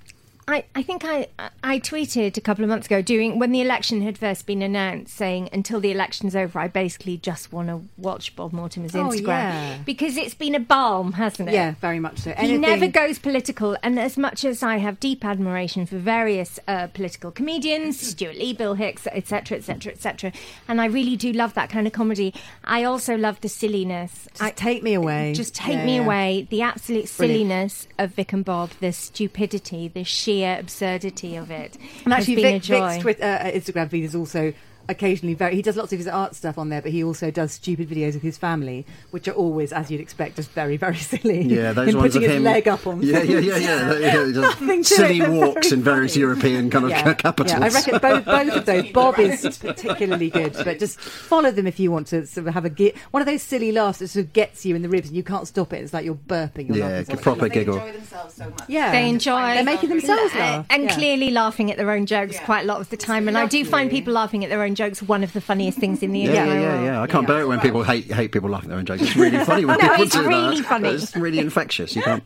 Speaker 1: I I think I I tweeted a couple of months ago during when the election had first been announced, saying until the election's over, I basically just want to watch Bob Mortimer's
Speaker 2: Oh,
Speaker 1: Instagram
Speaker 2: yeah.
Speaker 1: because it's been a balm, hasn't it?
Speaker 2: yeah, very much so.
Speaker 1: He
Speaker 2: Anything,
Speaker 1: never goes political, and as much as I have deep admiration for various uh, political comedians, Stuart Lee, Bill Hicks, etc., etc., etc., and I really do love that kind of comedy, I also love the silliness. I,
Speaker 2: Just take me away.
Speaker 1: just take
Speaker 2: Yeah,
Speaker 1: me
Speaker 2: yeah.
Speaker 1: away. The absolute
Speaker 2: Brilliant.
Speaker 1: silliness of Vic and Bob, the stupidity, the sheer absurdity of it.
Speaker 2: And
Speaker 1: has
Speaker 2: actually,
Speaker 1: been a
Speaker 2: Vic,
Speaker 1: joy.
Speaker 2: Vic's Twitter, uh, Instagram feed is also occasionally very. He does lots of his art stuff on there, but he also does stupid videos of his family, which are always, as you'd expect, just very, very silly.
Speaker 3: Yeah, those
Speaker 2: him
Speaker 3: ones
Speaker 2: putting
Speaker 3: of
Speaker 2: his
Speaker 3: him.
Speaker 2: leg up on.
Speaker 3: yeah, yeah, yeah, yeah. yeah, yeah.
Speaker 2: Nothing to
Speaker 3: Silly
Speaker 2: it, they're
Speaker 3: walks
Speaker 2: very
Speaker 3: in various
Speaker 2: funny.
Speaker 3: European kind of
Speaker 2: Yeah.
Speaker 3: capitals.
Speaker 2: Yeah, I reckon both, both of those. Bob is particularly good, but just follow them if you want to sort of have a gi- one of those silly laughs that sort of gets you in the ribs and you can't stop it. It's like you're burping. You're
Speaker 3: Yeah,
Speaker 2: laughing so
Speaker 3: proper
Speaker 2: much.
Speaker 8: They
Speaker 3: giggle.
Speaker 8: enjoy themselves so much.
Speaker 2: Yeah,
Speaker 1: They enjoy- Uh,
Speaker 2: They're making themselves laugh.
Speaker 1: and
Speaker 2: yeah.
Speaker 1: clearly laughing at their own jokes quite a lot of the time, and I do find people laughing at their own jokes one of the funniest things in the
Speaker 3: Yeah,
Speaker 1: entire
Speaker 3: yeah, yeah,
Speaker 1: world.
Speaker 3: yeah. I can't bear it when people hate hate people laughing at their own jokes. It's really funny when people
Speaker 1: it's
Speaker 3: do
Speaker 1: really
Speaker 3: that.
Speaker 1: funny.
Speaker 3: It's really infectious. You can't.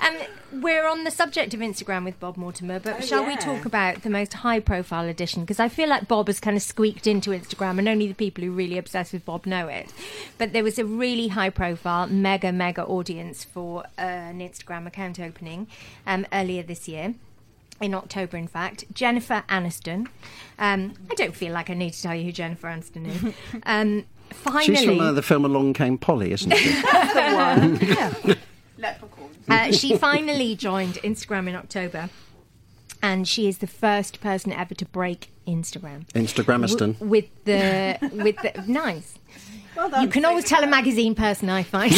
Speaker 1: Um, we're on the subject of Instagram with Bob Mortimer,
Speaker 3: Oh,
Speaker 1: but shall we talk about the most high profile edition? Because I feel like Bob has kind of squeaked into Instagram, and only the people who are really obsessed with Bob know it. But there was a really high profile, mega, mega audience for uh, an Instagram account opening um, earlier this year. In October, in fact, Jennifer Aniston. Um, I don't feel like I need to tell you who Jennifer Aniston is. Um, finally,
Speaker 3: She's from uh, the film Along Came Polly, isn't she?
Speaker 8: Leprechauns.
Speaker 1: Uh, she finally joined Instagram in October, and she is the first person ever to break Instagram
Speaker 3: Instagramiston.
Speaker 1: W- with the with the nice. you can always tell a magazine person, I find.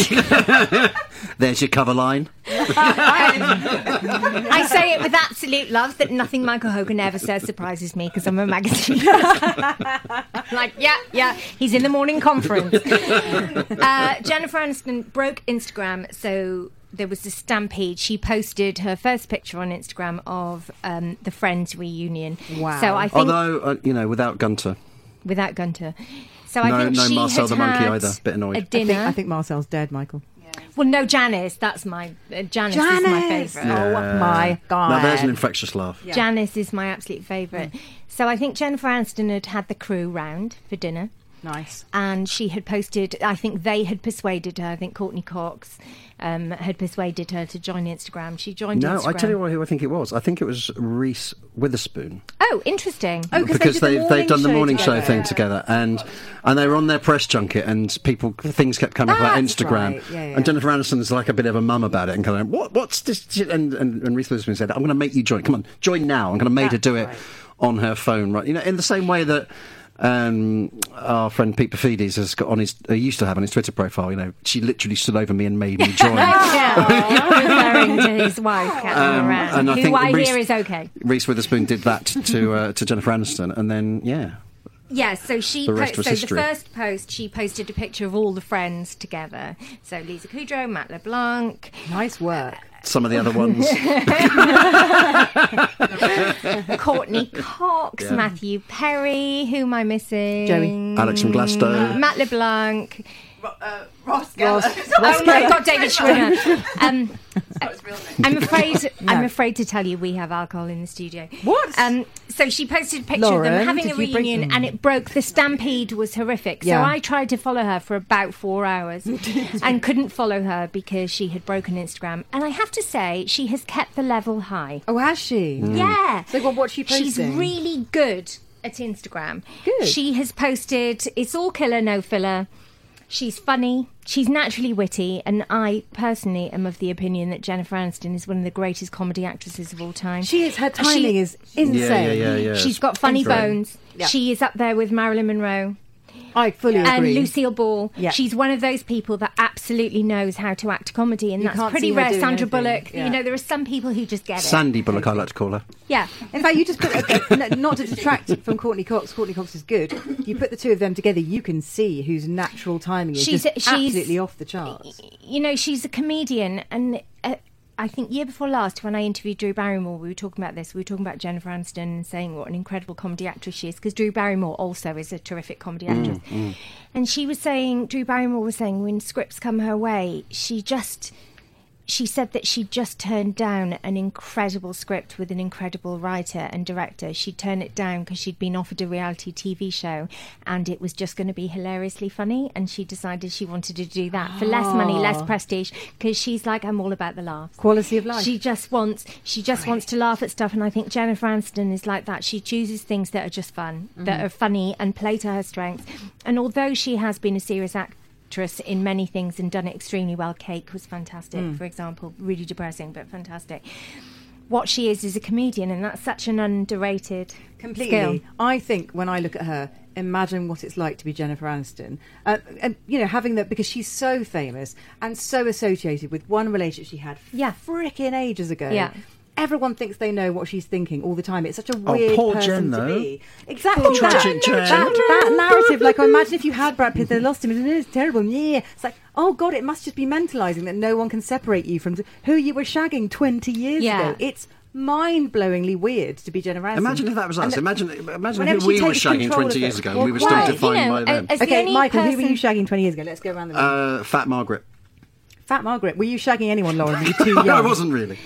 Speaker 3: There's your cover line.
Speaker 1: I say it with absolute love that nothing Michael Hogan ever says surprises me because I'm a magazine. like, yeah, yeah, he's in the morning conference. uh, Jennifer Aniston broke Instagram, so there was a stampede. She posted her first picture on Instagram of um, the Friends reunion.
Speaker 2: Wow.
Speaker 1: So I think
Speaker 3: Although, uh, you know, without Gunter.
Speaker 1: without Gunter. So
Speaker 3: No-
Speaker 1: I think
Speaker 3: no
Speaker 1: she
Speaker 3: Marcel
Speaker 1: had
Speaker 3: the monkey
Speaker 1: had
Speaker 3: either. Bit annoyed.
Speaker 1: A
Speaker 3: I think-
Speaker 2: I
Speaker 1: dinner.
Speaker 2: think, I think Marcel's dead, Michael.
Speaker 1: well, no, Janice. That's my uh, Janice, is my
Speaker 2: Janice!
Speaker 1: favourite.
Speaker 2: Oh my god!
Speaker 3: Now, there's an infectious laugh.
Speaker 1: Mm. Janice is my absolute favourite. So I think Jennifer Aniston had had the crew round for dinner.
Speaker 2: Nice.
Speaker 1: and she had posted. I think they had persuaded her. I think Courtney Cox um, had persuaded her to join Instagram. She joined.
Speaker 3: No,
Speaker 1: Instagram.
Speaker 3: I tell you what, who I think it was. I think it was Reese Witherspoon.
Speaker 1: Oh, interesting.
Speaker 2: Oh,
Speaker 3: because they
Speaker 2: they did the
Speaker 3: they've done the morning show
Speaker 2: together.
Speaker 3: thing together, and and they were on their press junket, and people things kept coming up about
Speaker 2: Ah, That's
Speaker 3: Instagram,
Speaker 2: right, yeah, yeah.
Speaker 3: and Jennifer Aniston's like a bit of a mum about it, and kind of what what's this? shit?" And and, and Reese Witherspoon said, "I'm going to make you join. Come on, join now." I'm going to made her do it on her phone, right? You know, in the same way that. Um, our friend Pete Perfides has got on his. He used to have on his Twitter profile. You know, she literally stood over me and made me join.
Speaker 1: Yeah, referring to his wife, Catherine Moran,
Speaker 3: Um, and I
Speaker 1: who
Speaker 3: think
Speaker 1: I
Speaker 3: Reece-
Speaker 1: hear is okay.
Speaker 3: Reese Witherspoon did that to uh, to Jennifer Aniston, and then yeah,
Speaker 1: Yeah, so she
Speaker 3: The
Speaker 1: po-
Speaker 3: rest was
Speaker 1: so
Speaker 3: history.
Speaker 1: the first post she posted a picture of all the friends together. So Lisa Kudrow, Matt LeBlanc,
Speaker 2: Nice work.
Speaker 3: some of the other ones.
Speaker 1: Courtney Cox,
Speaker 3: Yeah.
Speaker 1: Matthew Perry, who am I missing? Mm,
Speaker 2: Joey.
Speaker 3: Alex from Glasgow.
Speaker 1: Matt LeBlanc.
Speaker 10: Ro- uh, Ross Geller.
Speaker 2: Ross-
Speaker 10: It's not
Speaker 1: oh my God, David Schwimmer. Um,
Speaker 10: not his real name.
Speaker 1: I'm afraid I'm afraid to tell you we have alcohol in the studio. What? Um, so she posted a picture of them
Speaker 2: Lauren,
Speaker 1: having a
Speaker 2: did you bring-
Speaker 1: reunion, and it broke. The stampede was horrific.
Speaker 2: Yeah.
Speaker 1: So I tried to follow her for about four hours, and couldn't follow her because she had broken Instagram. And I have to say, she has kept the level high.
Speaker 2: Oh, has she?
Speaker 3: Mm.
Speaker 1: Yeah.
Speaker 2: So what- what's she
Speaker 1: She's
Speaker 2: posting?
Speaker 1: really good at Instagram.
Speaker 2: Good.
Speaker 1: She has posted it's all killer no filler. She's funny. She's naturally witty, and I personally am of the opinion that Jennifer Aniston is one of the greatest comedy actresses of all time.
Speaker 2: She is. Her
Speaker 1: She-
Speaker 2: timing is insane.
Speaker 3: Yeah, yeah, yeah, yeah.
Speaker 1: She's got funny
Speaker 3: Great.
Speaker 1: bones. She is up there with Marilyn Monroe
Speaker 2: I fully
Speaker 1: and
Speaker 2: agree.
Speaker 1: Lucille Ball.
Speaker 2: Yeah.
Speaker 1: She's one of those people that absolutely knows how to act comedy, and that's
Speaker 2: can't see
Speaker 1: pretty
Speaker 2: her
Speaker 1: rare.
Speaker 2: doing
Speaker 1: Sandra
Speaker 2: anything.
Speaker 1: Bullock.
Speaker 2: Yeah.
Speaker 1: You know, there are some people who just get it.
Speaker 3: Sandy Bullock, I like to call her.
Speaker 1: yeah.
Speaker 2: In fact, you just put okay, n- not to detract from Courtney Cox. Courtney Cox is good. You put the two of them together, you can see whose natural timing is
Speaker 1: She's-
Speaker 2: just
Speaker 1: she's-
Speaker 2: absolutely off the charts.
Speaker 1: you know, she's a comedian, and uh, I think year before last, when I interviewed Drew Barrymore, we were talking about this. We were talking about Jennifer Aniston and saying what an incredible comedy actress she is, because Drew Barrymore also is a terrific comedy actress. And she was saying, Drew Barrymore was saying, when scripts come her way, she just. She said that she just turned down an incredible script with an incredible writer and director. She'd turn it down because she'd been offered a reality TV show and it was just going to be hilariously funny. And she decided she wanted to do that for less money, less prestige, because she's like, I'm all about the laughs.
Speaker 2: Quality of life.
Speaker 1: She just wants she just wants to laugh at stuff and I think Jennifer Aniston is like that. She chooses things that are just fun, that are funny and play to her strengths. And although she has been a serious actress in many things and done it extremely well, Cake was fantastic, for example, really depressing but fantastic. What she is is a comedian and that's such an underrated
Speaker 2: Completely.
Speaker 1: skill.
Speaker 2: I think when I look at her, imagine what it's like to be Jennifer Aniston. Uh, and, you know, having that because she's so famous and so associated with one relationship she had
Speaker 1: Yeah.
Speaker 2: frickin' ages ago.
Speaker 1: Yeah.
Speaker 2: Everyone thinks they know what she's thinking all the time. It's such a weird
Speaker 3: Oh, poor Jen,
Speaker 2: person to
Speaker 3: though.
Speaker 2: be. Exactly.
Speaker 3: Poor
Speaker 2: that,
Speaker 3: Jen, Jen.
Speaker 2: that- that narrative, like, I imagine if you had Brad Pitt, they lost him. It's terrible. Yeah. It's like, oh God, it must just be mentalizing that no one can separate you from who you were shagging 20 years
Speaker 1: Yeah.
Speaker 2: ago. It's mind-blowingly weird to be Jennifer Aniston.
Speaker 3: Imagine if that was us.
Speaker 2: And-
Speaker 3: Imagine, imagine
Speaker 2: whenever
Speaker 3: who
Speaker 2: she
Speaker 3: we were
Speaker 2: takes
Speaker 3: shagging
Speaker 2: control of
Speaker 3: 20
Speaker 2: it.
Speaker 3: years ago
Speaker 2: Well,
Speaker 3: and we were
Speaker 1: Well,
Speaker 3: still
Speaker 1: you
Speaker 3: defined
Speaker 1: know,
Speaker 3: by them.
Speaker 1: as- as the
Speaker 2: Okay,
Speaker 1: only
Speaker 2: Michael, who were
Speaker 1: person-
Speaker 2: you shagging 20 years ago? Let's go around the room.
Speaker 3: Uh, Fat Margaret.
Speaker 2: Fat Margaret, were you shagging anyone, Lauren? You're too young.
Speaker 3: No, I wasn't really.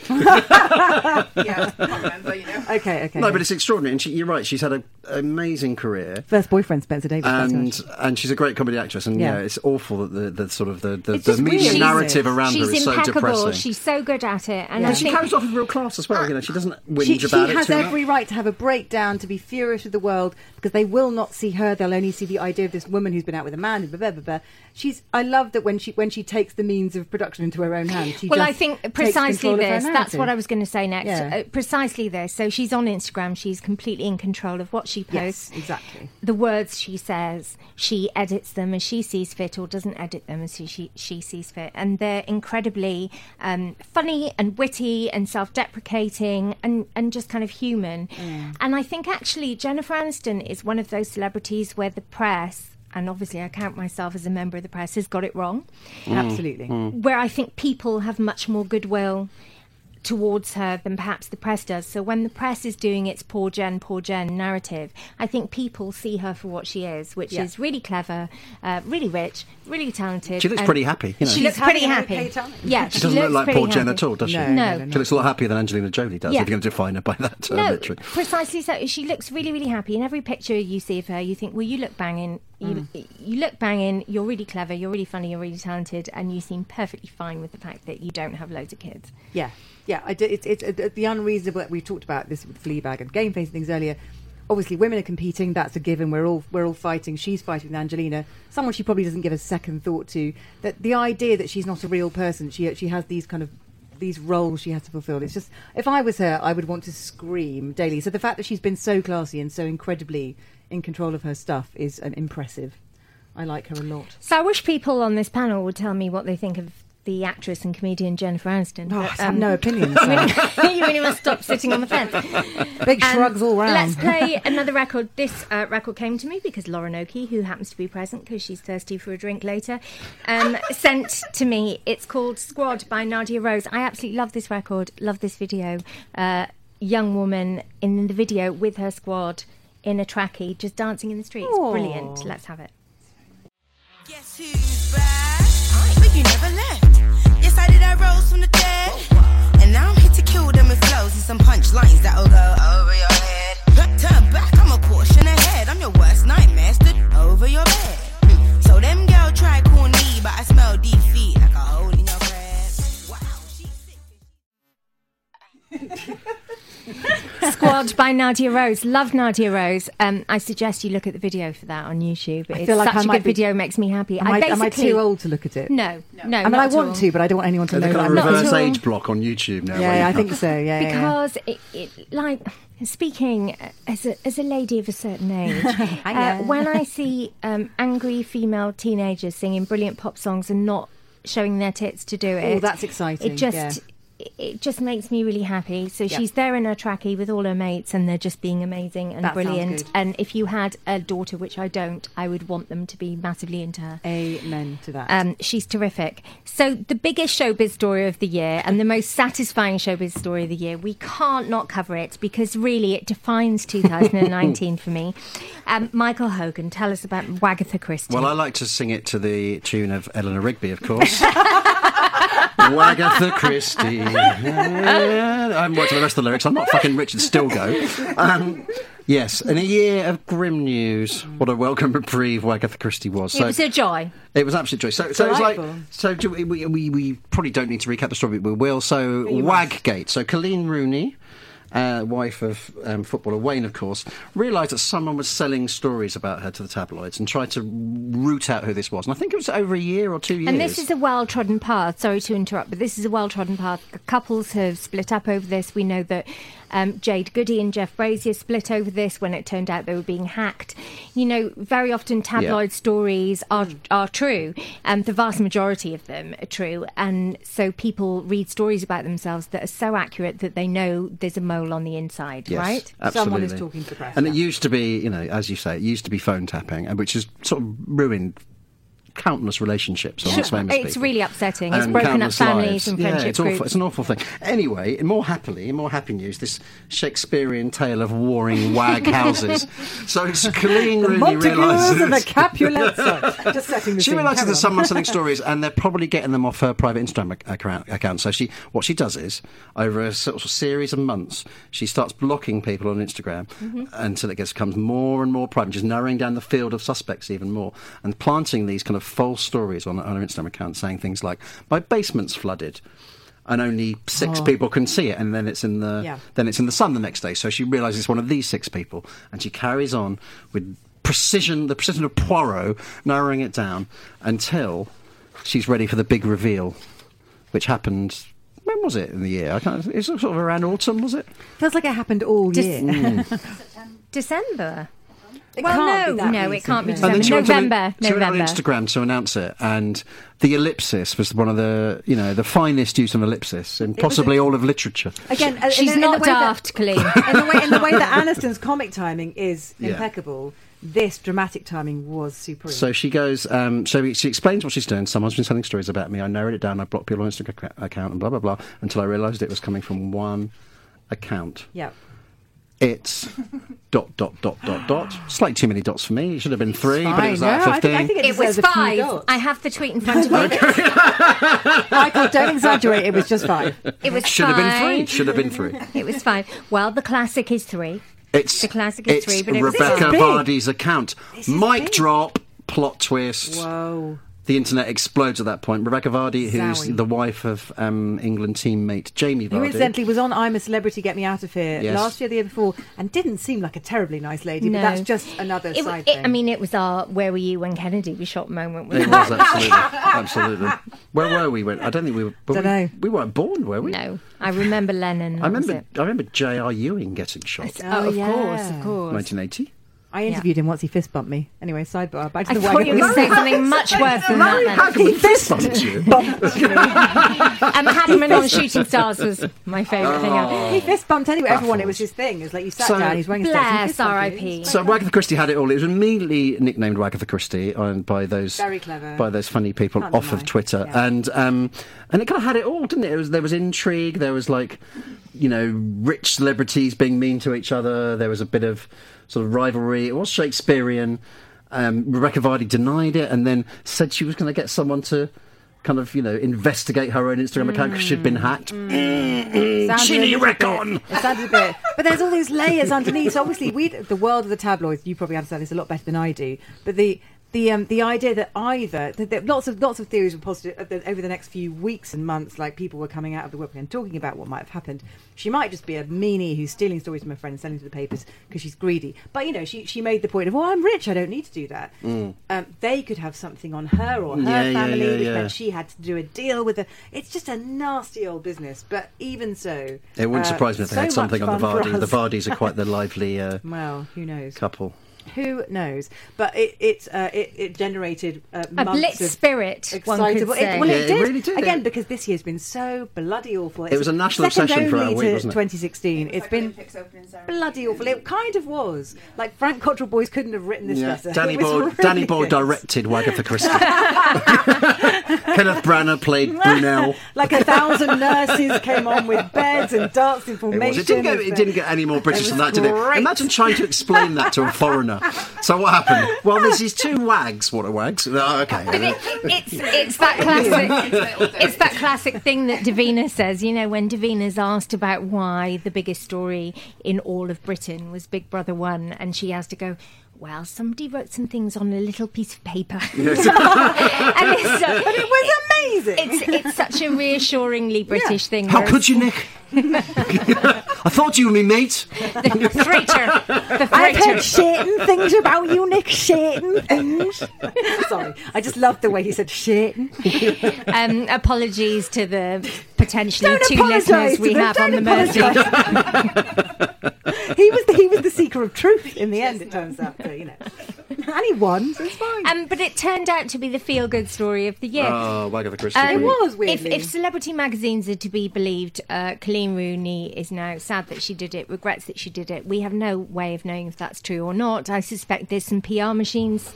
Speaker 10: Yeah, I can't remember, you know.
Speaker 2: Okay, okay.
Speaker 3: No, but it's extraordinary. And she, you're right, she's had an amazing career.
Speaker 2: First boyfriend, Spencer Davis. that's
Speaker 3: And
Speaker 2: right.
Speaker 3: and she's a great comedy actress, and yeah,
Speaker 2: Yeah.
Speaker 3: it's awful that the, the sort of the, the,
Speaker 2: It's
Speaker 3: the
Speaker 2: just weird,
Speaker 3: media
Speaker 2: isn't it?
Speaker 3: narrative around
Speaker 1: She's
Speaker 3: her is so
Speaker 1: impeccable.
Speaker 3: depressing.
Speaker 1: She's so good at it. And
Speaker 2: Yeah.
Speaker 1: I
Speaker 3: she
Speaker 1: think
Speaker 3: comes off with real class as well. You know, she doesn't whinge
Speaker 2: She, she
Speaker 3: about it.
Speaker 2: has
Speaker 3: too much.
Speaker 2: every right to have a breakdown, to be furious with the world, because they will not see her. They'll only see the idea of this woman who's been out with a man. And blah, blah, blah, blah. She's. I love that when she when she takes the means of production into her own hands. She
Speaker 1: well,
Speaker 2: just
Speaker 1: I think
Speaker 2: takes
Speaker 1: precisely
Speaker 2: control of her
Speaker 1: this. That's what
Speaker 2: narrative.
Speaker 1: I was going to say next.
Speaker 2: Yeah.
Speaker 1: Uh, precisely this. So she's on Instagram. She's completely in control of what she posts.
Speaker 2: Yes, exactly.
Speaker 1: The words she says, she edits them as she sees fit, or doesn't edit them as she she, she sees fit. And they're incredibly um, funny and witty and self-deprecating and and just kind of human.
Speaker 2: Mm.
Speaker 1: And I think actually Jennifer Aniston is one of those celebrities where the press. And obviously, I count myself as a member of the press has got it wrong
Speaker 2: Mm.
Speaker 3: Hmm,
Speaker 2: Absolutely.
Speaker 1: where I think people have much more goodwill towards her than perhaps the press does. So when the press is doing its poor Jen, poor Jen narrative, I think people see her for what she is, which is really clever, uh, really rich, really talented.
Speaker 3: She looks
Speaker 1: and-
Speaker 3: pretty happy, you know.
Speaker 1: She
Speaker 3: She's
Speaker 1: looks pretty
Speaker 2: having an
Speaker 1: happy.
Speaker 2: okay time.
Speaker 1: Yeah,
Speaker 3: She doesn't look
Speaker 1: looks
Speaker 3: like
Speaker 1: pretty
Speaker 3: Paul Jen
Speaker 1: happy.
Speaker 3: at all, does she?
Speaker 2: No, no,
Speaker 1: No.
Speaker 3: She looks a lot happier than Angelina Jolie does,
Speaker 1: Yeah.
Speaker 3: if you're going to define her by that term,
Speaker 1: No,
Speaker 3: literally.
Speaker 1: precisely so. She looks really, really happy. In every picture you see of her, you think, well, you look banging. You,
Speaker 2: Mm.
Speaker 1: you look banging, you're really clever, you're really funny, you're really talented, and you seem perfectly fine with the fact that you don't have loads of kids.
Speaker 2: Yeah, yeah. I do, it's it's uh, the unreasonable. We talked about this with Fleabag and Game Face and things earlier. Obviously, women are competing. That's a given. We're all we're all fighting. She's fighting with Angelina, someone she probably doesn't give a second thought to. That the idea that she's not a real person. She she has these kind of these roles she has to fulfil. It's just if I was her, I would want to scream daily. So the fact that she's been so classy and so incredibly in control of her stuff is um, impressive. I like her a lot.
Speaker 1: So I wish people on this panel would tell me what they think of the actress and comedian Jennifer Aniston.
Speaker 2: Oh, I
Speaker 1: but, um,
Speaker 2: have no opinions.
Speaker 1: you really must stop sitting on the fence.
Speaker 2: Big
Speaker 1: Um,
Speaker 2: shrugs all round.
Speaker 1: Let's play another record. This uh, record came to me because Lauren Oakey, who happens to be present because she's thirsty for a drink later, um, sent to me. It's called Squad by Nadia Rose. I absolutely love this record, love this video. Uh, young woman in the video with her squad in a trackie just dancing in the street. It's brilliant. Let's have it.
Speaker 8: Guess who's back? But you never left. Yes, I did. I rose from the dead. And now I'm here to kill them with flows and some punchlines that'll go over your head. Back to back, I'm a portion ahead. I'm your worst nightmare stood over your bed. So them girl try call me, but I smell defeat like a hole in your bread. Wow, she's sick.
Speaker 1: Squad by Nadia Rose. Love Nadia Rose. Um, I suggest you look at the video for that on YouTube. It's
Speaker 2: feel like
Speaker 1: such
Speaker 2: I
Speaker 1: a
Speaker 2: might
Speaker 1: good
Speaker 2: be-
Speaker 1: video. It makes me happy.
Speaker 2: Am I, am I
Speaker 1: basically-
Speaker 2: too old to look at it?
Speaker 1: No, no.
Speaker 2: I mean,
Speaker 1: not
Speaker 2: I
Speaker 1: at all.
Speaker 2: want to, but I don't want anyone to
Speaker 3: They're
Speaker 2: know.
Speaker 3: kind
Speaker 2: that
Speaker 3: of
Speaker 2: I'm not.
Speaker 3: reverse
Speaker 1: all.
Speaker 3: age block on YouTube now.
Speaker 2: Yeah,
Speaker 3: where
Speaker 2: yeah, I
Speaker 3: you-
Speaker 2: think so. Yeah, yeah, yeah.
Speaker 1: because it, it, like speaking uh, as a, as a lady of a certain age uh, when i see um, angry female teenagers singing brilliant pop songs and not showing their tits to do it
Speaker 2: that's exciting,
Speaker 1: it just
Speaker 2: yeah.
Speaker 1: it- It just makes me really happy. So she's there in her trackie with all her mates, and they're just being amazing and
Speaker 2: That sounds
Speaker 1: brilliant.
Speaker 2: good.
Speaker 1: And if you had a daughter, which I don't, I would want them to be massively into her.
Speaker 2: Amen to that.
Speaker 1: Um, she's terrific. So the biggest showbiz story of the year and the most satisfying showbiz story of the year, we can't not cover it because really it defines 2019 for me. Um, Michael Hogan, tell us about Wagatha Christie.
Speaker 3: Well, I like to sing it to the tune of Eleanor Rigby, of course. Wagatha Christie. I haven't worked on the rest of the lyrics. I'm not fucking Richard Stilgo. Um, yes, in a year of grim news, what a welcome reprieve Wagatha Christie was.
Speaker 1: it was a joy.
Speaker 3: It was absolute joy. So, so it's like,
Speaker 2: delightful.
Speaker 3: so do we, we, we, we probably don't need to recap the story, but we will. So, Waggate. So, Colleen Rooney, uh, wife of um, footballer Wayne, of course, realised that someone was selling stories about her to the tabloids and tried to root out who this was. And I think it was over a year or two years.
Speaker 1: And this is a well trodden path. Sorry to interrupt, but this is a well trodden path. Couples have split up over this. We know that um, Jade Goody and Jeff Brazier split over this when it turned out they were being hacked. You know, very often tabloid stories are are true, and the vast majority of them are true. And so people read stories about themselves that are so accurate that they know there's a mole on the inside,
Speaker 3: Yes,
Speaker 1: right?
Speaker 3: Absolutely.
Speaker 2: Someone is talking to the press
Speaker 3: And
Speaker 2: now.
Speaker 3: it used to be, you know, as you say, it used to be phone tapping, and which has sort of ruined countless relationships on this famous
Speaker 1: It's
Speaker 3: people.
Speaker 1: really upsetting. It's
Speaker 3: and
Speaker 1: broken up
Speaker 3: countless
Speaker 1: families
Speaker 3: lives.
Speaker 1: and
Speaker 3: yeah,
Speaker 1: friendship
Speaker 3: it's awful.
Speaker 1: groups.
Speaker 3: It's an awful thing. Anyway, in more happily, in more happy news, this Shakespearean tale of warring wag houses. So it's Colleen Rooney
Speaker 2: Montagues and the
Speaker 3: realises.
Speaker 2: Capulets. Sorry, just setting the
Speaker 3: She
Speaker 2: scene.
Speaker 3: realises
Speaker 2: Carry
Speaker 3: there's
Speaker 2: on.
Speaker 3: someone selling stories, and they're probably getting them off her private Instagram ac- account- account. So she, what she does is, over a sort of series of months, she starts blocking people on Instagram until it gets becomes more and more private, just narrowing down the field of suspects even more, and planting these kind of false stories on, on her Instagram account, saying things like, "My basement's flooded." and only six people can see it, and then it's in the
Speaker 2: Yeah.
Speaker 3: then it's in the sun the next day. So she realizes it's one of these six people, and she carries on with precision, the precision of Poirot, narrowing it down until she's ready for the big reveal, which happened. When was it in the year? I can't. It was sort of around autumn, was it?
Speaker 2: Feels like it happened all
Speaker 1: Just-
Speaker 2: year.
Speaker 1: December.
Speaker 2: It
Speaker 1: well,
Speaker 2: can't
Speaker 1: no,
Speaker 2: be that
Speaker 1: no, it
Speaker 2: recent,
Speaker 1: can't be
Speaker 2: can
Speaker 3: And
Speaker 1: December.
Speaker 3: then she went on-
Speaker 1: November,
Speaker 3: she went on
Speaker 1: November.
Speaker 3: Instagram to announce it, and the ellipsis was one of the you know the finest use of an ellipsis in possibly all of literature.
Speaker 2: Again, and-
Speaker 1: She's
Speaker 2: and the- and
Speaker 1: not
Speaker 2: the way that-
Speaker 1: daft, Colleen.
Speaker 2: and the way and the way that Aniston's comic timing is
Speaker 3: Yeah.
Speaker 2: impeccable, this dramatic timing was supreme.
Speaker 3: So she goes, um, so she explains what she's doing. Someone's been selling stories about me. I narrowed it down. I blocked people on Instagram acc- account and blah, blah, blah, until I realised it was coming from one account.
Speaker 2: yeah.
Speaker 3: It's dot, dot, dot, dot, dot. Slightly too many dots for me. It should have been three, but it was
Speaker 2: no,
Speaker 3: like
Speaker 2: I
Speaker 3: 15.
Speaker 2: think, I think it,
Speaker 1: It was
Speaker 2: deserves a few
Speaker 1: five.
Speaker 2: dots.
Speaker 1: I have the tweet in front of me.
Speaker 2: Michael, don't exaggerate. It was just five.
Speaker 1: It was
Speaker 3: should
Speaker 1: five.
Speaker 3: have been three. Should have been three.
Speaker 1: It was five. Well, the classic is three.
Speaker 3: It's
Speaker 1: The classic is
Speaker 3: it's
Speaker 1: three, but it was
Speaker 3: Rebecca
Speaker 1: five.
Speaker 3: Vardy's account. Mic drop. plot twist.
Speaker 2: Whoa.
Speaker 3: The internet explodes at that point. Rebecca Vardy, who's
Speaker 2: Zowie.
Speaker 3: the wife of um, England teammate Jamie
Speaker 2: Who
Speaker 3: Vardy,
Speaker 2: incidentally was on I'm a Celebrity, Get Me Out of Here
Speaker 3: Yes.
Speaker 2: last year, the year before, and didn't seem like a terribly nice lady, but that's just another
Speaker 1: It-
Speaker 2: side
Speaker 1: it-
Speaker 2: thing.
Speaker 1: I mean, it was our "Where were you when Kennedy was shot?" moment.
Speaker 3: It
Speaker 1: wasn't
Speaker 3: was absolutely, absolutely. Where were we? When I don't think we were. but
Speaker 2: Dunno.
Speaker 3: we, we weren't born, were we?
Speaker 1: No, I remember Lennon.
Speaker 3: I
Speaker 1: that was
Speaker 3: remember. I remember J.R. Ewing getting shot.
Speaker 1: it. Oh, of
Speaker 2: yeah.
Speaker 1: course, of course.
Speaker 3: 1980.
Speaker 2: I interviewed him once, he fist bumped me. Anyway, sidebar, back to
Speaker 1: I
Speaker 2: the
Speaker 1: thought you were
Speaker 2: wagon.
Speaker 1: going to say something much worse than that. Then.
Speaker 3: How can we fist bump you?
Speaker 1: Um, Hanneman on Shooting Stars was my favourite thing. ever.
Speaker 2: He fist bumped anyway, everyone, it
Speaker 3: Baffled.
Speaker 2: was his thing. It's like you sat
Speaker 3: So-
Speaker 2: down, he's wearing his
Speaker 1: Bless R.I.P.
Speaker 3: So Wagatha Christie had it all. It was immediately nicknamed Wagatha Christie on, by those
Speaker 2: Very clever.
Speaker 3: by those funny people
Speaker 2: Can't
Speaker 3: off of
Speaker 2: deny.
Speaker 3: Twitter,
Speaker 2: Yeah.
Speaker 3: and um, and it kind of had it all, didn't it? it was, there was intrigue. There was like, you know, rich celebrities being mean to each other. There was a bit of sort of rivalry. It was Shakespearean. Um, Rebecca Vardy denied it, and then said she was going to get someone to. Kind of, you know, investigate her own Instagram account because she'd
Speaker 2: Mm.
Speaker 3: been hacked. Chini Recon!
Speaker 2: It sounded a bit, but there's all these layers underneath. So obviously, we the world of the tabloids. You probably understand this a lot better than I do. But the the um, the idea that either that, that lots of lots of theories were posited uh, that over the next few weeks and months, like people were coming out of the woodwork and talking about what might have happened. She might just be a meanie who's stealing stories from her friends, selling to the papers because she's greedy. But you know, she she made the point of, well, I'm rich, I don't need to do that. Um, they could have something on her or her
Speaker 3: Yeah, yeah,
Speaker 2: family,
Speaker 3: yeah,
Speaker 2: which
Speaker 3: yeah.
Speaker 2: meant she had to do a deal with her. It's just a nasty old business. But even so,
Speaker 3: It wouldn't
Speaker 2: uh,
Speaker 3: surprise me if they had
Speaker 2: so much
Speaker 3: something on the
Speaker 2: fun for
Speaker 3: Vardy. The
Speaker 2: us.
Speaker 3: Vardys are quite the lively uh,
Speaker 2: Well, who knows?
Speaker 3: couple.
Speaker 2: Who knows? But it it uh, it, it generated uh,
Speaker 1: A
Speaker 2: months
Speaker 1: blitz
Speaker 2: of
Speaker 1: spirit, one could
Speaker 2: Excitable.
Speaker 1: say.
Speaker 2: It, well,
Speaker 3: Yeah,
Speaker 2: it
Speaker 3: it
Speaker 2: did.
Speaker 3: really did.
Speaker 2: Again,
Speaker 3: It-
Speaker 2: because this year's been so bloody awful.
Speaker 3: was a national
Speaker 2: second
Speaker 3: obsession for
Speaker 2: only
Speaker 3: our week,
Speaker 2: to
Speaker 3: wasn't it?
Speaker 2: 2016. It's been
Speaker 10: Olympics opening ceremony.
Speaker 2: bloody awful. It kind of was. Like Frank Cottrell Boys couldn't have written this better.
Speaker 3: Danny
Speaker 2: It was
Speaker 3: Boyle,
Speaker 2: really
Speaker 3: Danny Boyle
Speaker 2: good.
Speaker 3: directed Wagatha Christie. Kenneth Branagh played Brunel.
Speaker 2: Like a thousand nurses came on with beds and dancing
Speaker 3: It,
Speaker 2: formation.
Speaker 3: was. It didn't get
Speaker 2: It's,
Speaker 3: it
Speaker 2: uh,
Speaker 3: didn't get any more British
Speaker 2: It
Speaker 3: than
Speaker 2: was
Speaker 3: that, did it?
Speaker 2: great.
Speaker 3: Imagine trying to explain that to a foreigner. So what happened? Well, there's these two wags. What are wags? Oh,
Speaker 1: But
Speaker 3: okay.
Speaker 1: it, it's it's that classic it's that classic thing that Davina says. You know, when Davina's asked about why the biggest story in all of Britain was Big Brother One, and she has to go. Well, somebody wrote some things on a little piece of paper. and it's, uh,
Speaker 2: It was amazing.
Speaker 1: it's, it's such a reassuringly British thing.
Speaker 3: How
Speaker 1: whereas-
Speaker 3: could you, Nick? I thought you were me, mate.
Speaker 1: The traitor. The
Speaker 2: I've
Speaker 1: traitor.
Speaker 2: heard shitting things about you, Nick. Shitting things. Sorry, I just love the way he said shitting.
Speaker 1: Um, apologies to the potentially
Speaker 2: Don't
Speaker 1: two
Speaker 2: apologise
Speaker 1: listeners
Speaker 2: to
Speaker 1: we
Speaker 2: them,
Speaker 1: have on
Speaker 2: don't
Speaker 1: the Mersey.
Speaker 2: apologise. he was the, he was the seeker of truth in the end. It turns out, so, you know, and he won. So it's fine.
Speaker 1: Um, but it turned out to be the feel-good story of the year.
Speaker 3: Oh, Wagatha Christie.
Speaker 1: Um,
Speaker 2: It was
Speaker 1: If,
Speaker 2: weirdly.
Speaker 1: if celebrity magazines are to be believed, uh, Colleen Rooney is now sad that she did it, regrets that she did it. We have no way of knowing if that's true or not. I suspect there's some PR machines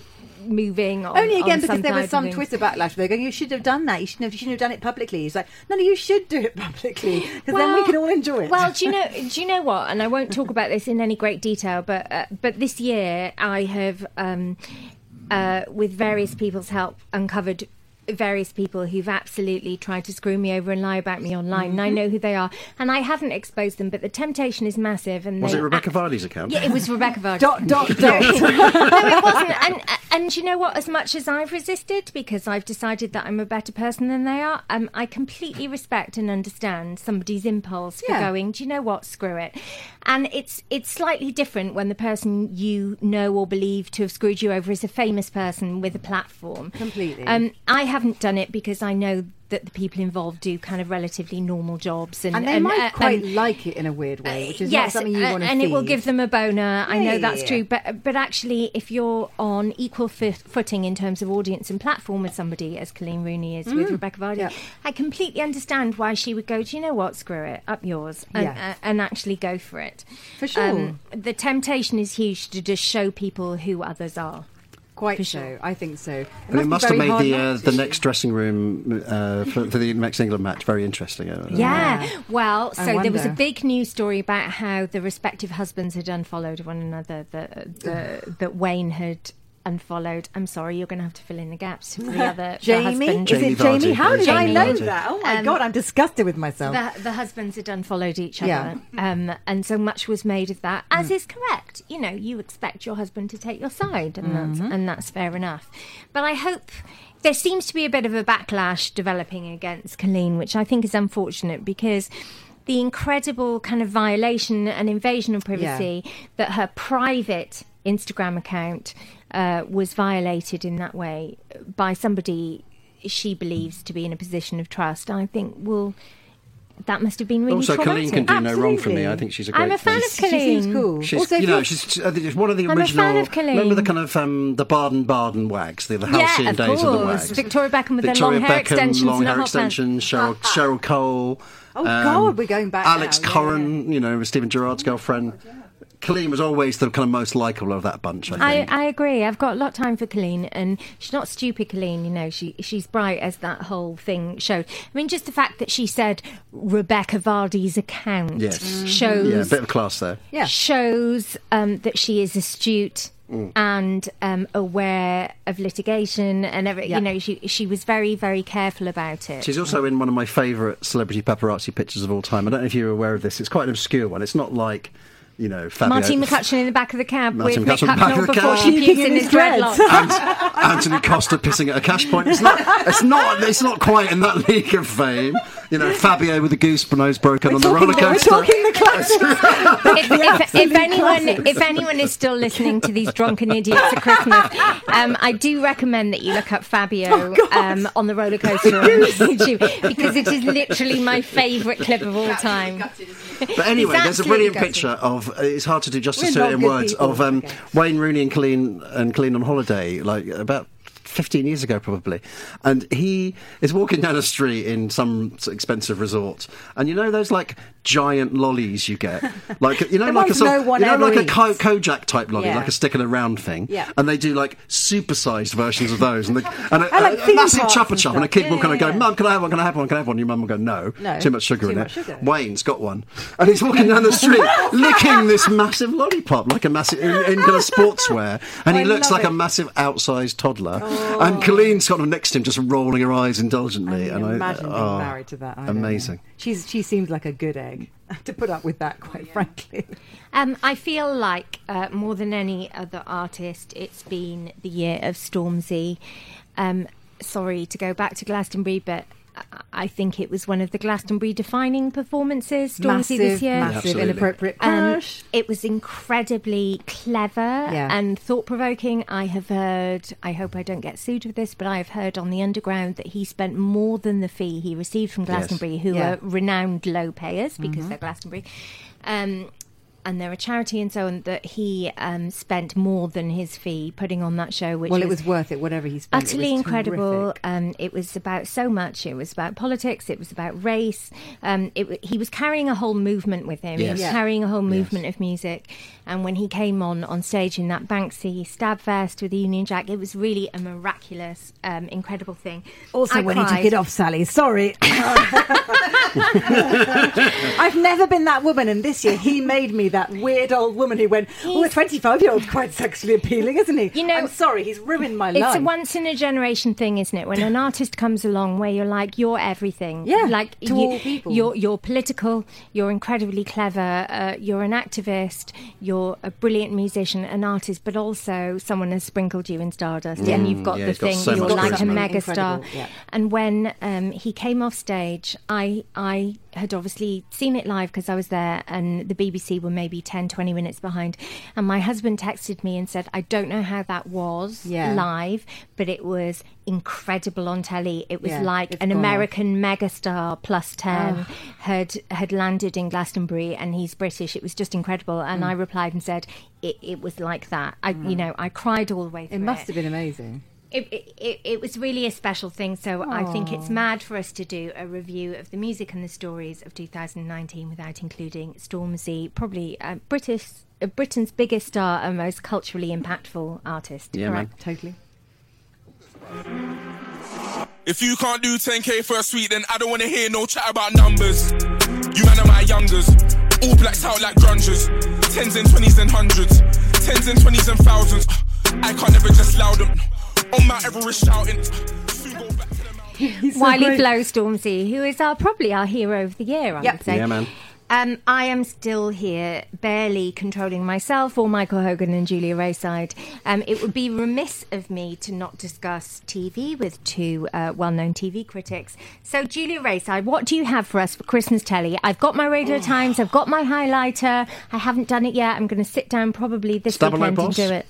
Speaker 1: moving. On,
Speaker 2: Only again
Speaker 1: on
Speaker 2: because
Speaker 1: some
Speaker 2: there
Speaker 1: type
Speaker 2: was
Speaker 1: of
Speaker 2: Oh, some
Speaker 1: thing.
Speaker 2: Twitter backlash. They're going, "You should have done that. You shouldn't have. You shouldn't have done it publicly." He's like, "No, no, you should do it publicly because then we
Speaker 1: Well-
Speaker 2: can all enjoy it."
Speaker 1: Well, do you know? Do you know what? And I won't talk about this in any great detail, but uh, but this year I have, um, uh, with various people's help, uncovered various people who've absolutely tried to screw me over and lie about me online.
Speaker 2: Mm-hmm.
Speaker 1: And I know who they are, and I haven't exposed them, but the temptation is massive. And
Speaker 3: Was
Speaker 1: they
Speaker 3: it Rebecca Vardy's account?
Speaker 1: Yeah, it was Rebecca Vardy.
Speaker 2: dot dot dot.
Speaker 1: No, it wasn't. And and you know what? As much as I've resisted because I've decided that I'm a better person than they are, um, I completely respect and understand somebody's impulse for
Speaker 2: Yeah.
Speaker 1: going. Do you know what? Screw it. And it's it's slightly different when the person you know or believe to have screwed you over is a famous person with a platform.
Speaker 2: Completely.
Speaker 1: Um, I haven't done it because I know that the people involved do kind of relatively normal jobs, and
Speaker 2: and they
Speaker 1: and,
Speaker 2: might
Speaker 1: uh,
Speaker 2: quite
Speaker 1: and-
Speaker 2: like it in a weird way, which is
Speaker 1: yes,
Speaker 2: not something you
Speaker 1: a-
Speaker 2: want to.
Speaker 1: and it will give them a boner. I know
Speaker 2: yeah,
Speaker 1: that's
Speaker 2: yeah.
Speaker 1: true, but but actually, if you're on equal foot footing in terms of audience and platform with somebody as Colleen Rooney is
Speaker 2: Mm.
Speaker 1: with Rebecca Vardy,
Speaker 2: Yep.
Speaker 1: I completely understand why she would go. Do you know what? Screw it, up yours, and,
Speaker 2: Yeah.
Speaker 1: uh, and actually go for it. Um,
Speaker 2: For sure.
Speaker 1: the temptation is huge to just show people who others are.
Speaker 2: quite
Speaker 1: for
Speaker 2: so.
Speaker 1: sure.
Speaker 2: I think so. It
Speaker 3: And it must have made the uh, the
Speaker 2: next.
Speaker 3: next dressing room uh, for, for the next England match very interesting. uh,
Speaker 1: Yeah.
Speaker 2: Yeah.
Speaker 1: Well, so
Speaker 2: I
Speaker 1: there was a
Speaker 2: wonder.
Speaker 1: big news story about how the respective husbands had unfollowed one another. That that, that Wayne had. unfollowed. I'm sorry, you're going to have to fill in the gaps. Who's the other the
Speaker 2: Jamie?
Speaker 1: husband?
Speaker 2: Is
Speaker 3: Jamie
Speaker 2: it Jamie?
Speaker 3: Vardy.
Speaker 2: How did I
Speaker 3: Jamie
Speaker 2: know
Speaker 3: Vardy.
Speaker 2: that? Oh my
Speaker 1: Um,
Speaker 2: god, I'm disgusted with myself.
Speaker 1: The, the husbands had unfollowed each other,
Speaker 2: Yeah.
Speaker 1: um, and so much was made of that. As is correct, you know, you expect your husband to take your side, and that's and that's fair enough. But I hope there seems to be a bit of a backlash developing against Colleen, which I think is unfortunate because. The incredible kind of violation and invasion of privacy that her private Instagram account uh, was violated in that way by somebody she believes to be in a position of trust, I think will that must have been really
Speaker 3: also, Colleen
Speaker 1: traumatic.
Speaker 3: can do no wrong for me.
Speaker 2: Absolutely.
Speaker 3: I think she's a great
Speaker 1: I'm a fan
Speaker 3: piece.
Speaker 1: of Colleen.
Speaker 2: she seems cool.
Speaker 3: She's,
Speaker 2: also,
Speaker 3: you
Speaker 2: if
Speaker 3: know,
Speaker 2: you're-
Speaker 3: she's I think it's one of the
Speaker 1: I'm a
Speaker 3: original.
Speaker 1: fan of Colleen.
Speaker 3: Remember the kind of um, the Baden Baden wags, the, the halcyon
Speaker 1: yeah, of
Speaker 3: days
Speaker 1: course.
Speaker 3: of the wags.
Speaker 1: Victoria Beckham with
Speaker 3: Victoria
Speaker 1: their long hair
Speaker 3: Beckham,
Speaker 1: extensions
Speaker 3: long
Speaker 1: and the
Speaker 3: hair
Speaker 1: hot
Speaker 3: extensions, Cheryl, Cheryl Cole.
Speaker 2: Oh, God, we're going
Speaker 1: uh,
Speaker 2: back
Speaker 3: um, Alex
Speaker 2: now, yeah,
Speaker 3: Corran, you know, Stephen Gerrard's girlfriend. Colleen was always the kind of most likable of that bunch, I
Speaker 1: I,
Speaker 3: think.
Speaker 1: I agree. I've got a lot of time for Colleen, and she's not stupid, Colleen. You know, she she's bright as that whole thing showed. I mean, just the fact that she said Rebecca Vardy's account
Speaker 3: Yes.
Speaker 1: shows
Speaker 3: yeah, a bit of class there.
Speaker 2: Yeah.
Speaker 1: shows um, that she is astute
Speaker 3: Mm.
Speaker 1: and um, aware of litigation and every,
Speaker 2: Yeah.
Speaker 1: you know she she was very very careful about it.
Speaker 3: She's also in one of my favourite celebrity paparazzi pictures of all time. I don't know if you're aware of this. It's quite an obscure one. It's not like, you know, Fabio...
Speaker 1: Martin McCutcheon in the back of the cab
Speaker 3: Martin
Speaker 1: with Mick
Speaker 3: McCutcheon in the back
Speaker 1: Hucknall
Speaker 3: of the
Speaker 1: before
Speaker 3: cab.
Speaker 1: she
Speaker 2: Puking
Speaker 1: pukes
Speaker 2: in
Speaker 1: in
Speaker 2: his
Speaker 1: his
Speaker 2: dreads.
Speaker 1: dreadlocks.
Speaker 3: Ant- Anthony Costa pissing at a cash point. It's not. It's not. It's not quite in that league of fame. You know, Fabio with the goose nose broken on the roller
Speaker 2: talking- we're
Speaker 3: coaster.
Speaker 2: talking the classics.
Speaker 1: if, if, if anyone if anyone is still listening to these drunken idiots at Christmas, um, I do recommend that you look up
Speaker 3: Oh,
Speaker 1: Fabio um, on the roller coaster on YouTube because it is literally my favourite clip of all time.
Speaker 10: Gutted, isn't it?
Speaker 3: But anyway, there's a
Speaker 1: Exactly,
Speaker 3: brilliant
Speaker 1: Gussie.
Speaker 3: picture of. uh, It's hard to do justice
Speaker 2: We're
Speaker 3: to
Speaker 2: not
Speaker 3: it in
Speaker 2: good
Speaker 3: words
Speaker 2: people.
Speaker 3: of um,
Speaker 2: Okay.
Speaker 3: Wayne Rooney and Colleen and Colleen on holiday, like about. 15 years ago, probably. And he is walking down a street in some sort of expensive resort. And you know those like giant lollies you get? Like, you know,
Speaker 2: The
Speaker 3: like a
Speaker 2: ones
Speaker 3: sort
Speaker 2: no one
Speaker 3: you know,
Speaker 2: ever
Speaker 3: like a
Speaker 2: eats.
Speaker 3: Ko- Kojak type lolly,
Speaker 2: Yeah.
Speaker 3: like a stick and a round thing.
Speaker 2: Yeah.
Speaker 3: And they do like supersized versions of those. And, they, and a,
Speaker 2: And, like,
Speaker 3: a
Speaker 2: theme
Speaker 3: massive
Speaker 2: parks
Speaker 3: chopper
Speaker 2: and
Speaker 3: chop. And a
Speaker 2: stuff.
Speaker 3: kid
Speaker 2: Yeah,
Speaker 3: will kind of
Speaker 2: yeah,
Speaker 3: go,
Speaker 2: yeah.
Speaker 3: Mum, can I have one? Can I have one? Can I have one? Your mum will go, No.
Speaker 2: No.
Speaker 3: Too much sugar
Speaker 2: Too
Speaker 3: in
Speaker 2: much
Speaker 3: it.
Speaker 2: sugar.
Speaker 3: Wayne's got one, and he's walking down the street licking this massive lollipop like a massive in, in kind of sportswear, and
Speaker 2: I
Speaker 3: he looks
Speaker 2: love
Speaker 3: like a
Speaker 2: it.
Speaker 3: massive outsized toddler. And Colleen's kind of next to him, just rolling her eyes indulgently.
Speaker 2: Can
Speaker 3: and
Speaker 2: you imagine being
Speaker 3: oh,
Speaker 2: married to that. I don't know.
Speaker 3: amazing.
Speaker 2: She's she seems like a good egg to put up with that. Quite frankly,
Speaker 1: Um, I feel like uh, more than any other artist, it's been the year of Stormzy. Um, sorry to go back to Glastonbury, but I- I think it was one of the Glastonbury defining performances. Stormzy
Speaker 2: massive,
Speaker 1: this year.
Speaker 2: massive,
Speaker 3: Absolutely.
Speaker 2: inappropriate
Speaker 1: Um,
Speaker 2: crush.
Speaker 1: it was incredibly clever
Speaker 2: Yeah.
Speaker 1: and thought provoking. I have heard, I hope I don't get sued with this, but I have heard on the underground that he spent more than the fee he received from Glastonbury, who
Speaker 2: Yeah. Mm-hmm.
Speaker 1: are renowned low payers because they're Glastonbury. Um, and they're a charity and so on, that he um, spent more than his fee putting on that show, which
Speaker 2: well, it was worth it. Whatever he spent, it
Speaker 1: utterly
Speaker 2: was
Speaker 1: incredible.
Speaker 2: terrific.
Speaker 1: Um, it was about so much. It was about politics. It was about race. Um, it, w- he was carrying a whole movement with him. He
Speaker 3: Yes.
Speaker 1: was
Speaker 3: Yeah.
Speaker 1: carrying a whole movement of music. And when he came on on stage in that Banksy stab vest with the Union Jack, it was really a miraculous, um, incredible thing.
Speaker 2: Also,
Speaker 1: I
Speaker 2: when he
Speaker 1: cried.
Speaker 2: took it off, Sally. Sorry, I've never been that woman, and this year he made me that weird old woman who went, "Oh, a
Speaker 1: He's-
Speaker 2: twenty-five-year-old, quite sexually appealing, isn't he?"
Speaker 1: You know-
Speaker 2: I'm sorry, he's ruined my
Speaker 1: It's
Speaker 2: life.
Speaker 1: a once in a generation thing, isn't it? When an artist comes along, where you're like, you're everything.
Speaker 2: Yeah,
Speaker 1: like
Speaker 2: to all people.
Speaker 1: You're you're political. You're incredibly clever. Uh, you're an activist. You're a brilliant musician, an artist, but also someone has sprinkled you in stardust, and you've got
Speaker 3: Mm, yeah,
Speaker 1: the
Speaker 3: he's got
Speaker 1: thing.
Speaker 3: so
Speaker 1: you're
Speaker 3: much
Speaker 1: like a
Speaker 3: charisma.
Speaker 1: megastar.
Speaker 2: Incredible, yeah.
Speaker 1: And when um, he came off stage, I I had obviously seen it live because I was there, and the BBC were maybe 10, 20 minutes behind. And my husband texted me and said, "I don't know how that was
Speaker 2: Yeah.
Speaker 1: live, but it was incredible on telly. It was
Speaker 2: Yeah,
Speaker 1: like
Speaker 2: it's
Speaker 1: an
Speaker 2: gone off.
Speaker 1: American megastar plus ten had had landed in Glastonbury, and he's British. It was just incredible. And
Speaker 2: Mm.
Speaker 1: I replied and said." It, it was like that. I, you know, I cried all the way through.
Speaker 2: it must have been amazing.
Speaker 1: It, it, it, it was really a special thing, so I think it's mad for us to do a review of the music and the stories of 2019 without including Stormzy, probably uh, British, uh, Britain's biggest star and most culturally impactful artist.
Speaker 3: Yeah,
Speaker 1: All
Speaker 3: man.
Speaker 2: Totally.
Speaker 9: If you can't do 10k for a sweet, then I don't wanna hear no chat about numbers. You man are my youngers, all blacks out like grungers. Tens and twenties and hundreds, tens and twenties and thousands. I can't never just loud them. On my Everest shouting. Soon go back to the mountain.
Speaker 1: Wiley Flow Stormzy, who is our probably our hero of the year, I
Speaker 7: Yep.
Speaker 1: would say.
Speaker 3: Yeah, man.
Speaker 1: Um, I am still here, barely controlling myself or Michael Hogan and Julia Rayside. Um, it would be remiss of me to not discuss TV with two uh, well known TV critics. So, Julia Rayside, what do you have for us for Christmas telly? I've got my Radio Times, I've got my highlighter. I haven't done it yet. I'm going to sit down probably this
Speaker 3: Stabilo
Speaker 1: weekend
Speaker 3: Boss?
Speaker 1: and do it.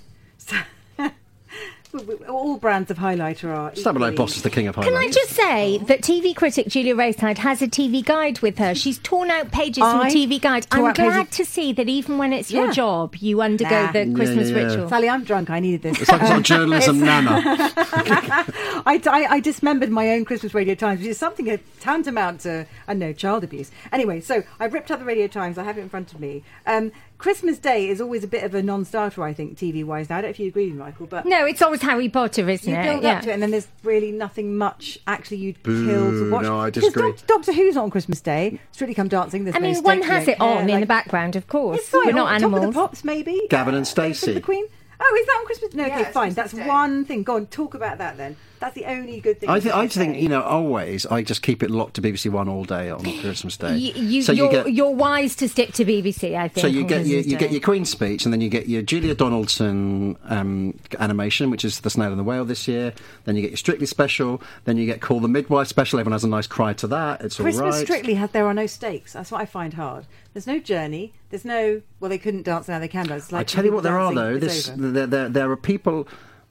Speaker 2: W- w- All brands of highlighter are.
Speaker 3: Stabilo
Speaker 2: equally-
Speaker 3: Boss is the king of highlights.
Speaker 1: Can I just
Speaker 2: Oh.
Speaker 1: say that TV critic Julia Rayside has a TV guide with her? She's torn out pages from
Speaker 2: I
Speaker 1: TV guide.
Speaker 2: tore
Speaker 1: I'm
Speaker 2: out pages-
Speaker 1: glad to see that even when it's your
Speaker 2: Yeah.
Speaker 1: job, you undergo
Speaker 2: Nah.
Speaker 1: the
Speaker 2: Yeah,
Speaker 1: Christmas
Speaker 3: yeah, yeah.
Speaker 1: ritual.
Speaker 2: Sally, I'm drunk. I needed this.
Speaker 3: It's like some journalism nana.
Speaker 2: I, I, I dismembered my own Christmas Radio Times, which is something a tantamount to, I don't know, child abuse. Anyway, so I ripped up the Radio Times. I have it in front of me. Um, Christmas Day is always a bit of a non-starter, I think, TV-wise. Now, I don't know if you agree, Michael, but
Speaker 1: No, it's always Harry Potter, isn't
Speaker 2: you
Speaker 1: it?
Speaker 2: build
Speaker 1: yeah.
Speaker 2: up to it, and then there's really nothing much actually you'd
Speaker 3: Boo,
Speaker 2: kill to watch.
Speaker 3: no, I
Speaker 2: 'Cause
Speaker 3: disagree.
Speaker 2: Doc- Doctor Who's not on Christmas Day. Strictly Come Dancing. There's
Speaker 1: I
Speaker 2: no
Speaker 1: mean,
Speaker 2: steak,
Speaker 1: one
Speaker 2: you
Speaker 1: has
Speaker 2: don't
Speaker 1: it on
Speaker 2: care,
Speaker 1: in the
Speaker 2: like-
Speaker 1: background, of course.
Speaker 2: It's fine.
Speaker 1: We're not
Speaker 2: oh, Top of
Speaker 1: animals.
Speaker 2: the Pops, maybe.
Speaker 3: Gavin and
Speaker 2: Uh,
Speaker 3: Stacey.
Speaker 2: The Queen. Oh, is that on Christmas? No,
Speaker 10: Yeah,
Speaker 2: okay,
Speaker 10: it's
Speaker 2: fine.
Speaker 10: Christmas
Speaker 2: That's
Speaker 10: Day.
Speaker 2: one thing. Go on, talk about that then. That's the only good thing.
Speaker 3: I,
Speaker 2: on
Speaker 3: th- I
Speaker 2: Christmas
Speaker 3: think,
Speaker 2: Day.
Speaker 3: you know, always I just keep it locked to BBC One all day on Christmas Day.
Speaker 1: You, you,
Speaker 3: so
Speaker 1: you're,
Speaker 3: you get,
Speaker 1: you are wise to stick to BBC, I think.
Speaker 3: so you
Speaker 1: on
Speaker 3: get your,
Speaker 1: Christmas
Speaker 3: you
Speaker 1: Day.
Speaker 3: get your Queen speech, and then you get your Julia Donaldson um, animation, which is the Snail and the Whale this year. Then you get your Strictly special. Then you get Call the Midwife special. Everyone has a nice cry to that. It's all
Speaker 2: Christmas
Speaker 3: right.
Speaker 2: strictly has there are no stakes. That's what I find hard. There's no journey. There's no well, they couldn't dance now they can dance. It's
Speaker 3: I
Speaker 2: Like
Speaker 3: tell you what, there are
Speaker 2: dancing,
Speaker 3: though.
Speaker 2: it's
Speaker 3: This
Speaker 2: over.
Speaker 3: there, there, there are people.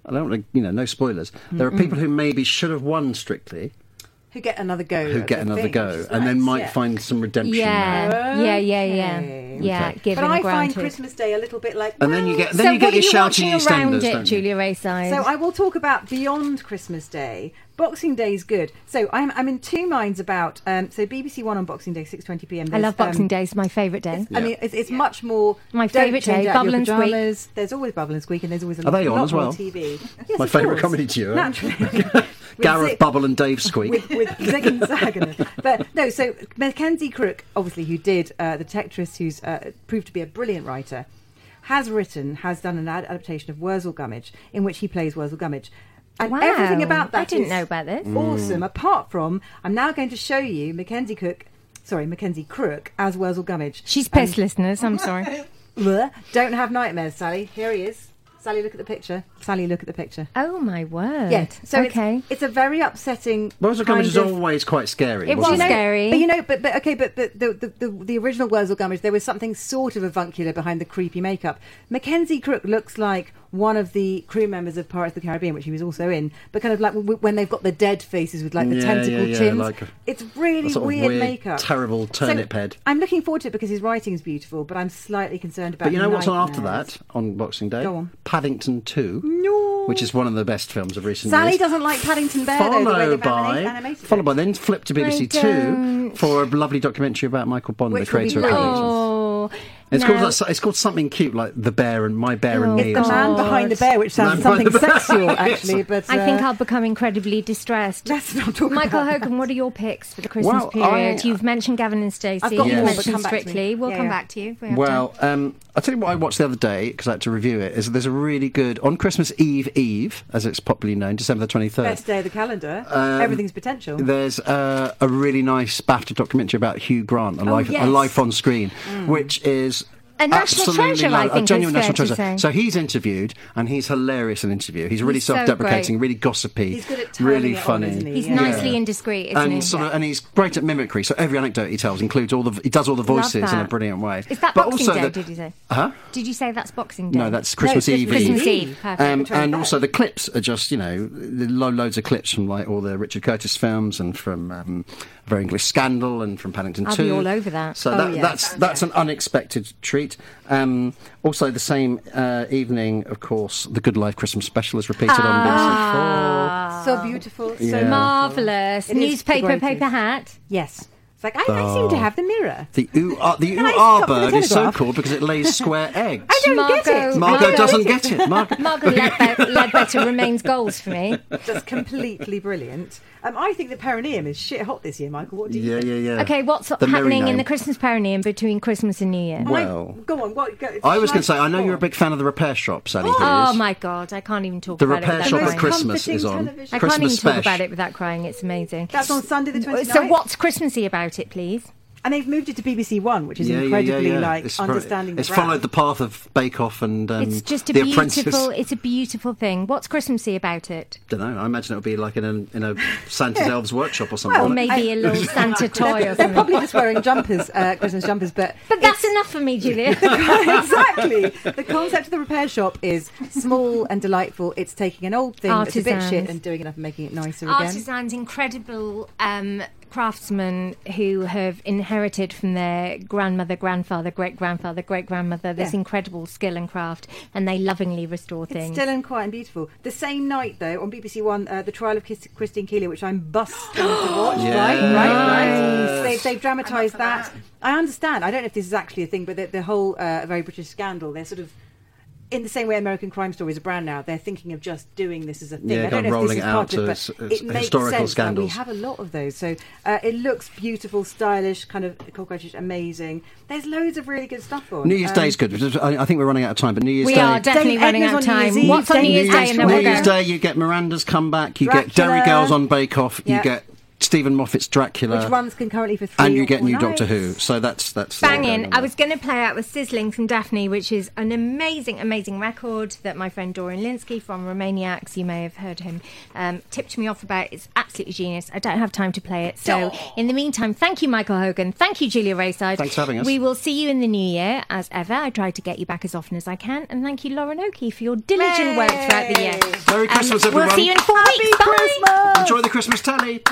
Speaker 3: I don't want to, you know, no spoilers. There are people who maybe should have won Strictly,
Speaker 2: who get another go.
Speaker 3: who
Speaker 2: at
Speaker 3: get
Speaker 2: the
Speaker 3: another
Speaker 2: thing,
Speaker 3: go,
Speaker 2: which is
Speaker 3: and then
Speaker 2: nice,
Speaker 3: might
Speaker 2: yeah.
Speaker 3: find some redemption. there.
Speaker 1: Yeah, yeah, yeah, yeah. Yeah,
Speaker 3: Okay.
Speaker 1: given
Speaker 2: But I
Speaker 1: a grounded.
Speaker 2: find Christmas Day a little bit like.
Speaker 3: And then
Speaker 2: well,
Speaker 3: you get
Speaker 1: so
Speaker 3: then you
Speaker 1: what
Speaker 3: get
Speaker 1: are
Speaker 3: your
Speaker 1: you
Speaker 3: shouting
Speaker 1: watching around
Speaker 3: EastEnders,
Speaker 1: it,
Speaker 3: don't you?
Speaker 1: Julia Rayside?
Speaker 2: So I will talk about beyond Christmas Day. Boxing Day is good. So I'm, I'm in two minds about. Um, so BBC One on Boxing Day, 6:20 p.m.
Speaker 1: I
Speaker 2: there's,
Speaker 1: love Boxing
Speaker 2: um,
Speaker 1: Day. It's my favourite day.
Speaker 2: I mean, it's, it's much more.
Speaker 1: My
Speaker 2: don't
Speaker 1: favourite
Speaker 2: change
Speaker 1: day,
Speaker 2: out
Speaker 1: Bubble
Speaker 2: your
Speaker 1: and Squeak.
Speaker 2: pajamas. There's always Bubble and Squeak, and there's always a
Speaker 3: Are they
Speaker 2: lot-
Speaker 3: on
Speaker 2: lot
Speaker 3: as
Speaker 2: more
Speaker 3: well?
Speaker 2: TV. Yes,
Speaker 3: My
Speaker 2: of
Speaker 3: favourite
Speaker 2: course.
Speaker 3: comedy duo.
Speaker 2: Naturally. With
Speaker 3: Gareth
Speaker 2: Zig-
Speaker 3: Bubble and Dave Squeak.
Speaker 2: with, with Zig and Zag in it. But no, so Mackenzie Crook, obviously, who did uh, The Tetris, who's uh, proved to be a brilliant writer, has written, has done an ad- adaptation of Wurzel Gummidge, in which he plays Wurzel Gummidge. And
Speaker 1: Wow.
Speaker 2: everything about
Speaker 1: I
Speaker 2: that
Speaker 1: didn't
Speaker 2: is
Speaker 1: know about this.
Speaker 3: Mm.
Speaker 2: Awesome. Apart from, I'm now going to show you Mackenzie Cook, sorry, Mackenzie Crook as Wurzel Gummidge.
Speaker 1: She's pissed, listeners. I'm sorry.
Speaker 2: Bleh. Don't have nightmares, Sally. Here he is. Sally, look at the picture. Sally, look at the picture.
Speaker 1: Oh my word.
Speaker 2: Yeah. So it's-
Speaker 1: okay.
Speaker 2: it's, a very upsetting.
Speaker 3: Wurzel Gummidge
Speaker 2: kind
Speaker 3: was
Speaker 2: of-
Speaker 3: always quite scary.
Speaker 1: It was
Speaker 3: wasn't
Speaker 2: you know,
Speaker 1: scary.
Speaker 2: But you know, but, but okay, but, but the, the, the, the original Wurzel Gummidge, there was something sort of avuncular behind the creepy makeup. Mackenzie Crook looks like one of the crew members of Pirates of the Caribbean, which he was also in, but kind of like w- when they've got the dead faces with like the
Speaker 3: Yeah,
Speaker 2: tentacle
Speaker 3: yeah, yeah,
Speaker 2: chins.
Speaker 3: like a-
Speaker 2: it's
Speaker 3: a
Speaker 2: really
Speaker 3: sort of
Speaker 2: weird,
Speaker 3: weird,
Speaker 2: makeup.
Speaker 3: terrible
Speaker 2: So
Speaker 3: turnip head.
Speaker 2: I'm looking forward to it because his writing's beautiful, but I'm slightly concerned about
Speaker 3: But you know what's on after
Speaker 2: nightmares.
Speaker 3: that on Boxing Day?
Speaker 2: Go on.
Speaker 3: Paddington 2, which is one of the best films of recent
Speaker 2: Sally
Speaker 3: years.
Speaker 2: doesn't like Paddington Bear, though, the way
Speaker 3: Followed
Speaker 2: they've
Speaker 3: by,
Speaker 2: anima- animated it.
Speaker 3: followed by then flip to BBC Two
Speaker 1: don't.
Speaker 3: for a lovely documentary about Michael Bond,
Speaker 2: Which
Speaker 3: the
Speaker 2: will be
Speaker 3: creator of
Speaker 2: lovely.
Speaker 3: Paddington.
Speaker 1: oh.
Speaker 3: It's
Speaker 1: now-
Speaker 3: called it's called something cute like the bear and my bear and
Speaker 1: Oh,
Speaker 3: me.
Speaker 1: it's
Speaker 3: or
Speaker 2: The man
Speaker 3: something.
Speaker 2: behind the bear, which sounds
Speaker 3: Man behind
Speaker 2: something
Speaker 3: the bear.
Speaker 2: sexual, actually, but
Speaker 1: I think
Speaker 2: uh,
Speaker 1: I'll become incredibly distressed.
Speaker 2: let's not talk
Speaker 1: Michael
Speaker 2: about
Speaker 1: Hogan, what are your picks for the Christmas
Speaker 3: Well, I-
Speaker 1: period? You've mentioned Gavin and Stacey.
Speaker 2: I've got
Speaker 1: You've
Speaker 3: more, but
Speaker 1: mentioned
Speaker 2: come back to me.
Speaker 1: Strictly. We'll
Speaker 2: Yeah,
Speaker 1: come
Speaker 2: yeah.
Speaker 1: back to you. if we have
Speaker 3: Well,
Speaker 1: time.
Speaker 3: um, I'll tell you what I watched the other day because I had to review it. Is that there's a really good on Christmas Eve Eve, as it's popularly known, December the twenty third.
Speaker 2: best day of the calendar.
Speaker 3: Um,
Speaker 2: Everything's potential.
Speaker 3: There's uh, a really nice BAFTA documentary about Hugh Grant, a life,
Speaker 1: Oh, yes. Mm.
Speaker 3: a life on screen, which is.
Speaker 1: A national
Speaker 3: absolutely
Speaker 1: treasure, I
Speaker 3: lo-
Speaker 1: think
Speaker 3: a genuine
Speaker 1: it's fair
Speaker 3: national
Speaker 1: to
Speaker 3: treasure.
Speaker 1: say.
Speaker 3: So he's interviewed, and he's hilarious in interview. He's really
Speaker 1: He's so
Speaker 3: self-deprecating,
Speaker 1: great.
Speaker 3: really gossipy,
Speaker 2: He's good at turning
Speaker 3: really
Speaker 2: it on,
Speaker 3: funny.
Speaker 2: isn't he?
Speaker 1: he's
Speaker 2: yeah.
Speaker 1: nicely indiscreet, isn't
Speaker 3: and
Speaker 1: he?
Speaker 3: sort of, and he's great at mimicry. So every anecdote he tells includes all the he does all the voices in a
Speaker 1: that.
Speaker 3: brilliant way.
Speaker 1: Is that
Speaker 3: but
Speaker 1: Boxing
Speaker 3: also
Speaker 1: Day,
Speaker 3: the-
Speaker 1: did you say?
Speaker 3: Huh?
Speaker 1: Did you say that's Boxing Day?
Speaker 3: No, that's Christmas
Speaker 2: No,
Speaker 3: Eve.
Speaker 2: Christmas
Speaker 1: Christmas
Speaker 2: Eve.
Speaker 1: Eve. Perfect.
Speaker 3: Um, and
Speaker 2: 23rd.
Speaker 3: also the clips are just you know the lo- loads of clips from like all the Richard Curtis films and from um, Very English Scandal and from Paddington
Speaker 1: I'll
Speaker 3: Two.
Speaker 1: be all over that. Oh,
Speaker 3: So that, that's that's an unexpected treat. Um, also the same uh, evening, of course, the Good Life Christmas special is repeated on BBC Four.
Speaker 1: Ah.
Speaker 2: so beautiful. So
Speaker 3: Yeah.
Speaker 1: Marvellous.
Speaker 2: It is the
Speaker 1: Newspaper,
Speaker 2: greatest.
Speaker 1: paper hat.
Speaker 2: yes. It's like, I, I seem
Speaker 3: Oh.
Speaker 2: to have the mirror.
Speaker 3: The ooh ah, the
Speaker 2: Can I
Speaker 3: ooh ah
Speaker 2: stop for the
Speaker 3: bird is so
Speaker 2: Telegraph?
Speaker 3: called because it lays square eggs.
Speaker 2: I don't get
Speaker 1: Margot-
Speaker 2: it.
Speaker 3: Margot
Speaker 1: Margot-
Speaker 3: doesn't get it. Margot.
Speaker 1: Margaret Ledbe- Ledbetter remains goals for me.
Speaker 2: Just completely brilliant. Um, I think the Perineum is shit hot this year, Michael. What do you
Speaker 3: Yeah,
Speaker 2: think?
Speaker 3: yeah, yeah.
Speaker 1: Okay, what's
Speaker 3: The merry
Speaker 1: happening in
Speaker 3: name.
Speaker 1: the Christmas perineum between Christmas and New Year?
Speaker 2: I-
Speaker 3: Well,
Speaker 2: go on. What, go,
Speaker 3: I was
Speaker 2: shall
Speaker 3: going to say, I know
Speaker 2: go
Speaker 3: you're a
Speaker 2: on?
Speaker 3: big fan of the repair shop, Sally.
Speaker 1: Oh
Speaker 3: Hughes.
Speaker 1: my god, I can't even talk
Speaker 3: The
Speaker 1: about
Speaker 3: repair
Speaker 1: it. without
Speaker 3: shop
Speaker 1: crying.
Speaker 3: at Christmas
Speaker 2: Comforting
Speaker 3: is on.
Speaker 2: television.
Speaker 1: I
Speaker 3: Christmas
Speaker 1: can't even talk
Speaker 3: special.
Speaker 1: about it without crying. It's amazing.
Speaker 2: That's on Sunday the 29th.
Speaker 1: so what's Christmassy about it, please?
Speaker 2: And they've moved it to BBC One, which is
Speaker 3: Yeah, yeah, yeah,
Speaker 2: incredibly
Speaker 3: yeah.
Speaker 2: like
Speaker 3: it's pro-
Speaker 2: understanding. the
Speaker 3: It's
Speaker 2: brand.
Speaker 3: followed the path of Bake Off and um,
Speaker 1: it's just a
Speaker 3: The
Speaker 1: beautiful.
Speaker 3: Apprentice.
Speaker 1: It's a beautiful thing. What's Christmassy about it?
Speaker 3: don't know. I imagine it would be like in a, in a Santa's Elves workshop or something.
Speaker 2: Well,
Speaker 1: Or
Speaker 3: wouldn't it?
Speaker 1: maybe a little Santa toy or
Speaker 2: They're
Speaker 1: Oh, something.
Speaker 2: probably just wearing jumpers, uh, Christmas jumpers, but
Speaker 1: But that's enough for me, Julia.
Speaker 2: exactly. The concept of the repair shop is small and delightful. It's taking an old thing that's a bit
Speaker 1: Artisans.
Speaker 2: shit and doing it up and making it nicer again.
Speaker 1: Artisans, incredible um, craftsmen who have inherited from their grandmother, grandfather, great grandfather, great grandmother this
Speaker 2: Yeah.
Speaker 1: incredible skill and craft, and they lovingly restore things.
Speaker 2: Still and quiet and beautiful. The same night, though, on BBC One, uh, the trial of Kis- Christine Keeler, which I'm busting to watch. Right, right, right. They, they've dramatised that. I understand. I don't know if this is actually a thing, but the, the whole uh, very British scandal. They're sort of. In the same way American Crime Story is a brand now, they're thinking of just doing this as a thing.
Speaker 3: Yeah,
Speaker 2: I don't
Speaker 3: kind
Speaker 2: know
Speaker 3: of
Speaker 2: if
Speaker 3: rolling
Speaker 2: this is
Speaker 3: it out
Speaker 2: part of it,
Speaker 3: to
Speaker 2: but
Speaker 3: s-
Speaker 2: it
Speaker 3: s-
Speaker 2: makes
Speaker 3: historical
Speaker 2: sense. Like, we
Speaker 3: scandals.
Speaker 2: have a lot of those. So uh, it looks beautiful, stylish, kind of cockroachish, amazing. There's loads of really good stuff on.
Speaker 3: New Year's
Speaker 2: Um,
Speaker 3: Day is good. because I I think we're running out of time, but New Year's
Speaker 1: we
Speaker 3: Day.
Speaker 1: are definitely
Speaker 2: Dave
Speaker 1: running out
Speaker 2: Edna's
Speaker 1: of
Speaker 2: on New
Speaker 1: time.
Speaker 2: Year's Eve,
Speaker 1: What's on
Speaker 2: Dave
Speaker 1: New Year's Day,
Speaker 2: Edna's
Speaker 1: and
Speaker 3: New
Speaker 1: then we'll
Speaker 3: Year's
Speaker 1: go.
Speaker 3: Day, you get Miranda's comeback, you get
Speaker 2: Dracula.
Speaker 3: Derry Girls on Bake Off, you
Speaker 2: Yeah.
Speaker 3: get Stephen Moffat's Dracula,
Speaker 2: Which runs concurrently for three
Speaker 3: and you
Speaker 2: or
Speaker 3: get
Speaker 2: four
Speaker 3: new Doctor
Speaker 2: nights.
Speaker 3: Who. So that's that's the
Speaker 1: Banging.
Speaker 3: going on
Speaker 1: I
Speaker 3: there.
Speaker 1: was going to play out with Sizzling from Daphne, which is an amazing, amazing record that my friend Doran Linsky from Romaniacs, you may have heard him, um, tipped me off about. It's absolutely genius. I don't have time to play it. So, in the meantime, thank you, Michael Hogan. Thank you, Julia Rayside.
Speaker 3: Thanks for having us.
Speaker 1: We will see you in the new year, as ever. I try to get you back as often as I can. And thank you, Lauren Oakey, for your diligent work throughout the year.
Speaker 3: Merry
Speaker 1: And
Speaker 3: Christmas,
Speaker 1: We'll
Speaker 3: everyone.
Speaker 1: see you in four weeks. Bye.
Speaker 3: Enjoy the Christmas telly.